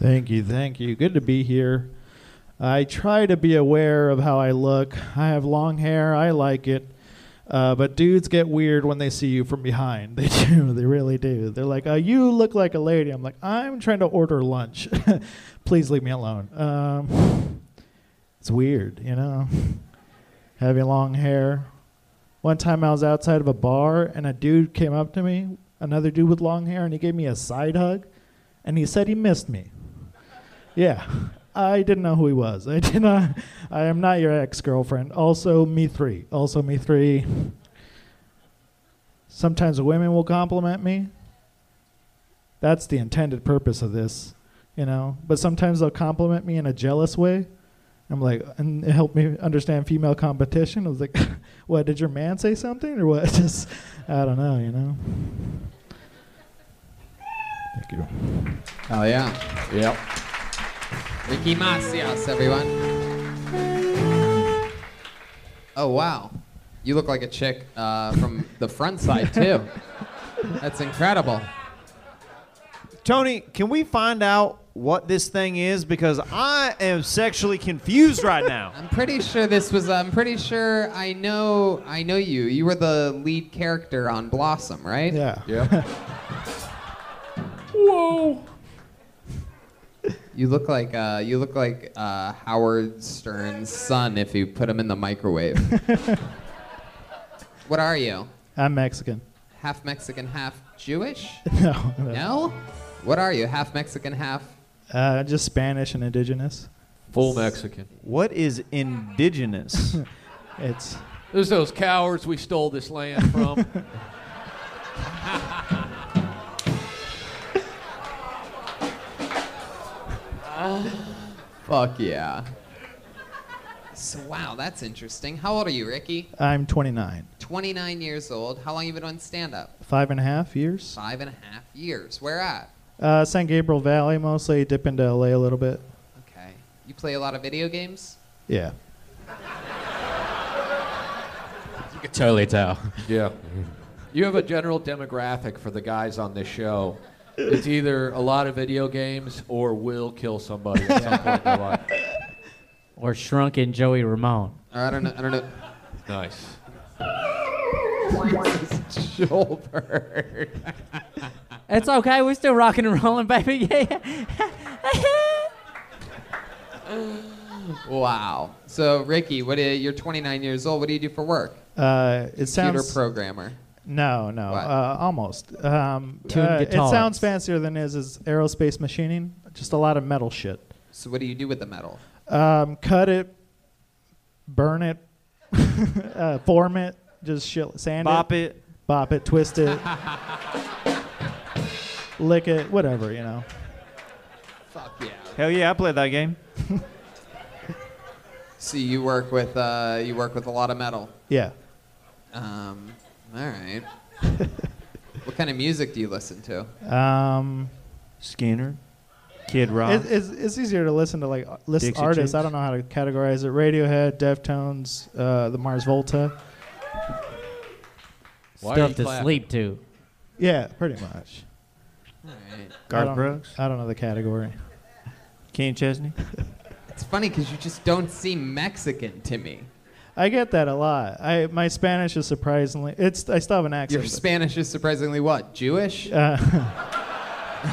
Speaker 14: Thank you, thank you. Good to be here. I try to be aware of how I look. I have long hair. I like it. Uh, but dudes get weird when they see you from behind. They do. They really do. They're like, uh, "You look like a lady." I'm like, "I'm trying to order lunch. Please leave me alone." Um, it's weird, you know. Having long hair. One time I was outside of a bar and a dude came up to me, another dude with long hair, and he gave me a side hug, and he said he missed me. Yeah. I didn't know who he was. I did not. I am not your ex girlfriend. Also, me three. Also, me three. Sometimes women will compliment me. That's the intended purpose of this, you know. But sometimes they'll compliment me in a jealous way. I'm like, and it helped me understand female competition. I was like, what? Did your man say something or what? Just, I don't know, you know. Thank you.
Speaker 3: Oh, yeah.
Speaker 4: Yep.
Speaker 3: Ricky Macias, everyone. Oh, wow. You look like a chick uh, from the front side, too. That's incredible.
Speaker 5: Tony, can we find out what this thing is? Because I am sexually confused right now.
Speaker 3: I'm pretty sure this was. I'm pretty sure I know. I know you. You were the lead character on Blossom, right?
Speaker 14: Yeah.
Speaker 4: Yep.
Speaker 3: Whoa. You look like uh, you look like uh, Howard Stern's son if you put him in the microwave. what are you?
Speaker 14: I'm Mexican.
Speaker 3: Half Mexican, half Jewish?
Speaker 14: No.
Speaker 3: No? What are you? Half Mexican, half
Speaker 14: Uh, just Spanish and indigenous.
Speaker 4: Full Mexican.
Speaker 5: What is indigenous?
Speaker 14: it's
Speaker 4: There's those cowards we stole this land from.
Speaker 3: Fuck yeah. So wow, that's interesting. How old are you, Ricky?
Speaker 14: I'm 29,
Speaker 3: 29 years old. How long you been on stand-up?
Speaker 14: five and a half years.
Speaker 3: Five and a half years. Where at?
Speaker 14: Uh, San Gabriel Valley mostly. Dip into LA a little bit.
Speaker 3: Okay. You play a lot of video games?
Speaker 14: Yeah.
Speaker 4: you
Speaker 2: could totally tell.
Speaker 4: Yeah. You have a general demographic for the guys on this show. It's either a lot of video games or will kill somebody at some point in their life.
Speaker 6: Or shrunken Joey Ramone.
Speaker 3: I don't know. I don't know.
Speaker 4: Nice.
Speaker 3: Joelberg.
Speaker 6: It's okay. We're still rocking and rolling, baby. Yeah.
Speaker 3: Wow. So Ricky, what do you, you're 29 years old. What do you do for work?
Speaker 14: Uh, it
Speaker 3: Computer
Speaker 14: sounds
Speaker 3: programmer.
Speaker 14: No, no, uh, almost. Um,
Speaker 3: Tune
Speaker 14: uh, it
Speaker 3: guitars.
Speaker 14: sounds fancier than it is. Is aerospace machining? Just a lot of metal shit.
Speaker 3: So what do you do with the metal?
Speaker 14: Um, cut it, burn it, uh, form it, just shit, sand
Speaker 5: Bop
Speaker 14: it, bop it, twist it, lick it, whatever you know.
Speaker 5: Hell yeah, I played that game.
Speaker 3: So you work with uh, you work with a lot of metal.
Speaker 14: Yeah.
Speaker 3: Um, all right. what kind of music do you listen to?
Speaker 14: Um,
Speaker 5: Skinner, Kid Rock.
Speaker 14: It, it's, it's easier to listen to like uh, list
Speaker 5: Dixie
Speaker 14: artists. I
Speaker 5: Chicks.
Speaker 14: don't know how to categorize it. Radiohead, Deftones, uh, the Mars Volta.
Speaker 6: Why are Stuff you to clapping? sleep to.
Speaker 14: Yeah, pretty much. I
Speaker 5: Garth
Speaker 14: don't-
Speaker 5: Brooks,
Speaker 14: I don't know the category.
Speaker 5: Kenny Chesney.
Speaker 3: It's funny because you just don't seem Mexican to me.
Speaker 14: I get that a lot. I my Spanish is surprisingly it's I still have an accent.
Speaker 3: Your Spanish is surprisingly what? Jewish? Oh,
Speaker 14: Uh,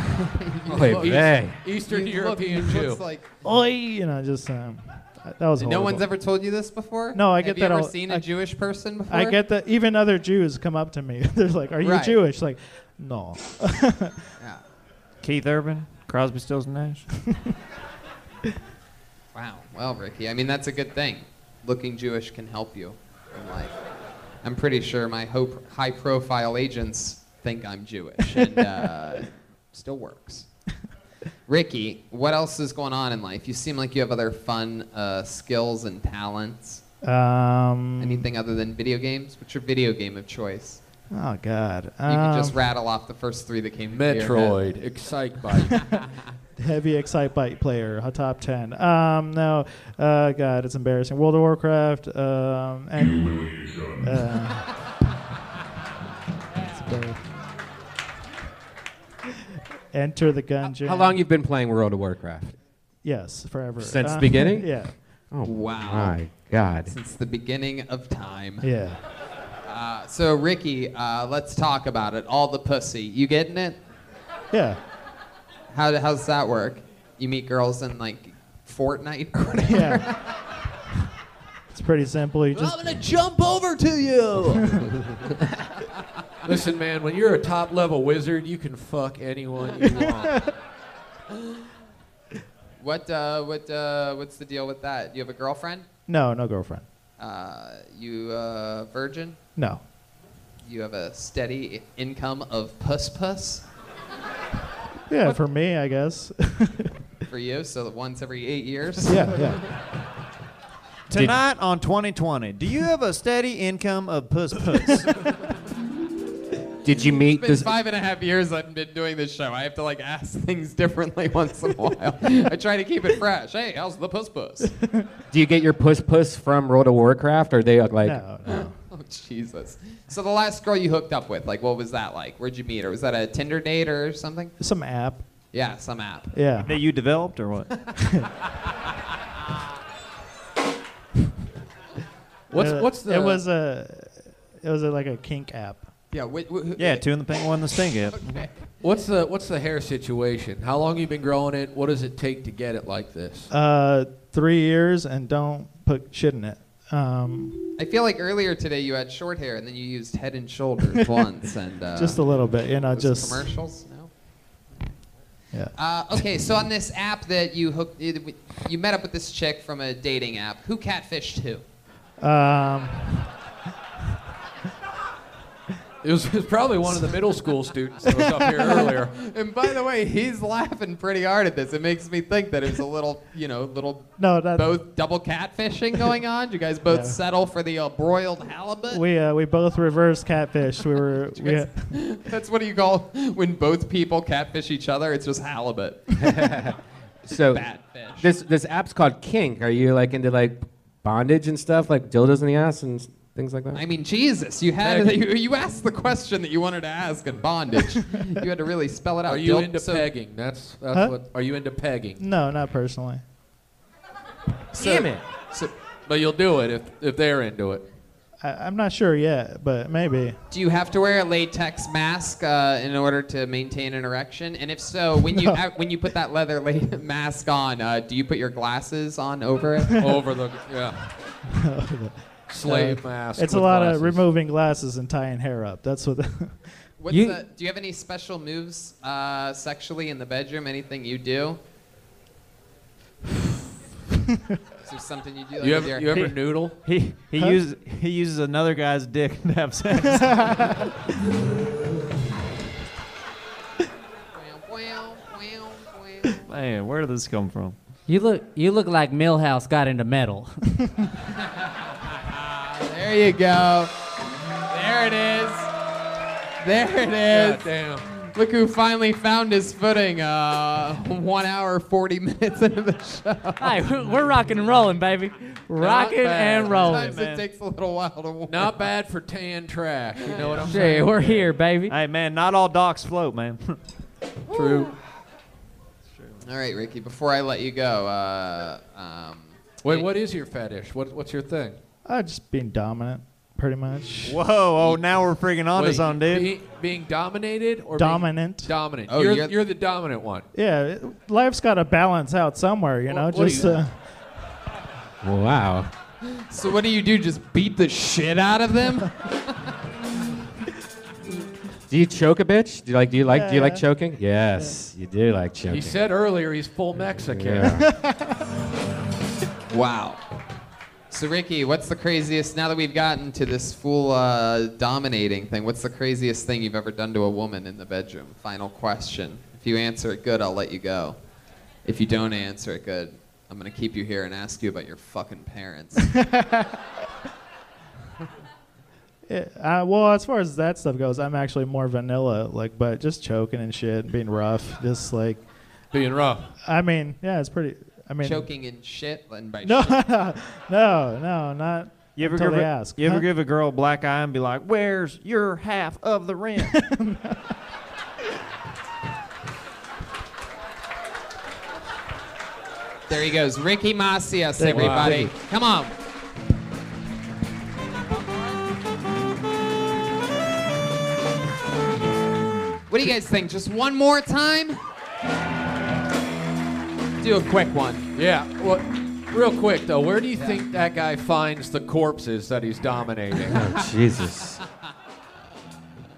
Speaker 5: Oh,
Speaker 3: Oy
Speaker 4: East-
Speaker 3: vey.
Speaker 4: Eastern
Speaker 3: You look-
Speaker 4: European
Speaker 3: you
Speaker 4: Jew.
Speaker 3: look like-
Speaker 14: Oi, you know, just um, that was.
Speaker 3: no one's
Speaker 14: horrible.
Speaker 3: ever told you this before.
Speaker 14: No, I
Speaker 3: Have
Speaker 14: get
Speaker 3: you
Speaker 14: that
Speaker 3: ever
Speaker 14: all-
Speaker 3: seen a Jewish person before?
Speaker 14: I get that. Even other Jews come up to me. They're like, "Are you
Speaker 3: Right.
Speaker 14: Jewish?" Like, no.
Speaker 5: Keith Urban, Crosby, Stills, and Nash.
Speaker 3: Wow. Well, Ricky, I mean that's a good thing. Looking Jewish can help you in life. I'm pretty sure my ho- high-profile agents think I'm Jewish, and uh, still works. Ricky, what else is going on in life? You seem like you have other fun uh, skills and talents.
Speaker 14: Um,
Speaker 3: Anything other than video games? What's your video game of choice?
Speaker 14: Oh God.
Speaker 3: You can just
Speaker 14: Um,
Speaker 3: rattle off the first three that came.
Speaker 4: Metroid, Excite Bike.
Speaker 14: heavy excite bite player, a top ten. Um, no, uh, God, it's embarrassing. World of Warcraft. Um, and, uh, it's bad. Enter the Gungeon.
Speaker 2: How long you've been playing World of Warcraft?
Speaker 14: Yes, forever.
Speaker 2: Since
Speaker 14: Uh,
Speaker 2: the beginning?
Speaker 14: yeah.
Speaker 2: Oh
Speaker 3: Wow.
Speaker 2: My God.
Speaker 3: Since the beginning of time.
Speaker 14: Yeah.
Speaker 3: Uh, so Ricky, uh, let's talk about it. All the pussy. You getting it?
Speaker 14: Yeah.
Speaker 3: How how's that work? You meet girls in like Fortnite or whatever.
Speaker 14: Yeah. It's pretty simple. You
Speaker 3: I'm
Speaker 14: just
Speaker 3: gonna jump over to you.
Speaker 4: Listen, man, when you're a top level wizard, you can fuck anyone you want.
Speaker 3: what uh, what uh, what's the deal with that? You have a girlfriend?
Speaker 14: no, no girlfriend.
Speaker 3: Uh, you uh, virgin?
Speaker 14: No.
Speaker 3: You have a steady i- income of puss puss
Speaker 14: Yeah, for me, I guess.
Speaker 3: for you, so once every eight years.
Speaker 14: Yeah, yeah.
Speaker 5: Tonight on 2020, do you have a steady income of puss puss?
Speaker 2: Did you meet
Speaker 3: It's been
Speaker 2: this?
Speaker 3: five and a half years I've been doing this show. I have to like ask things differently once in a while. I try to keep it fresh. Hey, how's the puss puss?
Speaker 2: Do you get your puss puss from World of Warcraft? Or they like?
Speaker 3: Oh Jesus! So the last girl you hooked up with, like, what was that like? Where'd you meet her? Was that a Tinder date or something?
Speaker 14: Some app.
Speaker 3: Yeah, some app.
Speaker 14: Yeah.
Speaker 5: That you developed or what?
Speaker 4: What's-
Speaker 14: Uh,
Speaker 4: what's the-
Speaker 14: It was a. It was a, like a kink app.
Speaker 3: Yeah.
Speaker 5: yeah, two in the pink, one in the sting. It.
Speaker 4: What's the what's the hair situation? How long you been growing it? What does it take to get it like this?
Speaker 14: Uh, three years and don't put shit in it. Um,
Speaker 3: I feel like earlier today you had short hair and then you used Head and Shoulders once and uh,
Speaker 14: Just a little bit, you know,
Speaker 3: was it
Speaker 14: just-
Speaker 3: commercials. No.
Speaker 14: Yeah.
Speaker 3: Uh, okay, so on this app that you hooked, you met up with this chick from a dating app. Who catfished who?
Speaker 14: Um,
Speaker 4: It was, it was probably one of the middle school students that was up here earlier.
Speaker 3: and by the way, he's laughing pretty hard at this. It makes me think that it was a little, you know, little
Speaker 14: No, that-
Speaker 3: both double catfishing going on. You guys both
Speaker 14: Yeah.
Speaker 3: settle for the uh, broiled halibut.
Speaker 14: we uh, we both reverse catfish. We were we had-
Speaker 3: That's what you call when both people catfish each other. It's just halibut.
Speaker 2: So
Speaker 3: Batfish.
Speaker 2: this this app's called Kink. Are you like into like bondage and stuff, like dildos in the ass and s- things like that?
Speaker 3: I mean, Jesus, you had
Speaker 2: Peg.
Speaker 3: you, you asked the question that you wanted to ask in bondage. you had to really spell it out.
Speaker 4: Are you
Speaker 3: Dildo-
Speaker 4: into
Speaker 3: so-
Speaker 4: pegging? That's that's
Speaker 14: Huh?
Speaker 4: what. Are you into pegging?
Speaker 14: no, not personally.
Speaker 4: Damn it. So, but you'll do it if if they're into it.
Speaker 14: I, I'm not sure yet, but maybe.
Speaker 3: Do you have to wear a latex mask uh, in order to maintain an erection? And if so, when you uh, when you put that leather la- mask on, uh, do you put your glasses on over it?
Speaker 4: Over the yeah. Slave
Speaker 14: Uh,
Speaker 4: mask.
Speaker 14: It's a
Speaker 4: with
Speaker 14: lot
Speaker 4: glasses.
Speaker 14: of removing glasses and tying hair up. That's what.
Speaker 3: What's the, do you have any special moves uh, sexually in the bedroom? Anything you do? Is there something you do? Like with your-
Speaker 5: He- He he
Speaker 3: Huh?
Speaker 5: uses he uses another guy's dick to have sex.
Speaker 6: Man,
Speaker 5: where did this come from?
Speaker 6: You look you look like Millhouse got into metal.
Speaker 3: There you go. There it is. There it is.
Speaker 4: God damn.
Speaker 3: Look who finally found his footing. Uh, one hour, 40 minutes into the show.
Speaker 6: Hey, we're- we're rocking and rolling, baby. Rocking and rolling.
Speaker 3: Sometimes it takes a little while to warm
Speaker 4: Not bad for tan track. You know what I'm
Speaker 6: Hey,
Speaker 4: saying?
Speaker 6: we're here, baby.
Speaker 5: Hey man, not all docks float, man.
Speaker 3: True. All right, Ricky, before I let you go, uh, um,
Speaker 4: Wait, what is your fetish? What, what's your thing?
Speaker 14: I just being dominant, pretty much.
Speaker 5: Whoa! Oh, now we're freaking onto
Speaker 4: Wait,
Speaker 5: something, dude.
Speaker 4: be- being dominated or
Speaker 14: Dominant.
Speaker 4: Being dominant.
Speaker 14: Oh,
Speaker 4: you're,
Speaker 14: you're-
Speaker 4: you're, the dominant one.
Speaker 14: Yeah, it- life's got to balance out somewhere, you know.
Speaker 4: what do
Speaker 14: just
Speaker 4: you-
Speaker 14: uh,
Speaker 2: Wow.
Speaker 3: so what do you do? Just beat the shit out of them?
Speaker 2: Do you choke a bitch? Do you like do you like do you like
Speaker 4: Yeah.
Speaker 2: choking? Yes, you do like choking.
Speaker 4: He said earlier he's full Mexican.
Speaker 3: wow. So, Ricky, what's the craziest, now that we've gotten to this full uh, dominating thing, what's the craziest thing you've ever done to a woman in the bedroom? Final question. If you answer it good, I'll let you go. If you don't answer it good, I'm going to keep you here and ask you about your fucking parents.
Speaker 14: Yeah, uh, well, as far as that stuff goes, I'm actually more vanilla, like, but just choking and shit, being rough, just like.
Speaker 4: Being rough.
Speaker 14: I mean, yeah, it's pretty. I mean,
Speaker 3: Choking and shit. And by
Speaker 14: No,
Speaker 3: shit.
Speaker 14: no, no, not.
Speaker 5: You ever
Speaker 14: until
Speaker 5: give
Speaker 14: they
Speaker 5: a,
Speaker 14: ask?
Speaker 5: You ever
Speaker 14: huh?
Speaker 5: give a girl a black eye and be like, "Where's your half of the rent?"
Speaker 3: There he goes. Ricky Macias,
Speaker 5: Thank you.
Speaker 3: everybody.
Speaker 5: Wow.
Speaker 3: Come on. What do you guys think? Just one more time? Do a quick one.
Speaker 4: Yeah. Well, real quick though, where do you think that guy finds the corpses that he's dominating?
Speaker 2: Oh, Jesus.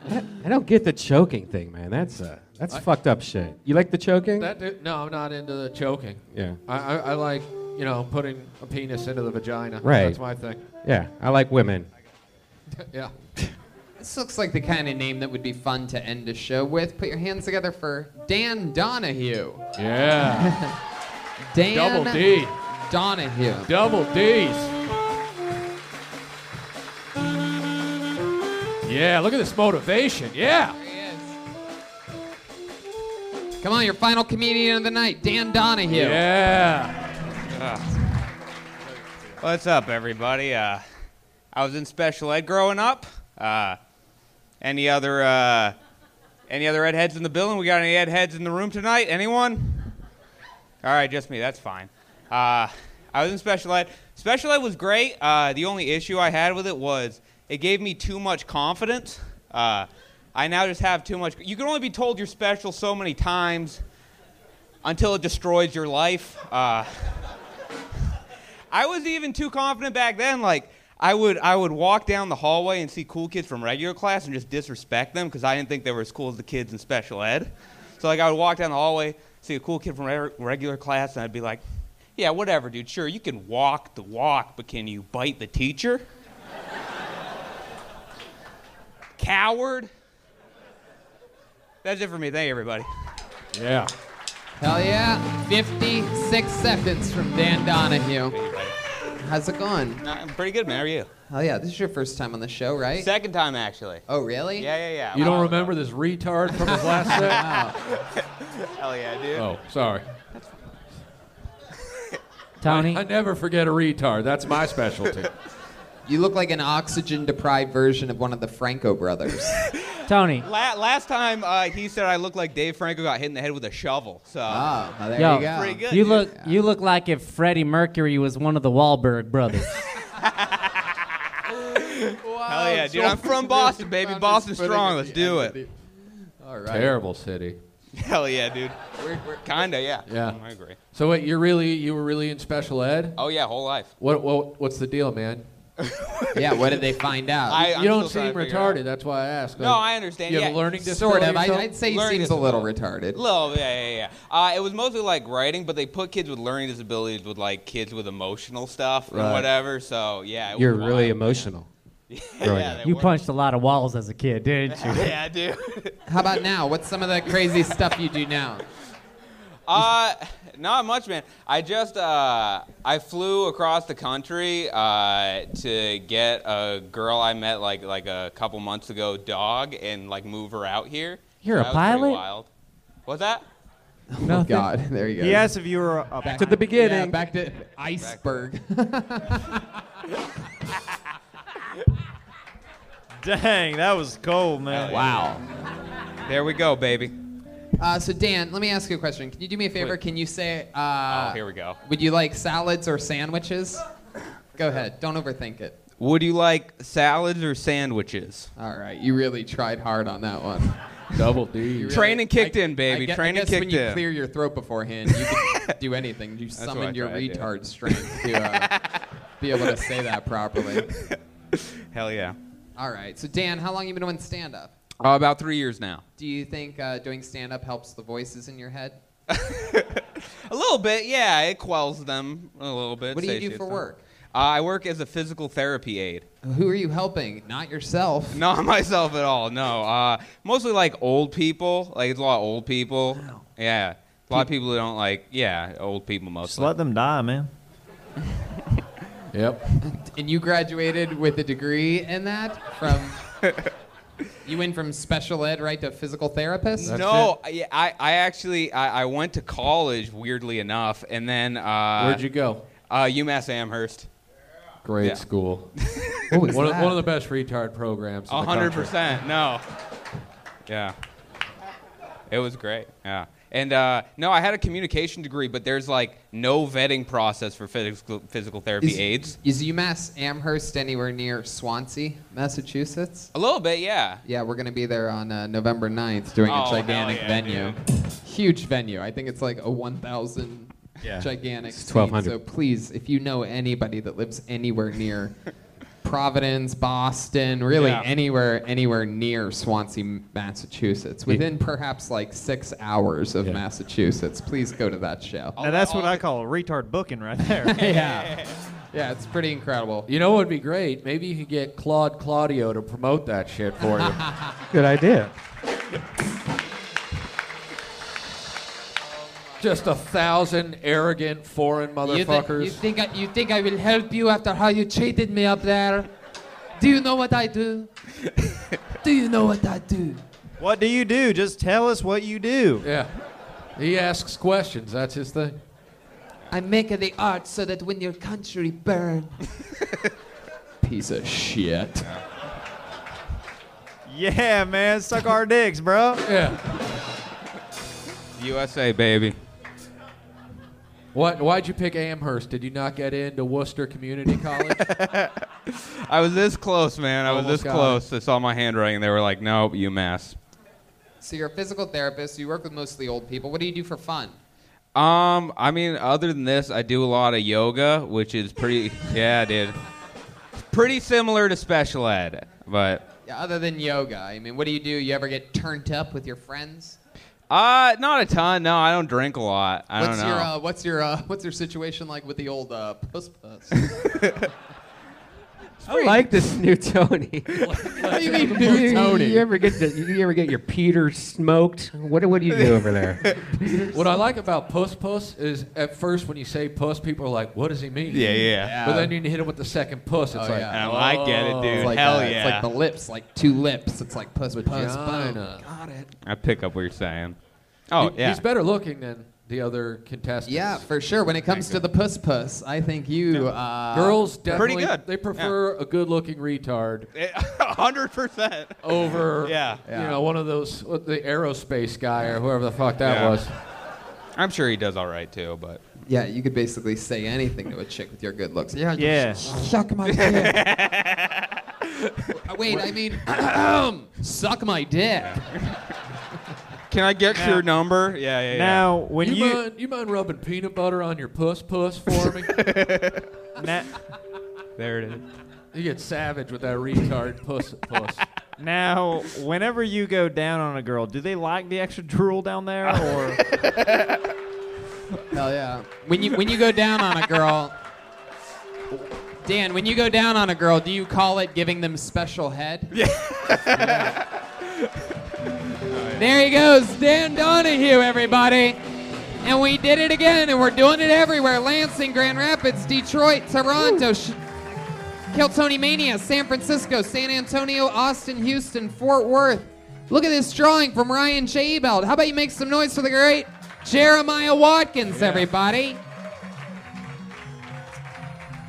Speaker 2: I don't get the choking thing, man. That's uh, that's
Speaker 4: I-
Speaker 2: fucked up shit. You like the choking?
Speaker 4: That dude, no, I'm not into the choking.
Speaker 2: Yeah.
Speaker 4: I, I, I like, you know, putting a penis into the vagina.
Speaker 2: right.
Speaker 4: That's my thing.
Speaker 2: Yeah, I like women.
Speaker 4: yeah.
Speaker 3: This looks like the kind of name that would be fun to end a show with. Put your hands together for Dan Donahue.
Speaker 4: Yeah.
Speaker 3: Dan
Speaker 4: Double D.
Speaker 3: Donahue.
Speaker 4: Double D's. Yeah, look at this motivation. Yeah.
Speaker 3: Come on, your final comedian of the night, Dan Donahue.
Speaker 15: Yeah. What's up, everybody? Uh, I was in special ed growing up. Uh, any other uh, any other ed heads in the building? We got any ed heads in the room tonight? Anyone? All right, just me. That's fine. Uh, I was in special ed. Special ed was great. Uh, the only issue I had with it was it gave me too much confidence. Uh, I now just have too much. You can only be told you're special so many times until it destroys your life. Uh, I was even too confident back then. Like I would, I would walk down the hallway and see cool kids from regular class and just disrespect them because I didn't think they were as cool as the kids in special ed. So like I would walk down the hallway, see a cool kid from re- regular class, and I'd be like, yeah, whatever, dude. Sure, you can walk the walk, but can you bite the teacher? Coward. That's it for me. Thank you, everybody.
Speaker 4: Yeah.
Speaker 3: Hell yeah. 56 seconds from Dan Donahue. How's it going?
Speaker 15: I'm Uh, pretty good, man. How are you?
Speaker 3: Hell yeah. This is your first time on the show, right?
Speaker 15: Second time, actually.
Speaker 3: Oh, really?
Speaker 15: Yeah, yeah, yeah.
Speaker 4: You don't remember this retard from his last set?
Speaker 15: Hell yeah, dude.
Speaker 4: Oh, sorry.
Speaker 6: Tony?
Speaker 4: I, I never forget a retard. That's my specialty.
Speaker 3: You look like an oxygen deprived version of one of the Franco brothers.
Speaker 6: Tony.
Speaker 15: La- last time uh, he said I look like Dave Franco got hit in the head with a shovel. So
Speaker 3: oh, well,
Speaker 6: Yo,
Speaker 15: pretty good.
Speaker 6: you
Speaker 15: dude.
Speaker 6: look you look like if Freddie Mercury was one of the Wahlberg brothers.
Speaker 15: Hell yeah, dude! I'm from Boston, baby. Boston strong. Let's do it.
Speaker 3: All
Speaker 15: right.
Speaker 4: Terrible city.
Speaker 15: Hell yeah, dude. We're, we're kinda, yeah.
Speaker 4: Yeah.
Speaker 15: I agree.
Speaker 4: So wait, you're really you were really in special ed?
Speaker 15: Oh yeah, whole life.
Speaker 4: What, what what's the deal, man?
Speaker 3: yeah. What did they find out?
Speaker 15: I- I'm
Speaker 4: you don't
Speaker 15: still trying
Speaker 4: seem
Speaker 15: to figure it out.
Speaker 4: retarded. That's why I asked.
Speaker 15: No, I understand.
Speaker 4: You
Speaker 15: yeah.
Speaker 4: have a learning
Speaker 3: Sort
Speaker 4: disability.
Speaker 3: of. I,
Speaker 4: yourself?
Speaker 3: I'd say he
Speaker 15: Learning
Speaker 3: seems a little retarded.
Speaker 15: Little, yeah, yeah, yeah. Uh, it was mostly like writing, but they put kids with learning disabilities with like kids with emotional stuff and
Speaker 2: Right.
Speaker 15: whatever. So yeah, it
Speaker 2: You're
Speaker 15: was
Speaker 2: really
Speaker 15: wild.
Speaker 2: emotional.
Speaker 15: growing up.
Speaker 6: you punched a lot of walls as a kid, didn't you?
Speaker 15: yeah, dude.
Speaker 3: How about now? What's some of the crazy stuff you do now?
Speaker 15: Uh, not much, man. I just uh, I flew across the country uh, to get a girl I met like like a couple months ago, dog, and like move her out here.
Speaker 6: You're
Speaker 15: So
Speaker 6: a
Speaker 15: that was pretty
Speaker 6: pilot?
Speaker 15: Wild. What's that?
Speaker 3: Oh God, there you go.
Speaker 5: He asked if you were a,
Speaker 3: Back
Speaker 5: to the
Speaker 3: Yeah,
Speaker 5: beginning.
Speaker 3: back to iceberg.
Speaker 5: Dang, that was cold, man.
Speaker 15: Wow. There we go, Oh, baby.
Speaker 3: Uh, so Dan, let me ask you a question. Can you do me a favor? Can you say? Uh,
Speaker 15: oh, here we go.
Speaker 3: Would you like salads or sandwiches? Go ahead. Don't overthink it.
Speaker 15: Would you like salads or sandwiches?
Speaker 3: All right, you really tried hard on that one.
Speaker 4: Double D.
Speaker 15: Training kicked in,
Speaker 3: I
Speaker 15: baby.
Speaker 3: gue- I
Speaker 15: Training
Speaker 3: guess
Speaker 15: kicked
Speaker 3: when you
Speaker 15: in.
Speaker 3: clear your throat beforehand, you can do anything. You
Speaker 15: what I
Speaker 3: summoned your
Speaker 15: tried to do.
Speaker 3: retard strength to uh, be able to say that properly.
Speaker 15: Hell yeah.
Speaker 3: All right. So Dan, how long you been doing stand-up?
Speaker 15: Oh, about three years now.
Speaker 3: Do you think uh, doing stand-up helps the voices in your head?
Speaker 15: A little bit, yeah. It quells them a little bit.
Speaker 3: What do you do
Speaker 15: satiates
Speaker 3: for
Speaker 15: them.
Speaker 3: work?
Speaker 15: Uh, I work as a physical therapy aide.
Speaker 3: Who are you helping? Not yourself.
Speaker 15: Not myself at all. No. Uh, mostly like old people. Like it's a lot of old people. Yeah. A lot of people who don't like. Yeah, old people
Speaker 5: Just
Speaker 15: mostly.
Speaker 5: let them die, man.
Speaker 4: Yep.
Speaker 3: And you graduated with a degree in that from. you went from special ed right to physical therapist.
Speaker 15: no, I, I I actually I, I went to college weirdly enough, and then uh,
Speaker 4: Where'd you go?
Speaker 15: Uh, UMass Amherst.
Speaker 4: Great
Speaker 15: Yeah.
Speaker 4: school.
Speaker 3: What was
Speaker 4: one, Of,
Speaker 3: that?
Speaker 4: one of the best retard programs. in the
Speaker 15: hundred
Speaker 4: country.
Speaker 15: percent. No. Yeah. It was great. Yeah. And uh, no, I had a communication degree, but there's like no vetting process for physical physical therapy
Speaker 3: Is-
Speaker 15: aides.
Speaker 3: Is UMass Amherst anywhere near Swansea, Massachusetts?
Speaker 15: A little bit, yeah.
Speaker 3: Yeah, we're going to be there on uh, November 9th doing
Speaker 15: Oh,
Speaker 3: a
Speaker 15: hell
Speaker 3: gigantic
Speaker 15: yeah,
Speaker 3: venue. Huge venue. I think it's like a 1,000
Speaker 2: Yeah.
Speaker 3: gigantic
Speaker 2: It's
Speaker 3: seat.
Speaker 2: 1,200.
Speaker 3: So please, if you know anybody that lives anywhere near Providence, Boston, really
Speaker 15: Yeah.
Speaker 3: anywhere anywhere near Swansea, Massachusetts, within perhaps like six hours of Massachusetts, please go to that show.
Speaker 5: Now that's what I call a retard booking right there.
Speaker 3: yeah. Yeah, it's pretty incredible.
Speaker 4: You know what would be great? Maybe you could get Claude Claudio to promote that shit for you.
Speaker 14: Good idea.
Speaker 4: Just a thousand arrogant foreign
Speaker 3: You, thi-
Speaker 4: motherfuckers.
Speaker 3: you think I, you think I will help you after how you treated me up there? Do you know what I do? do you know what I do?
Speaker 5: what do you do? Just tell us what you do.
Speaker 4: yeah. He asks questions. That's his thing.
Speaker 3: I make the art so that when your country burn. Piece of shit.
Speaker 5: Yeah, man, suck our dicks, bro.
Speaker 4: Yeah.
Speaker 15: USA, baby.
Speaker 4: What? Why'd you pick Amherst? Did you not get into Worcester Community College?
Speaker 15: I was this close, man. I was this
Speaker 4: Almost got
Speaker 15: close. I saw my handwriting. and They were like, "No, UMass."
Speaker 3: So you're a physical therapist. You work with mostly old people. What do you do for fun?
Speaker 15: Um, I mean, other than this, I do a lot of yoga, which is pretty. yeah, dude. Pretty similar to special ed, but
Speaker 3: Yeah, other than yoga, I mean, what do you do? You ever get turned up with your friends?
Speaker 15: Uh, not a ton. No, I don't drink a lot. I
Speaker 3: what's
Speaker 15: don't know.
Speaker 3: your uh, what's your uh, what's your situation like with the old uh, puss puss?
Speaker 1: I like this new Tony.
Speaker 3: What do you mean, new
Speaker 1: You-
Speaker 3: Tony?
Speaker 1: You ever get the, you ever get your Peter smoked? What what do you do over there?
Speaker 4: what I like about post post is at first when you say post, people are like, "What does he mean?"
Speaker 15: Yeah, yeah.
Speaker 4: But then you hit him with the second puss. It's
Speaker 3: Oh,
Speaker 4: like,
Speaker 3: yeah.
Speaker 15: Oh, I get it, dude.
Speaker 3: It's like
Speaker 15: Hell
Speaker 3: uh,
Speaker 15: yeah.
Speaker 3: It's like the lips, like two lips. It's like puss puss.
Speaker 4: Vagina.
Speaker 3: boom. Got it.
Speaker 15: I pick up what you're saying. Oh
Speaker 4: He-
Speaker 15: yeah.
Speaker 4: He's better looking than the other contestants.
Speaker 3: Yeah, for sure. When it comes to the puss puss, I think you uh,
Speaker 4: Girls definitely They prefer a good-looking retard
Speaker 15: Hundred percent.
Speaker 4: over,
Speaker 15: Yeah.
Speaker 4: you know, one of those what, the aerospace guy or whoever the fuck that
Speaker 15: Yeah.
Speaker 4: was.
Speaker 15: I'm sure he does all right too, but
Speaker 3: Yeah, you could basically say anything to a chick with your good looks. Yeah, you
Speaker 15: Yeah.
Speaker 3: Suck my dick. Uh, Wait, I mean, suck my dick.
Speaker 15: Can I get your number? Yeah, yeah, yeah.
Speaker 4: you, mind, you mind rubbing peanut butter on your puss puss for me?
Speaker 15: there it is.
Speaker 4: You get savage with that retard puss puss.
Speaker 5: Now, whenever you go down on a girl, do they like the extra drool down there, or
Speaker 3: Hell yeah. When you when you go down on a girl, Dan, when you go down on a girl, do you call it giving them special head? There he goes, Dan Donahue, everybody. And we did it again, and we're doing it everywhere Lansing, Grand Rapids, Detroit, Toronto, Sh- Kiltony Mania, San Francisco, San Antonio, Austin, Houston, Fort Worth. Look at this drawing from Ryan J. Ebald. How about you make some noise for the great Jeremiah Watkins, everybody?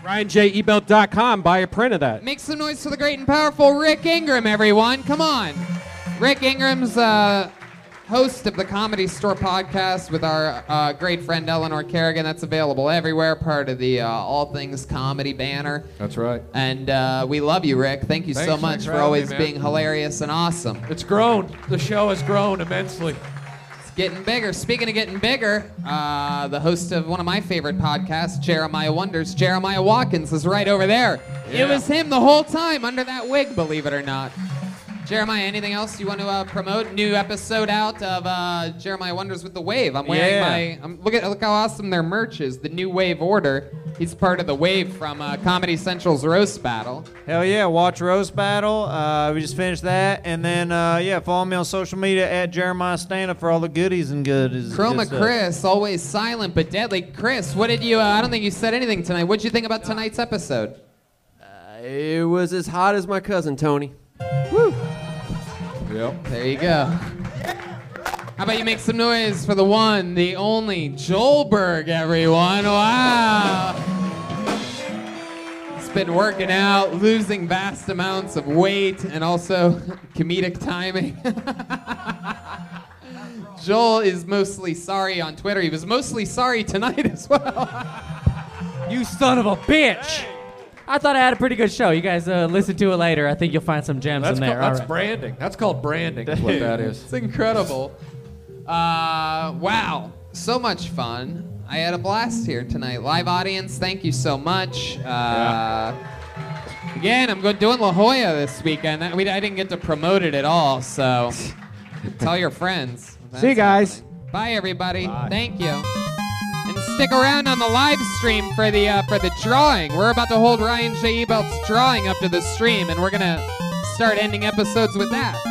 Speaker 2: RyanJEbelt.com. Buy a print of that.
Speaker 3: Make some noise for the great and powerful Rick Ingram, everyone. Come on. Rick Ingram's uh, host of the Comedy Store podcast with our uh, great friend Eleanor Kerrigan. That's available everywhere, part of the uh, All Things Comedy banner.
Speaker 4: That's right.
Speaker 3: And uh, we love you, Rick. Thank you so
Speaker 4: Thanks,
Speaker 3: much
Speaker 4: thanks
Speaker 3: for
Speaker 4: for having
Speaker 3: always
Speaker 4: me, man.
Speaker 3: being hilarious and awesome.
Speaker 4: It's grown. The show has grown immensely.
Speaker 3: It's getting bigger. Speaking of getting bigger, uh, the host of one of my favorite podcasts, Jeremiah Wonders, Jeremiah Watkins, is right over there. It was him the whole time under that wig, believe it or not. Jeremiah, anything else you want to uh, promote? New episode out of uh, Jeremiah Wonders with the Wave. I'm wearing
Speaker 5: Yeah.
Speaker 3: my. I'm, look at look how awesome their merch is. The New Wave Order. He's part of the Wave from uh, Comedy Central's roast battle.
Speaker 5: Hell yeah, watch Roast Battle. Uh, we just finished that. And then, uh, yeah, follow me on social media at Jeremiah Stana for all the goodies and goodies.
Speaker 3: Chroma
Speaker 5: Good stuff.
Speaker 3: Chris, always silent but deadly. Chris, what did you? Uh, I don't think you said anything tonight. What did you think about tonight's episode?
Speaker 16: Uh, It was as hot as my cousin Tony.
Speaker 4: Yep.
Speaker 3: There you go. How about you make some noise for the one, the only Joelberg, everyone? Wow. It's been working out, losing vast amounts of weight, and also comedic timing. Joel is mostly sorry on Twitter. He was mostly sorry tonight as well.
Speaker 6: You son of a bitch! I thought I had a pretty good show. You guys uh, listen to it later. I think you'll find some gems
Speaker 4: That's,
Speaker 6: in there.
Speaker 4: called,
Speaker 6: All
Speaker 4: that's
Speaker 6: right.
Speaker 4: branding. That's called branding. Is what that is.
Speaker 3: It's incredible. Uh, wow, so much fun. I had a blast here tonight. Live audience, thank you so much. Uh, Again, I'm going doing La Jolla this weekend. I, we, I didn't get to promote it at all, so tell your friends.
Speaker 2: See you guys.
Speaker 3: That's- Bye, everybody. Thank you. And stick around on the live stream for the uh, for the drawing. We're about to hold Ryan J. Ebelt's drawing up to the stream, and we're gonna start ending episodes with that.